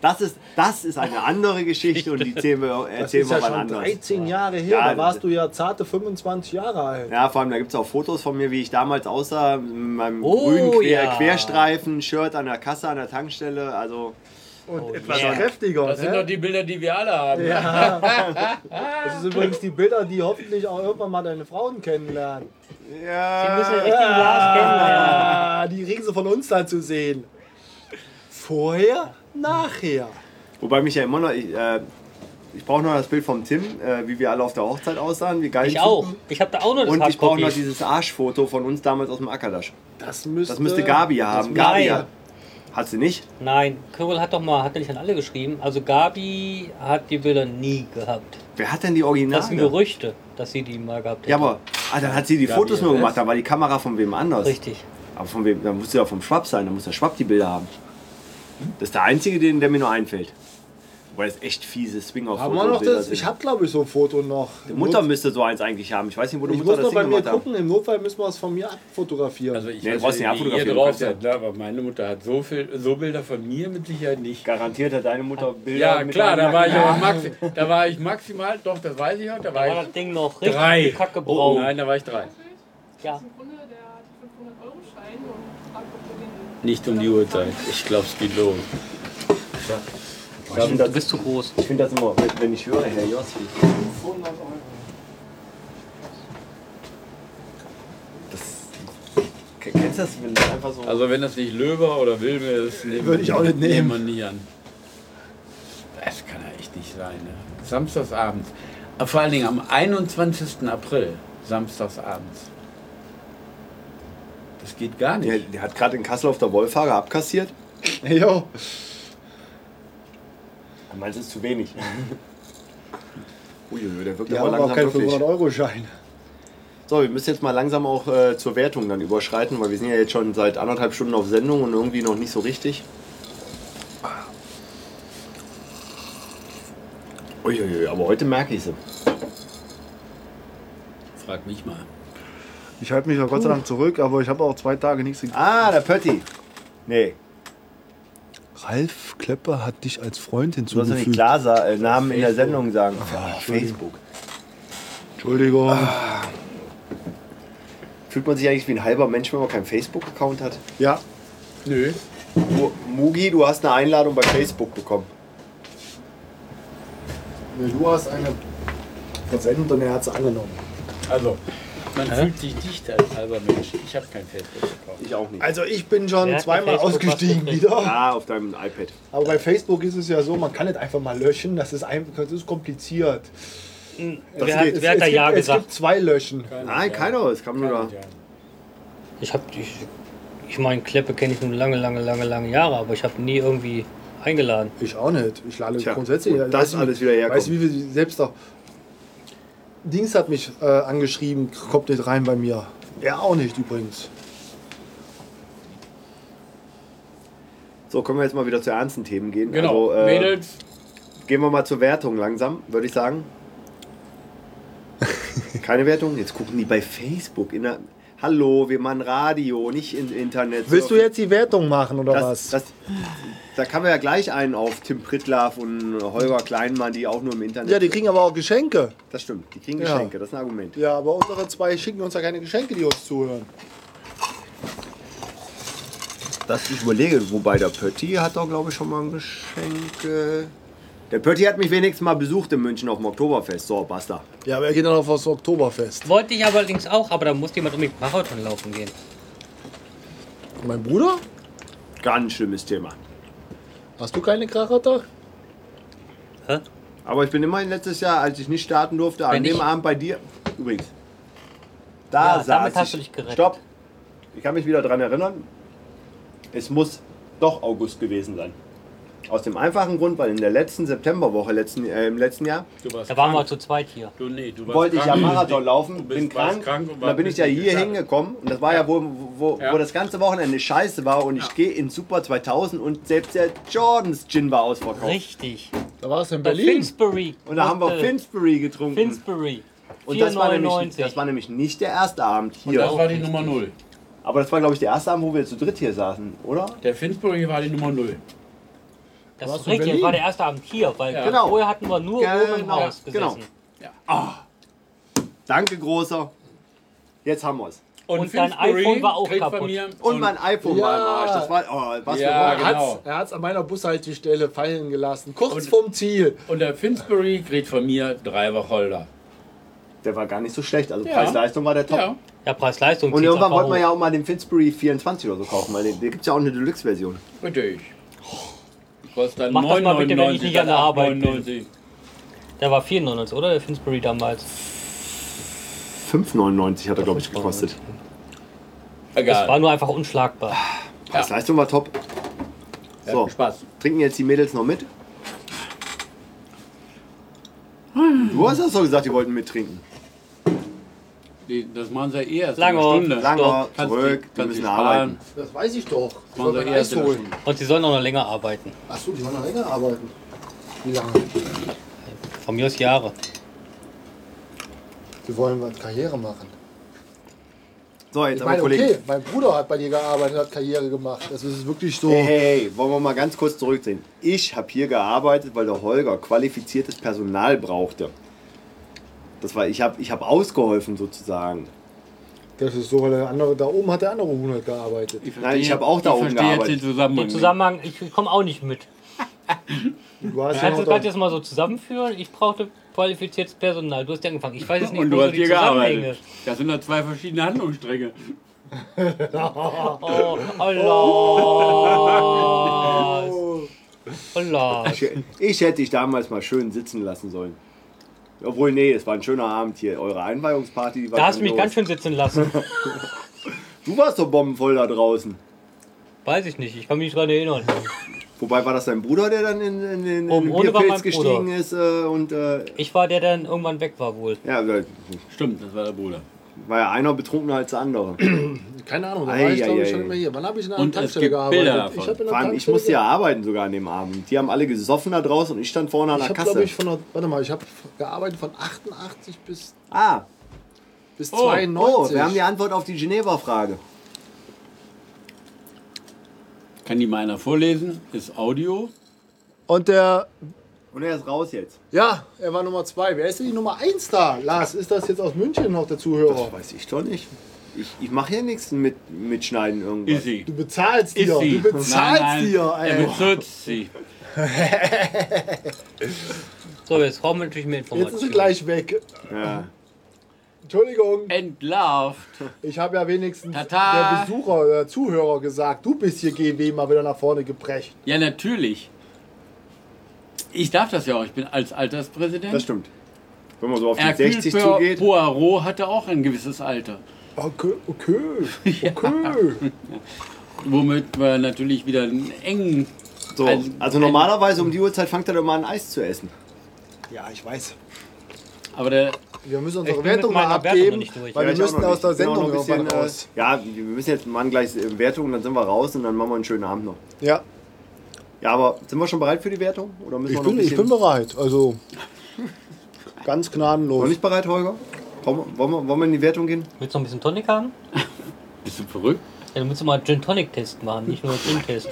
Das ist, das ist eine andere Geschichte und die erzählen wir, Das erzählen ist wir ja mal schon anders. 13 Jahre her, Ja, da warst du ja zarte 25 Jahre alt. Ja, vor allem, da gibt es auch Fotos von mir, wie ich damals aussah, mit meinem Oh, grünen Quer ja. Querstreifen, Shirt an der Kasse, an der Tankstelle. Also, Und etwas yeah. kräftiger. ne? Das sind hä? doch die Bilder, die wir alle haben. Das ist übrigens die Bilder, die hoffentlich auch irgendwann mal deine Frauen kennenlernen. Die müssen ja. den richtigen Lars kennenlernen. Ah, die kriegen sie von uns da zu sehen. Vorher, nachher. Wobei mich ja immer noch, ich, äh, ich brauche noch das Bild vom Tim, äh, wie wir alle auf der Hochzeit aussahen, wie geil Ich die auch. Typen. Ich habe da auch noch das Und ich brauche noch Hardcopy. dieses Arschfoto von uns damals aus dem Ackerdasch. Das müsste, Das müsste Gabi ja haben. müsste- Gabi Nein. ja. Hat sie nicht? Nein, Kürl hat doch mal, hat er nicht an alle geschrieben. Also Gabi hat die Bilder nie gehabt. Wer hat denn die Das sind Originale? Gerüchte, dass sie die mal gehabt hätte. Ja, aber ah, dann hat sie die Fotos nur gemacht, da war die Kamera von wem anders. Richtig. Aber von wem? Dann muss sie ja vom Schwab sein, dann muss der Schwab die Bilder haben. Das ist der einzige, den, der mir nur einfällt. Wobei das echt fiese Swing auf Haben wir noch das? Ich hab habe glaube ich so ein Foto noch. Mutter müsste so eins eigentlich haben. Ich weiß nicht, wo die ich Mutter muss das noch bei Ding mir gemacht hat. gucken, im Notfall müssen wir es von mir abfotografieren. Also ich Nee, du weiß brauchst nicht, nicht wie ihr abfotografieren, drauf du seid, ne, aber meine Mutter hat so, viel, so Bilder von mir mit Sicherheit nicht. Garantiert hat deine Mutter Bilder Ja, mit klar, deinem da war, ich Nacken. aber maxi, da war ich maximal, doch, das weiß ich noch, da Da war war ich das Ding noch richtig drei. kacke Oh, braun. nein, da war ich drei. Ja. Im Grunde der 500-Euro-Schein und fragt, ob du den. Nicht um die Uhrzeit. Ich glaube, es geht los. Ich finde Du das, bist zu groß. ich find das immer, wenn- wenn ich höre, Herr Jossi. Das, kennst du das, wenn das einfach so... Also wenn das nicht Löber oder Wilme ist, nehmen Würde ich auch nicht nehmen. man nie an. Das kann ja echt nicht sein. Ne? Samstagsabends. Aber Vor allen Dingen am 21. April, samstagsabends. Das geht gar der, nicht. der hat gerade in Kassel auf der Wollfahrer abkassiert. Jo. Dann meinst du, es ist zu wenig. Uiuiui, der wirkt Die aber haben auch langsam keinen wirklich. 500-Euro-Schein. So, wir müssen jetzt mal langsam auch äh, zur Wertung dann überschreiten, weil wir sind ja jetzt schon seit anderthalb Stunden auf Sendung und irgendwie noch nicht so richtig. Uiuiui, aber heute merke ich sie. Frag mich mal. Ich halte mich ja Gott sei Dank zurück, aber ich habe auch zwei Tage nichts gegessen. Ah, der Pötti. Nee, Ralf Klepper hat dich als Freund du sollst ja nicht klar sa- äh, Namen in der Sendung sagen. Ah, Facebook. Entschuldigung. Ah. Fühlt man sich eigentlich wie ein halber Mensch, wenn man keinen Facebook-Account hat? Ja, Nö. Mu- Mugi, du hast eine Einladung bei Facebook bekommen. du hast eine versendet und er hat sie angenommen. Also, man fühlt sich dichter als halber Mensch. Ich habe kein Facebook gekauft. Ich auch nicht. Also ich bin schon Wer hat zweimal bei Facebook ausgestiegen was gekriegt? wieder. Ah, auf deinem iPad. Aber bei Facebook ist es ja so, man kann nicht einfach mal löschen. Das ist, einfach, das ist kompliziert. Wer hat, Es- wer hat es da gibt- Ja Es gesagt? gibt zwei Löschen. Nein, keiner. Es kam nur da. Ich habe ich, ich meine, Kleppe kenne ich nun lange, lange, lange, lange Jahre, aber ich habe nie irgendwie eingeladen. Ich auch nicht. Ich lade Tja, grundsätzlich. wo das weißt du, alles wieder herkommt. Weißt du, wie viel selbst auch. Dings hat mich äh, angeschrieben, kommt nicht rein bei mir. Er auch nicht übrigens. So, können wir jetzt mal wieder zu ernsten Themen gehen. Genau, Also, äh, Mädels, Gehen wir mal zur Wertung langsam, würde ich sagen. Keine Wertung? Jetzt gucken die bei Facebook. In der Hallo, wir machen Radio, nicht im Internet. Willst du jetzt die Wertung machen oder das, was? das, Da kann man ja gleich einen auf Tim Pritlaff und Holger Kleinmann, die auch nur im Internet. Ja, die kriegen aber auch Geschenke. das stimmt, die kriegen Ja. Geschenke, das ist ein Argument. Ja, aber unsere zwei schicken uns ja keine Geschenke, die uns zuhören. Das ich überlege, wobei der Pötti hat doch, glaube ich, schon mal ein Geschenk. äh. Der Pötti hat mich wenigstens mal besucht in München auf dem Oktoberfest. So, basta. Ja, aber er geht dann auf das Oktoberfest. Wollte ich aber allerdings auch, aber da muss jemand unbedingt Marathon laufen gehen. Mein Bruder? Ganz schlimmes Thema. Hast du keine Krachata? Hä? Aber ich bin immerhin letztes Jahr, als ich nicht starten durfte, an Wenn dem ich- Abend bei dir. Übrigens. Da Ja, saß damit ich. hast du dich gerettet. Stopp. Ich kann mich wieder dran erinnern. Es muss doch August gewesen sein. Aus dem einfachen Grund, weil in der letzten Septemberwoche letzten, äh, im letzten Jahr du warst Da waren wir krank. zu zweit hier. Du, nee, du warst wollte ich ja krank. Marathon laufen, bist- warst bin krank, krank und und warst dann bin ich ja nicht hier gestartet. hingekommen und das war ja, wo, wo, Ja. wo das ganze Wochenende scheiße war und ich gehe in Super 2000 und selbst der Jordans Gin war ausverkauft. Richtig. Da war es in Bei Finsbury. Oh. Und da haben wir Finsbury getrunken. Finsbury. Und das war, nämlich, 4,99. das war nämlich nicht der erste Abend hier. Das war die Nummer 0. Aber das war, glaube ich, der erste Abend, wo wir zu dritt hier saßen, oder? Der Finsbury war die Nummer 0. Das warst ist in richtig, das Berlin. war der erste Abend hier, weil Ja. Genau. vorher hatten wir nur oben im Genau, Haus gesessen. genau. Danke, Großer. Jetzt haben wir's. Und dein Finsbury iPhone war auch kriegt von kaputt. mir- Und, mein iPhone war im Arsch. Das war, oh, was Ja, für Er hat's- genau. Er hat es an meiner Bushaltestelle fallen gelassen, kurz Und- vorm Ziel. Und der Finsbury kriegt von mir drei Wacholder. Der war gar nicht so schlecht. Also Ja. Preis-Leistung war der Top. Ja. Ja, Preis-Leistung. Und zieht's irgendwann einfach wollten wir hoch. ja auch mal den Finsbury 24 oder so kaufen, weil den, den gibt es ja auch eine Deluxe-Version. Richtig. Oh. Kostet dann also Mach das mal bitte, wenn ich 9,99, nicht an der Arbeit bin. 8,99. Der war 94, oder? Der Finsbury damals. 5,99 hat er, glaube ich, gekostet. Das war Egal. nur einfach unschlagbar. Preis-Leistung war top. Ja, So, Spaß. trinken jetzt die Mädels noch mit? Du hast das doch gesagt, die wollten mittrinken. Die, das machen sie eh erst Lange. in einer Stunde. Langer, Kannst die- zurück, wir kannst die müssen sparen. arbeiten. Das weiß ich doch. Machen Ich soll sie mein eh erst Eis in einer holen. Stunde. Und sie sollen auch noch länger arbeiten. Achso, die wollen noch länger arbeiten. Wie lange? Von mir aus Jahre. Die wollen was Karriere machen. So, jetzt Ich aber meine, Kollegen. okay, mein Bruder hat bei dir gearbeitet, hat Karriere gemacht. Das ist wirklich so. Hey, hey, hey, wollen wir mal ganz kurz zurückziehen. Ich habe hier gearbeitet, weil der Holger qualifiziertes Personal brauchte. Das war, ich habe ich hab ausgeholfen sozusagen. Das ist so, weil der andere, da oben hat der andere Hunert gearbeitet. Ich Nein, ich hab auch da oben Ich verstehe jetzt gearbeitet. den Zusammenhang. Den Zusammenhang, ich komme auch nicht mit. Du Also hast ja Kannst noch du das da, jetzt mal so zusammenführen? Ich brauchte qualifiziertes Personal. Du hast ja angefangen. Ich weiß jetzt nicht. nicht, Und du wo so hast die hier Zusammenhänge. gearbeitet. Das sind doch zwei verschiedene Handlungsstränge. Oh, Allah. Allah. Ich, ich hätte dich damals mal schön sitzen lassen sollen. Obwohl, nee, es war ein schöner Abend hier. Eure Einweihungsparty, die war Da hast du grandios. mich ganz schön sitzen lassen. Du warst doch bombenvoll da draußen. Weiß ich nicht, ich kann mich nicht dran erinnern. Wobei war das dein Bruder, der dann in, in, in, Oben in ohne war Bierpilz mein Bruder. gestiegen ist äh, und äh, Ich war der, der dann irgendwann weg war wohl. ja, äh, Stimmt, das war der Bruder. war ja einer betrunkener als der andere. keine Ahnung, da war ich glaube Eieiei. ich schon immer hier. Wann habe ich in einer Und es Tankstelle gibt gearbeitet? Bilder davon. Ich habe in Vor allem, einer Tankstelle ich musste ja gearbeitet. arbeiten sogar an dem Abend. Die haben alle gesoffen da draußen und ich stand vorne an Ich der habe, Kasse. glaube ich, von der, warte mal, ich habe gearbeitet von 88 bis, ah, bis Oh, oh, 92. oh, wir haben die Antwort auf die Geneva-Frage. Kann die mal einer vorlesen? Ist Audio. Und der, Und er ist raus jetzt. ja, er war Nummer 2. Wer ist denn die Nummer 1 da? Lars, ist das jetzt aus München noch der Zuhörer? Das weiß ich doch nicht. Ich, ich mache hier nichts mit, mitschneiden irgendwas. Ist sie. Du bezahlst Ist dir, sie. du bezahlst dir, Er ey. bezirzt sie. So, jetzt brauchen wir natürlich mehr Jetzt ist sie Informationen. gleich weg. Ja. Entschuldigung, Entlarvt. ich habe ja wenigstens Tata. der Besucher oder Zuhörer gesagt, du bist hier GW mal wieder nach vorne geprescht. Ja, natürlich. Ich darf das ja auch. Ich bin als Alterspräsident. Das stimmt. Wenn man so auf die Hercule 60 Po- zugeht. Poirot hatte auch ein gewisses Alter. Okay, okay, okay. Womit wir natürlich wieder einen engen. So. Also- Also normalerweise um die Uhrzeit fängt er doch mal ein Eis zu essen. ja, ich weiß. Aber der, Wir müssen unsere Ich bin mit Wertung mal meiner Wertung noch abgeben, nicht durch. weil Ja, wir ich auch müssen noch aus der nicht. Ich bin auch noch Sendung ein bisschen, irgendwann raus. Äh, ja, wir müssen jetzt machen gleich äh, Wertung, dann sind wir raus und dann machen wir einen schönen Abend noch. Ja, Ja, aber sind wir schon bereit für die Wertung? Oder müssen ich wir noch ein bin, ich bisschen... bin bereit. Also ganz noch gnadenlos. nicht bereit, Holger? Wollen wir, wollen wir- wollen wir in die Wertung gehen? Willst du noch ein bisschen Tonic haben? bist du verrückt? Ja, dann musst du mal Gin Tonic Test machen, nicht nur Gin Test.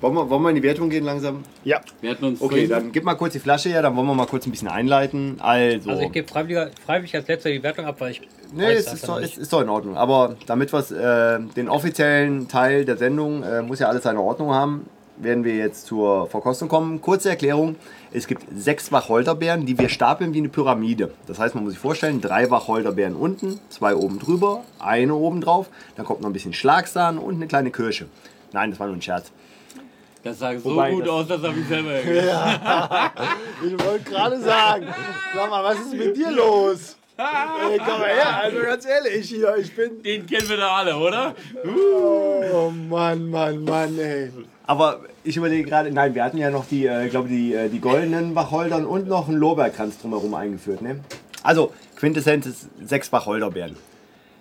Wollen wir, wollen wir in die Wertung gehen langsam? Ja, Wir hatten uns Okay, vorhin- dann gib mal kurz die Flasche her, dann wollen wir mal kurz ein bisschen einleiten. Also, Also ich gebe freiwillig, freiwillig als letzter die Wertung ab, weil ich. nee, weiß es das ist, ja doch, noch es nicht. ist doch in Ordnung. Aber damit wir äh, den offiziellen Teil der Sendung, äh, muss ja alles seine Ordnung haben, werden wir jetzt zur Verkostung kommen. Kurze Erklärung, es gibt sechs Wacholderbeeren, die wir stapeln wie eine Pyramide. Das heißt, man muss sich vorstellen, drei Wacholderbeeren unten, zwei oben drüber, eine oben drauf, dann kommt noch ein bisschen Schlagsahne und eine kleine Kirsche. Nein, das war nur ein Scherz. Das sah so Wobei gut das- aus, dass er mich selber erkannt hat. ich wollte gerade sagen, sag mal, was ist mit dir los? Ey, komm mal her, also ganz ehrlich hier, ich bin. Den kennen wir da alle, oder? Oh Mann, Mann, Mann, ey. Aber ich überlege gerade, nein, wir hatten ja noch die, äh, ich glaube die, äh, die goldenen Wacholdern und noch einen Lorbeerkranz drumherum eingeführt, ne? Also, Quintessenz ist sechs Wacholderbeeren.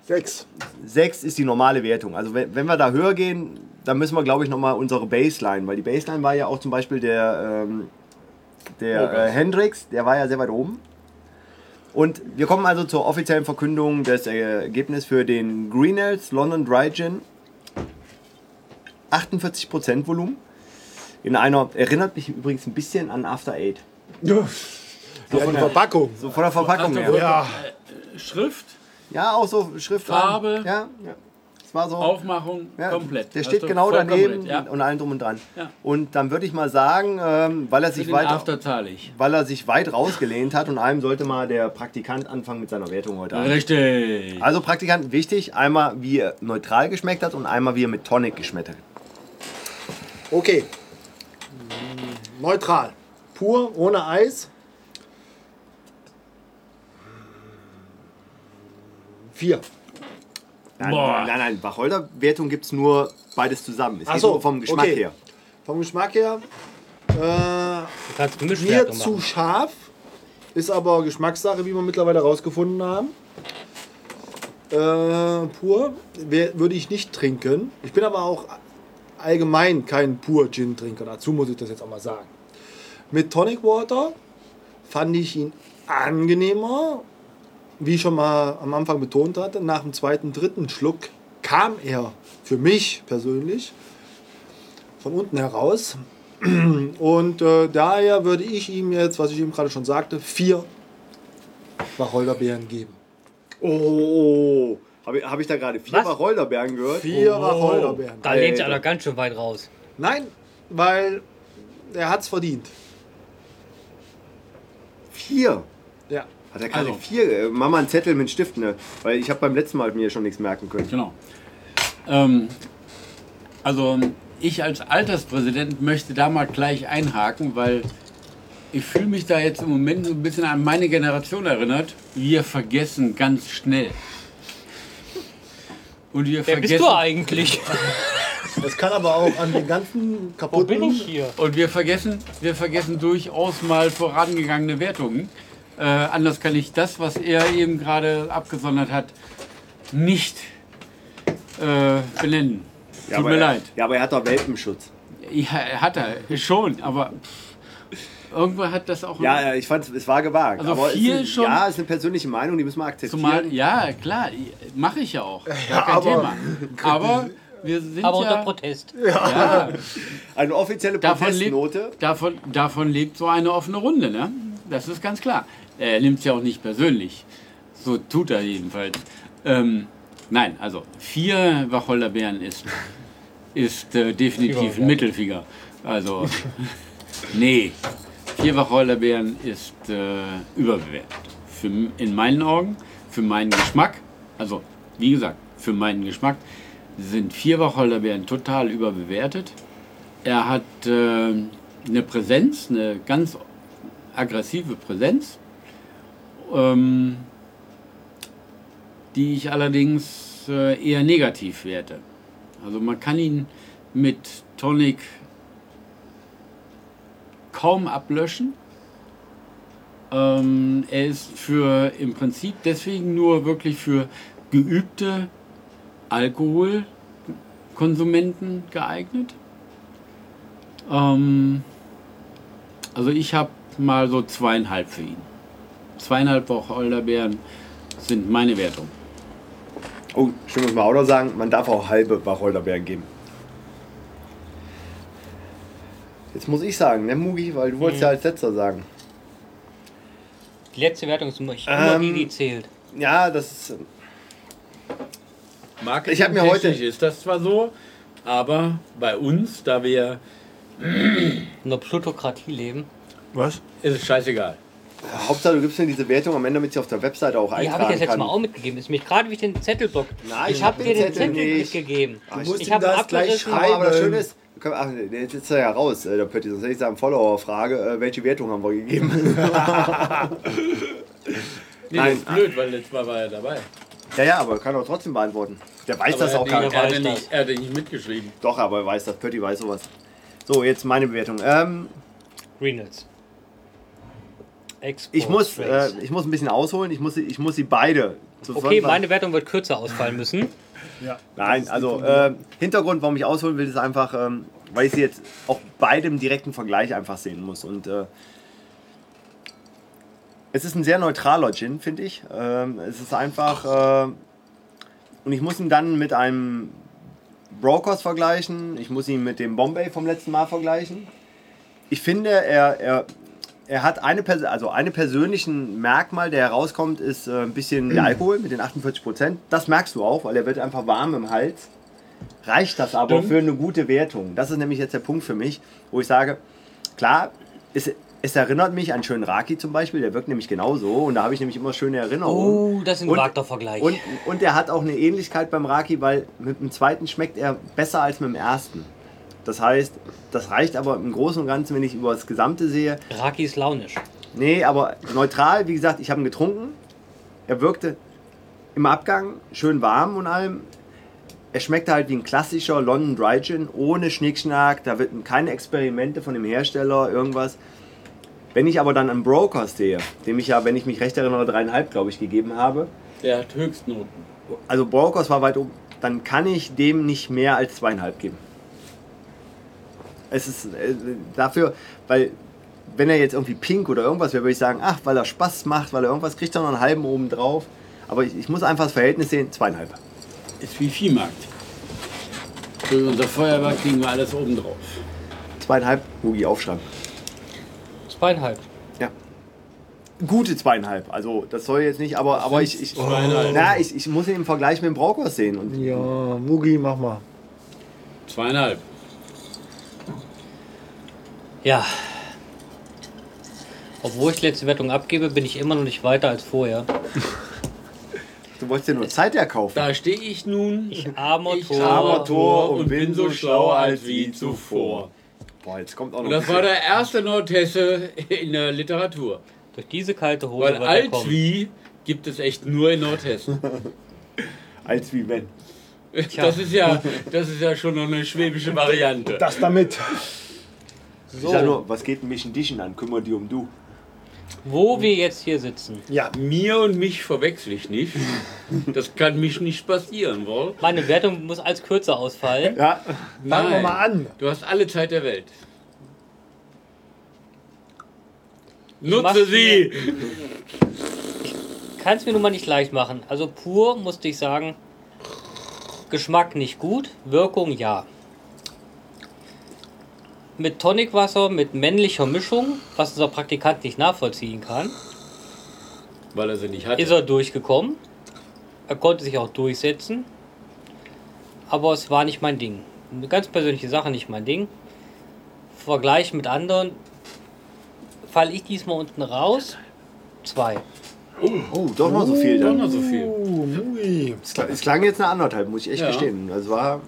Sechs. Sechs ist die normale Wertung. Also, wenn, wenn wir da höher gehen, dann müssen wir, glaube ich, nochmal unsere Baseline, weil die Baseline war ja auch zum Beispiel der, ähm, der äh, Hendrix, der war ja sehr weit oben. Und wir kommen also zur offiziellen Verkündung des äh, Ergebnisses für den Greenells London Dry Gin. 48% Volumen. In einer, erinnert mich übrigens ein bisschen an After Eight. Ja, die Verpackung. So von der Verpackung her. Ja, Schrift, Ja, auch so Schrift. Farbe. Ja, ja. Es war so. Aufmachung, ja, komplett. Der steht Also genau vollkommen daneben mit, ja. und allen drum und dran. Ja. Und dann würde ich mal sagen, ähm, weil er Für sich den weit, After zahle ich. weil er sich weit rausgelehnt hat und einem sollte mal der Praktikant anfangen mit seiner Wertung heute. Abend. Richtig. Also Praktikant, wichtig, einmal wie er neutral geschmeckt hat und einmal wie er mit Tonic geschmeckt hat. okay. Neutral. Pur, ohne Eis. Vier. Nein, Boah. nein, nein, Wacholder-Wertung gibt es nur beides zusammen. Es Ach geht so, nur vom Geschmack okay. her. Vom Geschmack her. Äh, Du kannst mir Mischwertung zu machen. scharf. Ist aber Geschmackssache, wie wir mittlerweile rausgefunden haben. Äh, pur wär, würde ich nicht trinken. Ich bin aber auch allgemein kein pur Gin-Trinker. Dazu muss ich das jetzt auch mal sagen. Mit Tonic Water fand ich ihn angenehmer. Wie ich schon mal am Anfang betont hatte, nach dem zweiten, dritten Schluck kam er für mich persönlich von unten heraus. Und äh, daher würde ich ihm jetzt, was ich ihm gerade schon sagte, vier Wacholderbeeren geben. Oh, habe ich, hab ich da gerade vier Was? Wacholderbeeren gehört? Vier Wacholderbeeren. Da lehnt sich einer ganz schön weit raus. Nein, weil er hat's verdient. Vier? Ja. Hat er gerade Also. vier? Äh, Mach mal einen Zettel mit Stift, ne? Weil ich habe beim letzten Mal mir schon nichts merken können. Genau. Ähm, also ich als Alterspräsident möchte da mal gleich einhaken, weil ich fühle mich da jetzt im Moment so ein bisschen an meine Generation erinnert. Wir vergessen ganz schnell. Und wir Wer bist vergessen du eigentlich? Das kann aber auch an den ganzen Wo kaputten. bin ich hier? und wir vergessen, wir vergessen durchaus mal vorangegangene Wertungen. Äh, anders kann ich das, was er eben gerade abgesondert hat, nicht äh, benennen. Ja, Tut aber mir er, leid. Ja, aber er hat doch Welpenschutz. Ja, hat er schon, aber pff, irgendwo hat das auch. Ja, ja, ich fand es war gewagt. Hm. Also aber vier es ist, schon? Ja, ist eine persönliche Meinung, die müssen wir akzeptieren. zumal, ja, klar, mache ich ja auch. Gar kein aber- Thema. Aber wir sind Aber unter ja. Protest. ja Eine offizielle davon, lebt, Protestnote. davon, davon lebt so eine offene Runde, ne? Das ist ganz klar. Er nimmt es ja auch nicht persönlich. So tut er jedenfalls. Ähm, nein, also vier Wacholderbeeren ist, ist äh, definitiv Überbewertet. Mittelfinger. Also, nee, vier Wacholderbeeren ist äh, überbewertet. Für, m- in meinen Augen, für meinen Geschmack, also wie gesagt, für meinen Geschmack sind vier Wacholderbeeren total überbewertet. Er hat äh, eine Präsenz, eine ganz aggressive Präsenz, ähm, die ich allerdings äh, eher negativ werte. Also man kann ihn mit Tonic kaum ablöschen. Ähm, er ist für im Prinzip deswegen nur wirklich für geübte Alkoholkonsumenten geeignet. Ähm, also ich habe mal so zweieinhalb für ihn. Zweieinhalb Wacholderbeeren sind meine Wertung. Oh, schön muss man auch noch sagen, man darf auch halbe Wacholderbeeren geben. Jetzt muss ich sagen, ne Mugi, weil du wolltest Hm. ja als letzter sagen. Die letzte Wertung ist immer immer die, Ähm, die zählt. Ja, das ist, Marketing Ich hab mir heute- ist das zwar so, aber bei uns, da wir In der Plutokratie leben. Was? ist es scheißegal. Hauptsache, du gibst mir diese Wertung am Ende, damit ich auf der Webseite auch Die eintragen habe ich das letzte kann. Mal auch mitgegeben. Ist mich gerade wie den Zettelblock. Nein, ich habe dir den Zettel nicht. mitgegeben. Du musst Ich ihm habe das gleich abgerissen. Aber, aber das schreiben. Schöne ist, wir können, ach, nee, jetzt ist er ja raus, äh, der Pötti, sonst hätte ich sagen, Follower-Frage, äh, welche Wertung haben wir gegeben? Nee, Nein. das ist blöd, weil letztes Mal war er dabei. ja, ja, aber kann auch trotzdem beantworten. Der weiß Aber das er auch hat gar nicht- er hat nicht. weiß nicht- das. Er hat nicht mitgeschrieben. Doch, aber er weiß das, Pötti weiß sowas. So, jetzt meine Bewertung. Ähm, Reynolds. Export ich, Oh, muss, äh, Trades. ich muss ein bisschen ausholen, ich muss, sie- ich muss sie beide. okay, zusammenfassen. meine Wertung wird kürzer ausfallen müssen. Nein, also äh, Hintergrund, warum ich ausholen will, ist einfach, ähm, weil ich sie jetzt auch beide im direkten Vergleich einfach sehen muss. Und äh, es ist ein sehr neutraler Gin, finde ich. Ähm, es ist einfach. Äh, und ich muss ihn dann mit einem Brokers vergleichen, ich muss ihn mit dem Bombay vom letzten Mal vergleichen. Ich finde, er, er, er hat eine, Pers also eine persönlichen Merkmal, der herauskommt, ist äh, ein bisschen der Alkohol mit den 48 Prozent. Das merkst du auch, weil er wird einfach warm im Hals. Reicht das aber für eine gute Wertung? Das ist nämlich jetzt der Punkt für mich, wo ich sage, klar, es, es erinnert mich an schönen Raki zum Beispiel, der wirkt nämlich genauso und da habe ich nämlich immer schöne Erinnerungen. Oh, das ist ein Und- gewagter Vergleich. Und, und er hat auch eine Ähnlichkeit beim Raki, weil mit dem zweiten schmeckt er besser als mit dem ersten. Das heißt, das reicht aber im Großen und Ganzen, wenn ich über das Gesamte sehe. Raki ist launisch. Nee, aber neutral, wie gesagt, ich habe ihn getrunken. Er wirkte im Abgang schön warm und allem. Er schmeckte halt wie ein klassischer London Dry Gin, ohne Schnickschnack. Da wird keine Experimente von dem Hersteller, irgendwas. Wenn ich aber dann einen Broker sehe, dem ich ja, wenn ich mich recht erinnere, dreieinhalb, glaube ich, gegeben habe, Der hat Höchstnoten. also Borkos war weit oben, dann kann ich dem nicht mehr als zweieinhalb geben. Es ist äh, dafür, weil wenn er jetzt irgendwie pink oder irgendwas wäre, würde ich sagen, ach, weil er Spaß macht, weil er irgendwas kriegt, er noch einen halben oben drauf. Aber ich, ich muss einfach das Verhältnis sehen, zweieinhalb. Ist wie Viehmarkt. Durch unser Feuerwerk kriegen wir alles oben drauf. Zweieinhalb, Hugi, aufschreiben. Zweieinhalb. Gute zweieinhalb, also das soll jetzt nicht, aber, aber ich, ich, na, ich, ich muss ihn im Vergleich mit dem Braukos sehen. Und Ja, Mugi, mach mal. Zweieinhalb. Ja. Obwohl ich die letzte Wertung abgebe, bin ich immer noch nicht weiter als vorher. du wolltest dir nur Zeit erkaufen. Da stehe ich nun. Ich armer Ich Tor. armer Tor und bin so schlau als wie zuvor. Boah, jetzt kommt auch noch Und ein das war bisschen- der erste Nordhesse in der Literatur. Durch diese kalte Hose Weil wird er als kommen. wie gibt es echt nur in Nordhessen. als wie wenn. Das ist ja, das ist ja schon noch eine schwäbische Variante. Das damit. Ich sag nur, was geht denn mich in dich an? Kümmer die um du. Wo wir jetzt hier sitzen. Mir und mich verwechsel ich nicht. Das kann mich nicht passieren, wohl? Meine Wertung muss als kürzer ausfallen. Ja. Fangen wir mal an. Du hast alle Zeit der Welt. mach's Nutze mir- sie! Kannst mir nun mal nicht leicht machen. Also pur musste ich sagen, Geschmack nicht gut, Wirkung ja. Mit Tonicwasser, mit männlicher Mischung, was unser Praktikant nicht nachvollziehen kann, Weil er sie nicht ist hatte. er durchgekommen. Er konnte sich auch durchsetzen. Aber es war nicht mein Ding. Eine ganz persönliche Sache, nicht mein Ding. Vergleich mit anderen falle ich diesmal unten raus. Zwei. Oh, doch noch so viel Doch noch dann. so viel. Uh, Mugi. Es klang- Es klang jetzt eine anderthalb, muss ich echt Ja. gestehen. Das war.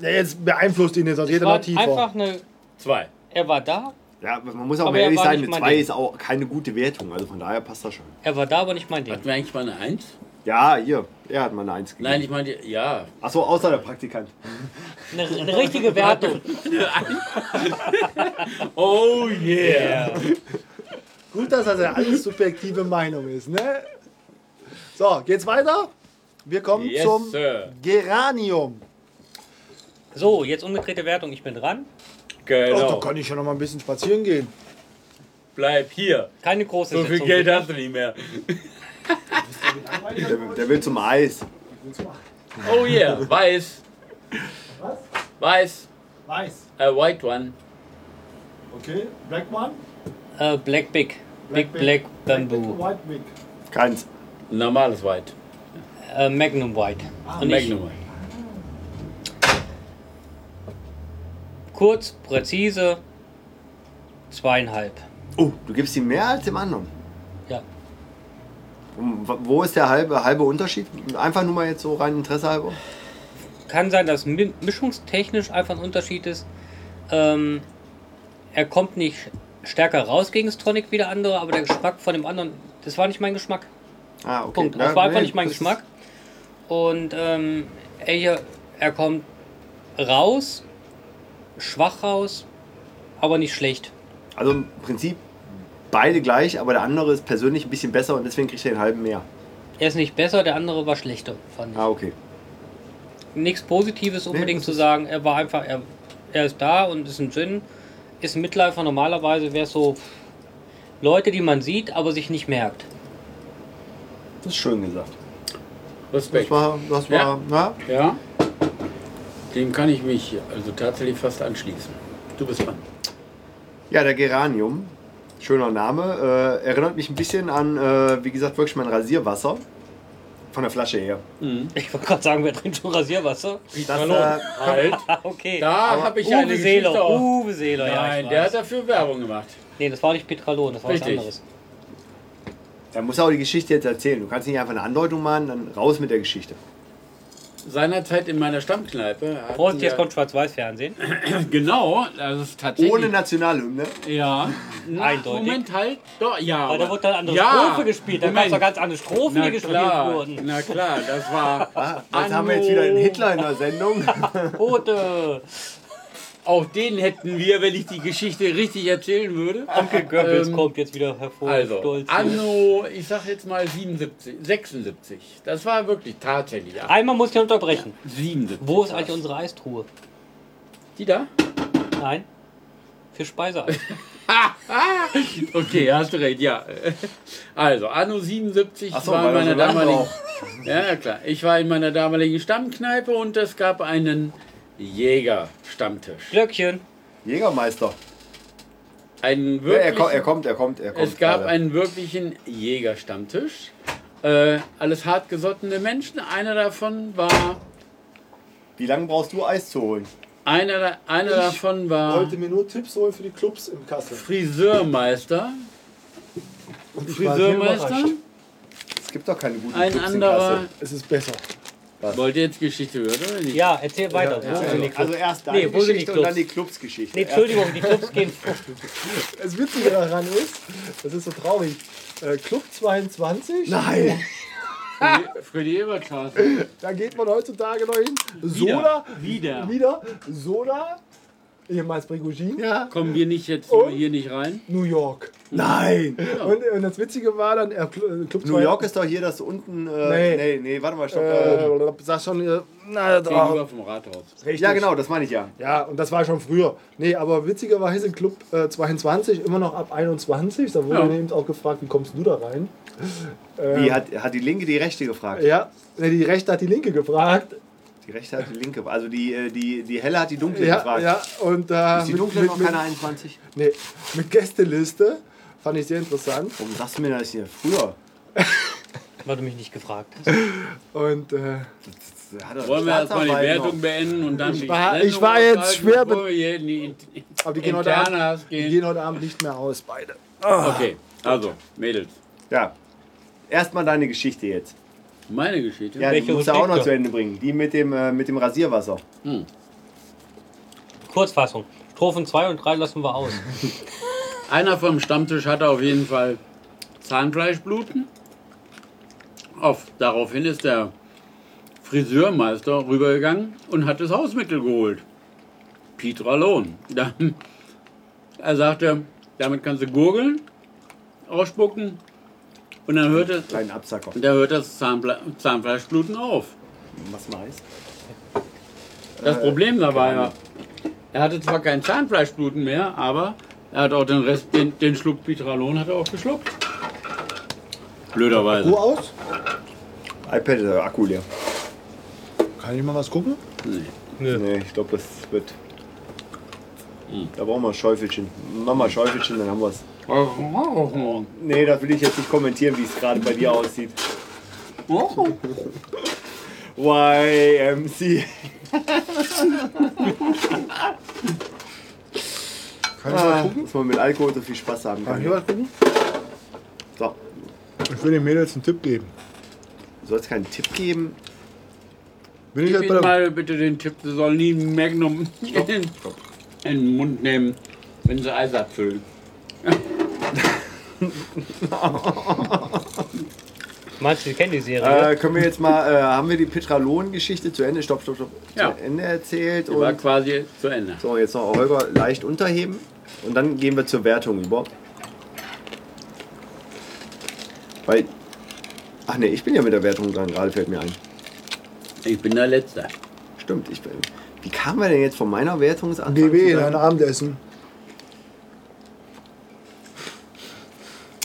Ja, jetzt beeinflusst ihn jetzt auch jeder War noch tiefer. einfach eine. Zwei. Er war da, Ja, man muss auch Aber mal er ehrlich war sein, nicht eine mein 2 Ding. ist auch keine gute Wertung. Also von daher passt das schon. Er war da, aber nicht mein Ding. Hatten wir eigentlich mal eine Eins? Ja, hier. Er hat mal eine 1 Nein, gegeben. ich meine, ja. Achso, außer der Praktikant. Eine, eine richtige Wertung. Oh yeah! Gut, dass das ja alles subjektive Meinung ist, ne? So, geht's weiter? Wir kommen Yes, zum Sir. Geranium. So, jetzt umgedrehte Wertung, ich bin dran. Oh, da Genau. kann ich schon noch mal ein bisschen spazieren gehen. Bleib hier. Keine große So viel Sitzung. Geld hast du nicht mehr. Der, der will zum Eis. Oh yeah, weiß. Was? Weiß. Weiß. A white one. Okay, Black One, Äh, Black Big. Big Black Black, Big. Bamboo. White Big. Keins. Normales White. Äh, Magnum Ah, White. Und ich, Magnum White. kurz, präzise, zweieinhalb. Oh, du gibst ihm mehr als dem anderen. Ja. Und wa- Wo ist der halbe, halbe Unterschied? Einfach nur mal jetzt so rein Interesse halber. Kann sein, dass mi mischungstechnisch einfach ein Unterschied ist. Ähm, er kommt nicht stärker raus gegen das Tonic wie der andere, aber der Geschmack von dem anderen, das war nicht mein Geschmack. Ah, okay. Punkt. Na, Das war einfach nee, nicht mein das ist- Geschmack. Und ähm, er, hier, er kommt raus, schwach raus, aber nicht schlecht. Also im Prinzip beide gleich, aber der andere ist persönlich ein bisschen besser und deswegen kriegt er den halben mehr. Er ist nicht besser, der andere war schlechter, fand ich. Ah, okay. Nichts Positives unbedingt das zu sagen. Er war einfach, er, er ist da und ist ein Gin. Ist ein Mitläufer. Normalerweise wäre es so Leute, die man sieht, aber sich nicht merkt. Das ist schön gesagt. Das Respekt. war, das war, Ja. na, Ja? Dem kann ich mich also tatsächlich fast anschließen. Du bist dran. Ja, der Geranium, schöner Name, äh, erinnert mich ein bisschen an, äh, wie gesagt, wirklich mein Rasierwasser. Von der Flasche her. Ich wollte gerade sagen, wer trinkt schon Rasierwasser? Das, äh, Halt. Ah, okay. Da habe ich eine Uwe Geschichte Seeler. auch. Uwe Seeler, ja. Nein, ich der weiß. hat dafür Werbung gemacht. Nee, das war nicht Petralon, das war Richtig. was anderes. da muss auch die Geschichte jetzt erzählen. Du kannst nicht einfach eine Andeutung machen, dann raus mit der Geschichte. Seinerzeit in meiner Stammkneipe. hatten Und jetzt wir- kommt Schwarz-Weiß-Fernsehen. Genau, das ist tatsächlich. Ohne Nationalhymne. Ja. Na, Eindeutig. Moment halt. Doch, ja. Weil da aber- wurde dann andere Strophe gespielt, da gab es Moment. doch ganz andere Strophen, na die gespielt klar, wurden. na klar, das war. Was haben wir jetzt wieder einen Hitler in der Sendung? Rote. Auch den hätten wir, wenn ich die Geschichte richtig erzählen würde. Onkel Goebbels Ähm, kommt jetzt wieder hervor. Also, stolz. anno, ich sag jetzt mal 77, 76. Das war wirklich tatsächlich. ja. Einmal muss ich unterbrechen. 77. Wo ist eigentlich unsere Eistruhe? Die da? Nein. Für Speiseeis. Okay, hast du recht, ja. Also, anno 77 Ach so, war in weil meiner er so lange damaligen. Ja, ja, klar. Ich war in meiner damaligen Stammkneipe und es gab einen Jäger-Stammtisch. Glöckchen. Jägermeister. Einen Ja, er, wirklich. ko- er kommt, er kommt, er kommt. es gab gerade. einen wirklichen Jäger-Stammtisch. Äh, alles hartgesottene Menschen. Einer davon war. Wie lange brauchst du Eis zu holen? Einer, da- einer Ich davon war Wollte mir nur Tipps holen für die Clubs im Kassel. Friseurmeister. Friseurmeister. Es gibt doch keine Also, guten Ein Clubs anderer. in Es ist besser. Wollt ihr jetzt Geschichte hören? Oder nicht? Ja, erzähl weiter. Wo sind die Kassel. Clubs? Also erst deine Nee, wo sind die Geschichte und Clubs? dann die Clubsgeschichte. Nee, Entschuldigung, die Clubs gehen vor. Das Witzige daran ist, das ist so traurig. Äh, Club 22, Nein! Freddy Ebertstraße. da geht man heutzutage noch hin. Soda, Wieder. Wieder. wieder, Soda, ehemals Prigogine, Ja. Kommen wir nicht jetzt Und? hier nicht rein? New York. Nein! Und, und das Witzige war dann, äh, Cl- äh, Club New York ist doch hier das unten. Äh, Nee. nee. nee, warte mal, stopp. Äh, Äh, sag schon, äh, na, da, Gegenüber vom Rathaus. richtig. ja, genau, das meine ich ja. Ja, und das war schon früher. Nee, aber witzigerweise Club äh, 22 immer noch ab 21. Da wurde Ja. eben auch gefragt, wie kommst du da rein? Wie hat, hat die Linke die Rechte gefragt? Ja, nee, die Rechte hat die Linke gefragt. Die Rechte hat die Linke. Also die, äh, die, die Helle hat die Dunkle Ja, gefragt. ja, und äh, Ist die mit- Dunkle mit, noch mit, keine 21? nee, mit Gästeliste fand ich sehr interessant. Warum sagst du mir das hier? Früher. Weil du mich nicht gefragt hast. Und äh, Hat er Wollen wir erstmal die Staatsanwalt Wertung beenden und dann die war- Sendung ich war jetzt ausschalten, schwer bevor wir hier in die in- aber die gehen, heute Abend, Internas die gehen. gehen heute Abend nicht mehr aus, beide. Okay, also, Mädels. noch? Ja. Erstmal deine Geschichte jetzt. Meine Geschichte. Ja, die Welche musst du auch noch Rubrik? zu Ende bringen. Die mit dem, äh, mit dem Rasierwasser. Kurzfassung. Strophen 2 und 3 lassen wir aus. Einer vom Stammtisch hatte auf jeden Fall Zahnfleischbluten. Auf, daraufhin ist der Friseurmeister rübergegangen und hat das Hausmittel geholt. Pitralon. Da, er sagte, damit kannst du gurgeln, ausspucken und dann hört das, Kleinen Absacker. und da hört das Zahnble Zahnfleischbluten auf. Was mal Eis? Das Problem dabei ja, er hatte zwar kein Zahnfleischbluten mehr, aber er hat auch den Rest, den, den Schluck Pitralon hat er auch geschluckt. Wo Blöderweise. aus? iPad ist der Akku leer. Kann ich mal was gucken? Nee, ich glaube, das wird. Hm. Da brauchen wir ein Schäufelchen. Mach mal ein Schäufelchen, dann haben wir es. Nee, das will ich jetzt nicht kommentieren, wie es gerade bei dir aussieht. YMC. Kann ich mal Ah, gucken? dass man mit Alkohol so viel Spaß haben Kann kann. ich mal gucken? So, Ich will den Mädels einen Tipp geben. du sollst keinen Tipp geben. Bin ich Gib jetzt ihnen bei der, mal bitte den Tipp, sie sollen nie ein Magnum in den Mund nehmen, wenn sie Eis abfüllen. Meinst du, die kennen die Serie? Äh, können wir jetzt mal, äh, haben wir die Petralon-Geschichte zu Ende, stopp, stopp, stopp, Ja. zu Ende erzählt? Die war Und quasi zu Ende. so, jetzt noch Holger leicht unterheben. Und dann gehen wir zur Wertung über. Weil. Ach ne, ich bin ja mit der Wertung dran, gerade fällt mir ein. Ich bin der Letzte. Stimmt, ich bin. Wie kamen wir denn jetzt von meiner Wertungsanfang? DW zu in ein deinem- Abendessen.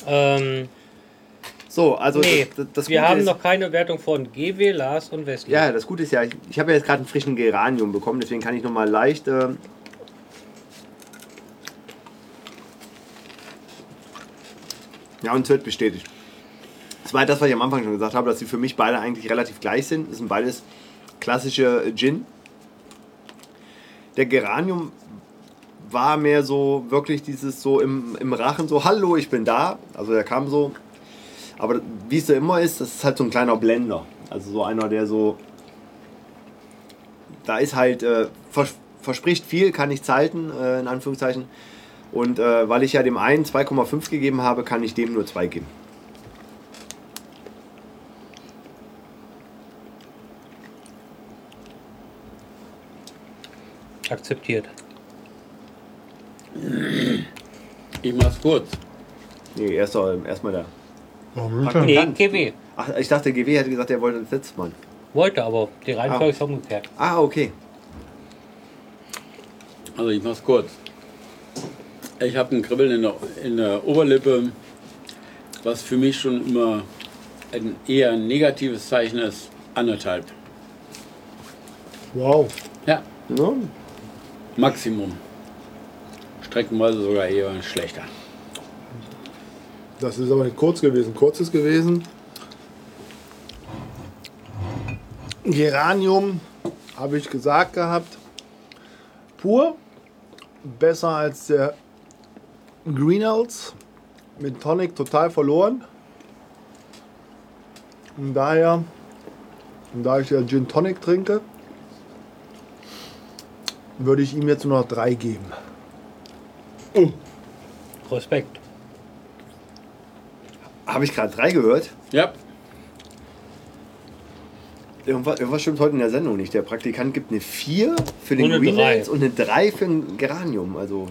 Äh, Ähm, So, also Nee, das, das, das wir Gute haben ist, noch keine Wertung von GW, Lars und Wesley. Ja, das Gute ist ja, ich, ich habe ja jetzt gerade einen frischen Geranium bekommen, deswegen kann ich nochmal leicht. Äh, ja, und es wird bestätigt. Das war das, was ich am Anfang schon gesagt habe, dass sie für mich beide eigentlich relativ gleich sind. Es sind beides klassische äh, Gin. Der Geranium war mehr so wirklich dieses so im, im Rachen, so Hallo, ich bin da. Also der kam so. Aber wie es so immer ist, das ist halt so ein kleiner Blender. Also so einer, der so. Da ist halt. Äh, vers verspricht viel, kann nichts halten, äh, in Anführungszeichen. Und äh, weil ich ja dem einen 2,5 gegeben habe, kann ich dem nur 2 geben. Akzeptiert. Ich mach's kurz. Nee, ähm, erstmal erst der. Nee, GW. Ach, ich dachte, GW hätte gesagt, er wollte das letzte Mal. Wollte aber. Die Reihenfolge ist umgekehrt. Ah, okay. Also ich mach's kurz. Ich habe ein Kribbeln in der, in der Oberlippe, was für mich schon immer ein eher negatives Zeichen ist. Anderthalb. Wow. Ja, Ja, Maximum. Streckenweise sogar eher schlechter. Das ist aber nicht kurz gewesen. Kurz ist gewesen. Geranium habe ich gesagt gehabt. Pur. Besser als der Greenhouse. Mit Tonic total verloren. Und daher, und da ich ja Gin Tonic trinke, würde ich ihm jetzt nur noch drei geben. Respekt. Habe ich gerade 3 gehört? Ja, Irgendwas, irgendwas stimmt heute in der Sendung nicht. Der Praktikant gibt eine 4 für den Und eine Greenlands drei. und eine 3 für den Geranium. Also.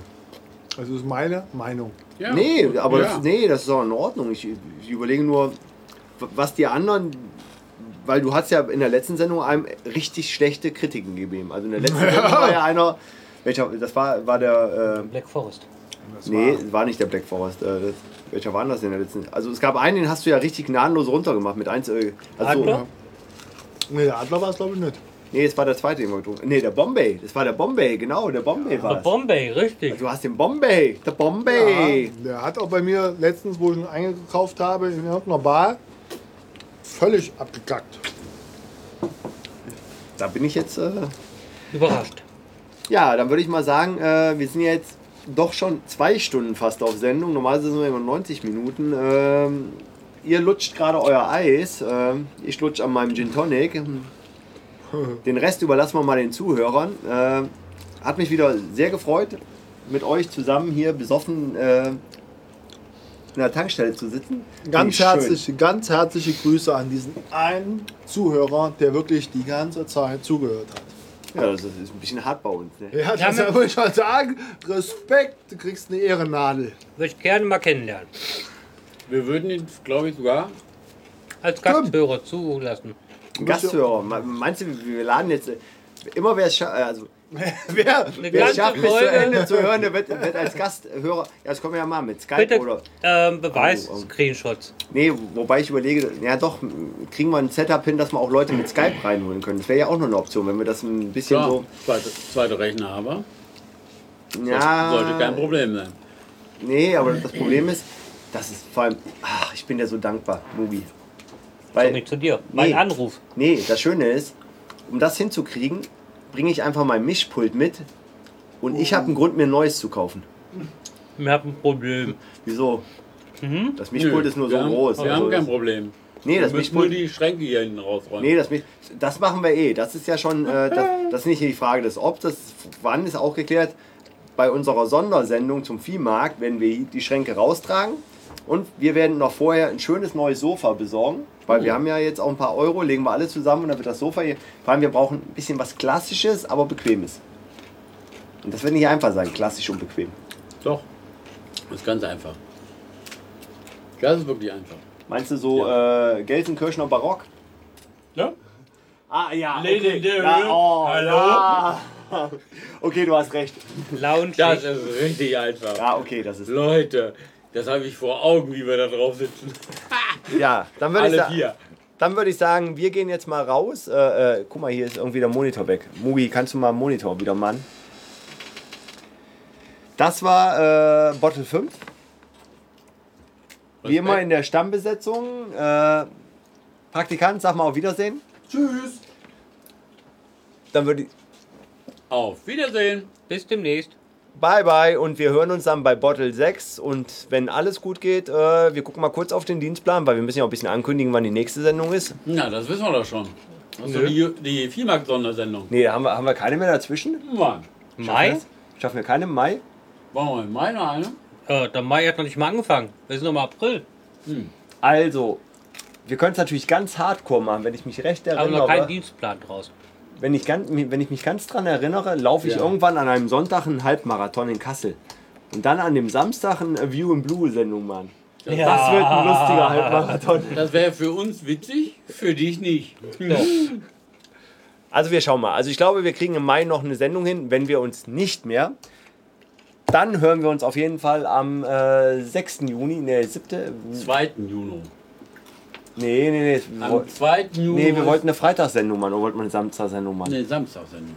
Also ist meine Meinung. ja. nee, aber ja. das, nee, das ist auch in Ordnung. Ich, ich überlege nur, w- was die anderen. Weil du hast ja in der letzten Sendung einem richtig schlechte Kritiken gegeben. Also in der letzten Sendung war ja einer. Welcher, das war, war der. Äh, Black Forest. nee, war. nicht der Black Forest. Äh, das, welcher war denn das in der letzten? Also es gab einen, den hast du ja richtig gnadenlos runtergemacht mit 1. Äh, also, Adler? Nee, der Adler war es glaube ich nicht. Nee, es war der zweite, den wir getrunken haben. Nee, der Bombay. Das war der Bombay, genau, der Bombay war Aber es. Bombay, richtig. Du hast den Bombay, der Bombay. Ja, der hat auch bei mir letztens, wo ich ihn eingekauft habe, in irgendeiner Bar, völlig abgekackt. Da bin ich jetzt. Äh Überrascht. ja, dann würde ich mal sagen, äh, wir sind ja jetzt doch schon zwei Stunden fast auf Sendung. Normalerweise sind wir immer 90 Minuten. Ähm, ihr lutscht gerade euer Eis. Ähm, ich lutsch an meinem Gin Tonic. Den Rest überlassen wir mal den Zuhörern. Ähm, hat mich wieder sehr gefreut, mit euch zusammen hier besoffen äh, in der Tankstelle zu sitzen. Finde ich Ganz schön. herzliche, ganz herzliche Grüße an diesen einen Zuhörer, der wirklich die ganze Zeit zugehört hat. Ja, das ist ist ein bisschen hart bei uns. Ne? Ja, das ja, ich schon sagen. Respekt, du kriegst eine Ehrennadel. Würde ich gerne mal kennenlernen. Wir würden ihn, glaube ich, sogar Als Gasthörer zulassen. Ein Gasthörer. Me- Meinst du, wir laden jetzt. äh, Immer wer es schafft, also, Wer? Eine wer ganze es schafft, bis zu Folge. Ende zu hören, der wird, wird als Gasthörer. Ja, das kommen wir ja mal mit Skype Bitte oder. ähm, Beweis, Oh, oh. Screenshots. Nee, wobei ich überlege, ja doch, m, kriegen wir ein Setup hin, dass wir auch Leute mit Skype reinholen können. Das wäre ja auch noch eine Option, wenn wir das ein bisschen klar, zweite, zweite Rechner haben. so. Ja, Sollte kein Problem sein. Nee, aber das Problem ist, das ist vor allem. Ach, ich bin dir so dankbar, Mugi. Komm ich zu dir. Mein Nee. Anruf. Nee, das Schöne ist, um das hinzukriegen, bringe ich einfach mein Mischpult mit und ich habe einen Grund, mir ein neues zu kaufen. Wir haben ein Problem. Wieso? Das Mischpult Nö, ist nur wir so haben, groß. Wir also haben kein das- Problem. Nee, das wir müssen nur Mischpult. die Schränke hier hinten rausräumen. Nee, das, Misch- das machen wir eh. Das ist ja schon, äh, das, das ist nicht die Frage des Ob, das Wann ist auch geklärt. Bei unserer Sondersendung zum Viehmarkt werden wir die Schränke raustragen und wir werden noch vorher ein schönes neues Sofa besorgen, weil Oh. wir haben ja jetzt auch ein paar Euro, legen wir alle zusammen und dann wird das Sofa hier. Vor allem, wir brauchen ein bisschen was Klassisches, aber Bequemes. Und das wird nicht einfach sein, klassisch und bequem. Doch. Das ist ganz einfach. Das ist wirklich einfach. Meinst du so äh, Gelsenkirchener Barock? Ja? Ah ja. Lady Okay. in the ja room. oh, Hallo? Ja. Okay, du hast recht. Lounge. Das ist richtig einfach. Ja, okay, das ist. Leute, das habe ich vor Augen, wie wir da drauf sitzen. Ja, dann würde ich, Alle sa vier. dann würd ich sagen, wir gehen jetzt mal raus. Äh, äh, guck mal, hier ist irgendwie der Monitor weg. Mugi, kannst du mal einen Monitor wieder machen? Das war äh, Bottle 5. Wie immer in der Stammbesetzung. Äh, Praktikant, sag mal auf Wiedersehen. Tschüss. Dann würde ich. Auf Wiedersehen. Bis demnächst. Bye bye und wir hören uns dann bei Bottle 6 und wenn alles gut geht, äh, wir gucken mal kurz auf den Dienstplan, weil wir müssen ja auch ein bisschen ankündigen, wann die nächste Sendung ist. Na, das wissen wir doch schon. Das ist doch die, die Viehmarkt-Sondersendung. Nee, da haben wir, haben wir keine mehr dazwischen. Mann, Mai? Schaffen wir keine im Mai? Wollen wir mal meine eine? Äh, der Mai hat noch nicht mal angefangen. Wir sind noch mal April. Also, wir können es natürlich ganz hardcore machen, wenn ich mich recht Aber noch keinen erinnere. Dienstplan draus. Wenn ich, ganz, wenn ich mich ganz dran erinnere, laufe ich Ja. irgendwann an einem Sonntag einen Halbmarathon in Kassel. Und dann an dem Samstag eine View in Blue Sendung machen. Das wird ein lustiger Halbmarathon. Das wäre für uns witzig, für dich nicht. Also wir schauen mal. Also ich glaube, wir kriegen im Mai noch eine Sendung hin, wenn wir uns nicht mehr. Dann hören wir uns auf jeden Fall am äh, 6. Juni, ne, 7. 2. Juni. Nee, nee, nee. Wir Am woll- 2. Juni. Äh, Nee, wir wollten eine Freitagssendung machen oder wollten wir eine Samstagssendung machen? Eine Samstagssendung.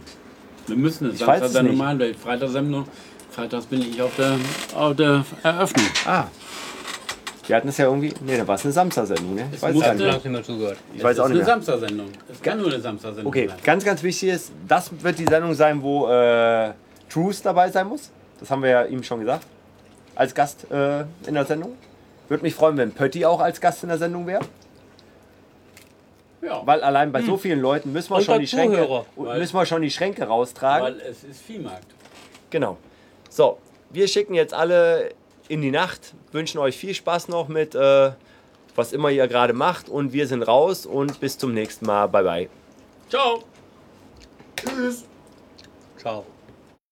Wir müssen eine Ich weiß es Samstagssendung nicht. machen, weil Freitagssendung. Freitags bin ich auf der, auf der Eröffnung. Ah. Wir hatten es ja irgendwie. Nee, da war es eine Samstagssendung, ne? Ich weiß musste- gar Hat nicht. mehr. lange nicht mehr zugehört. Ich weiß auch nicht Eine mehr. Samstagssendung. Es kann nur eine Samstagssendung Okay, sein. ganz, ganz wichtig ist, das wird die Sendung sein, wo äh, Truce dabei sein muss. Das haben wir ja ihm schon gesagt. Als Gast äh, in der Sendung. Würde mich freuen, wenn Pötti auch als Gast in der Sendung wäre. Ja, weil, Weil allein bei so vielen Leuten müssen wir, Hm. Und schon bei die, Schränke, Zuhörer. Weil- müssen wir schon die Schränke raustragen. es ist Viehmarkt. Genau. So, wir schicken jetzt alle in die Nacht, wünschen euch viel Spaß noch mit äh, was immer ihr gerade macht und wir sind raus und bis zum nächsten Mal. Bye bye. Ciao. Tschüss. Ciao.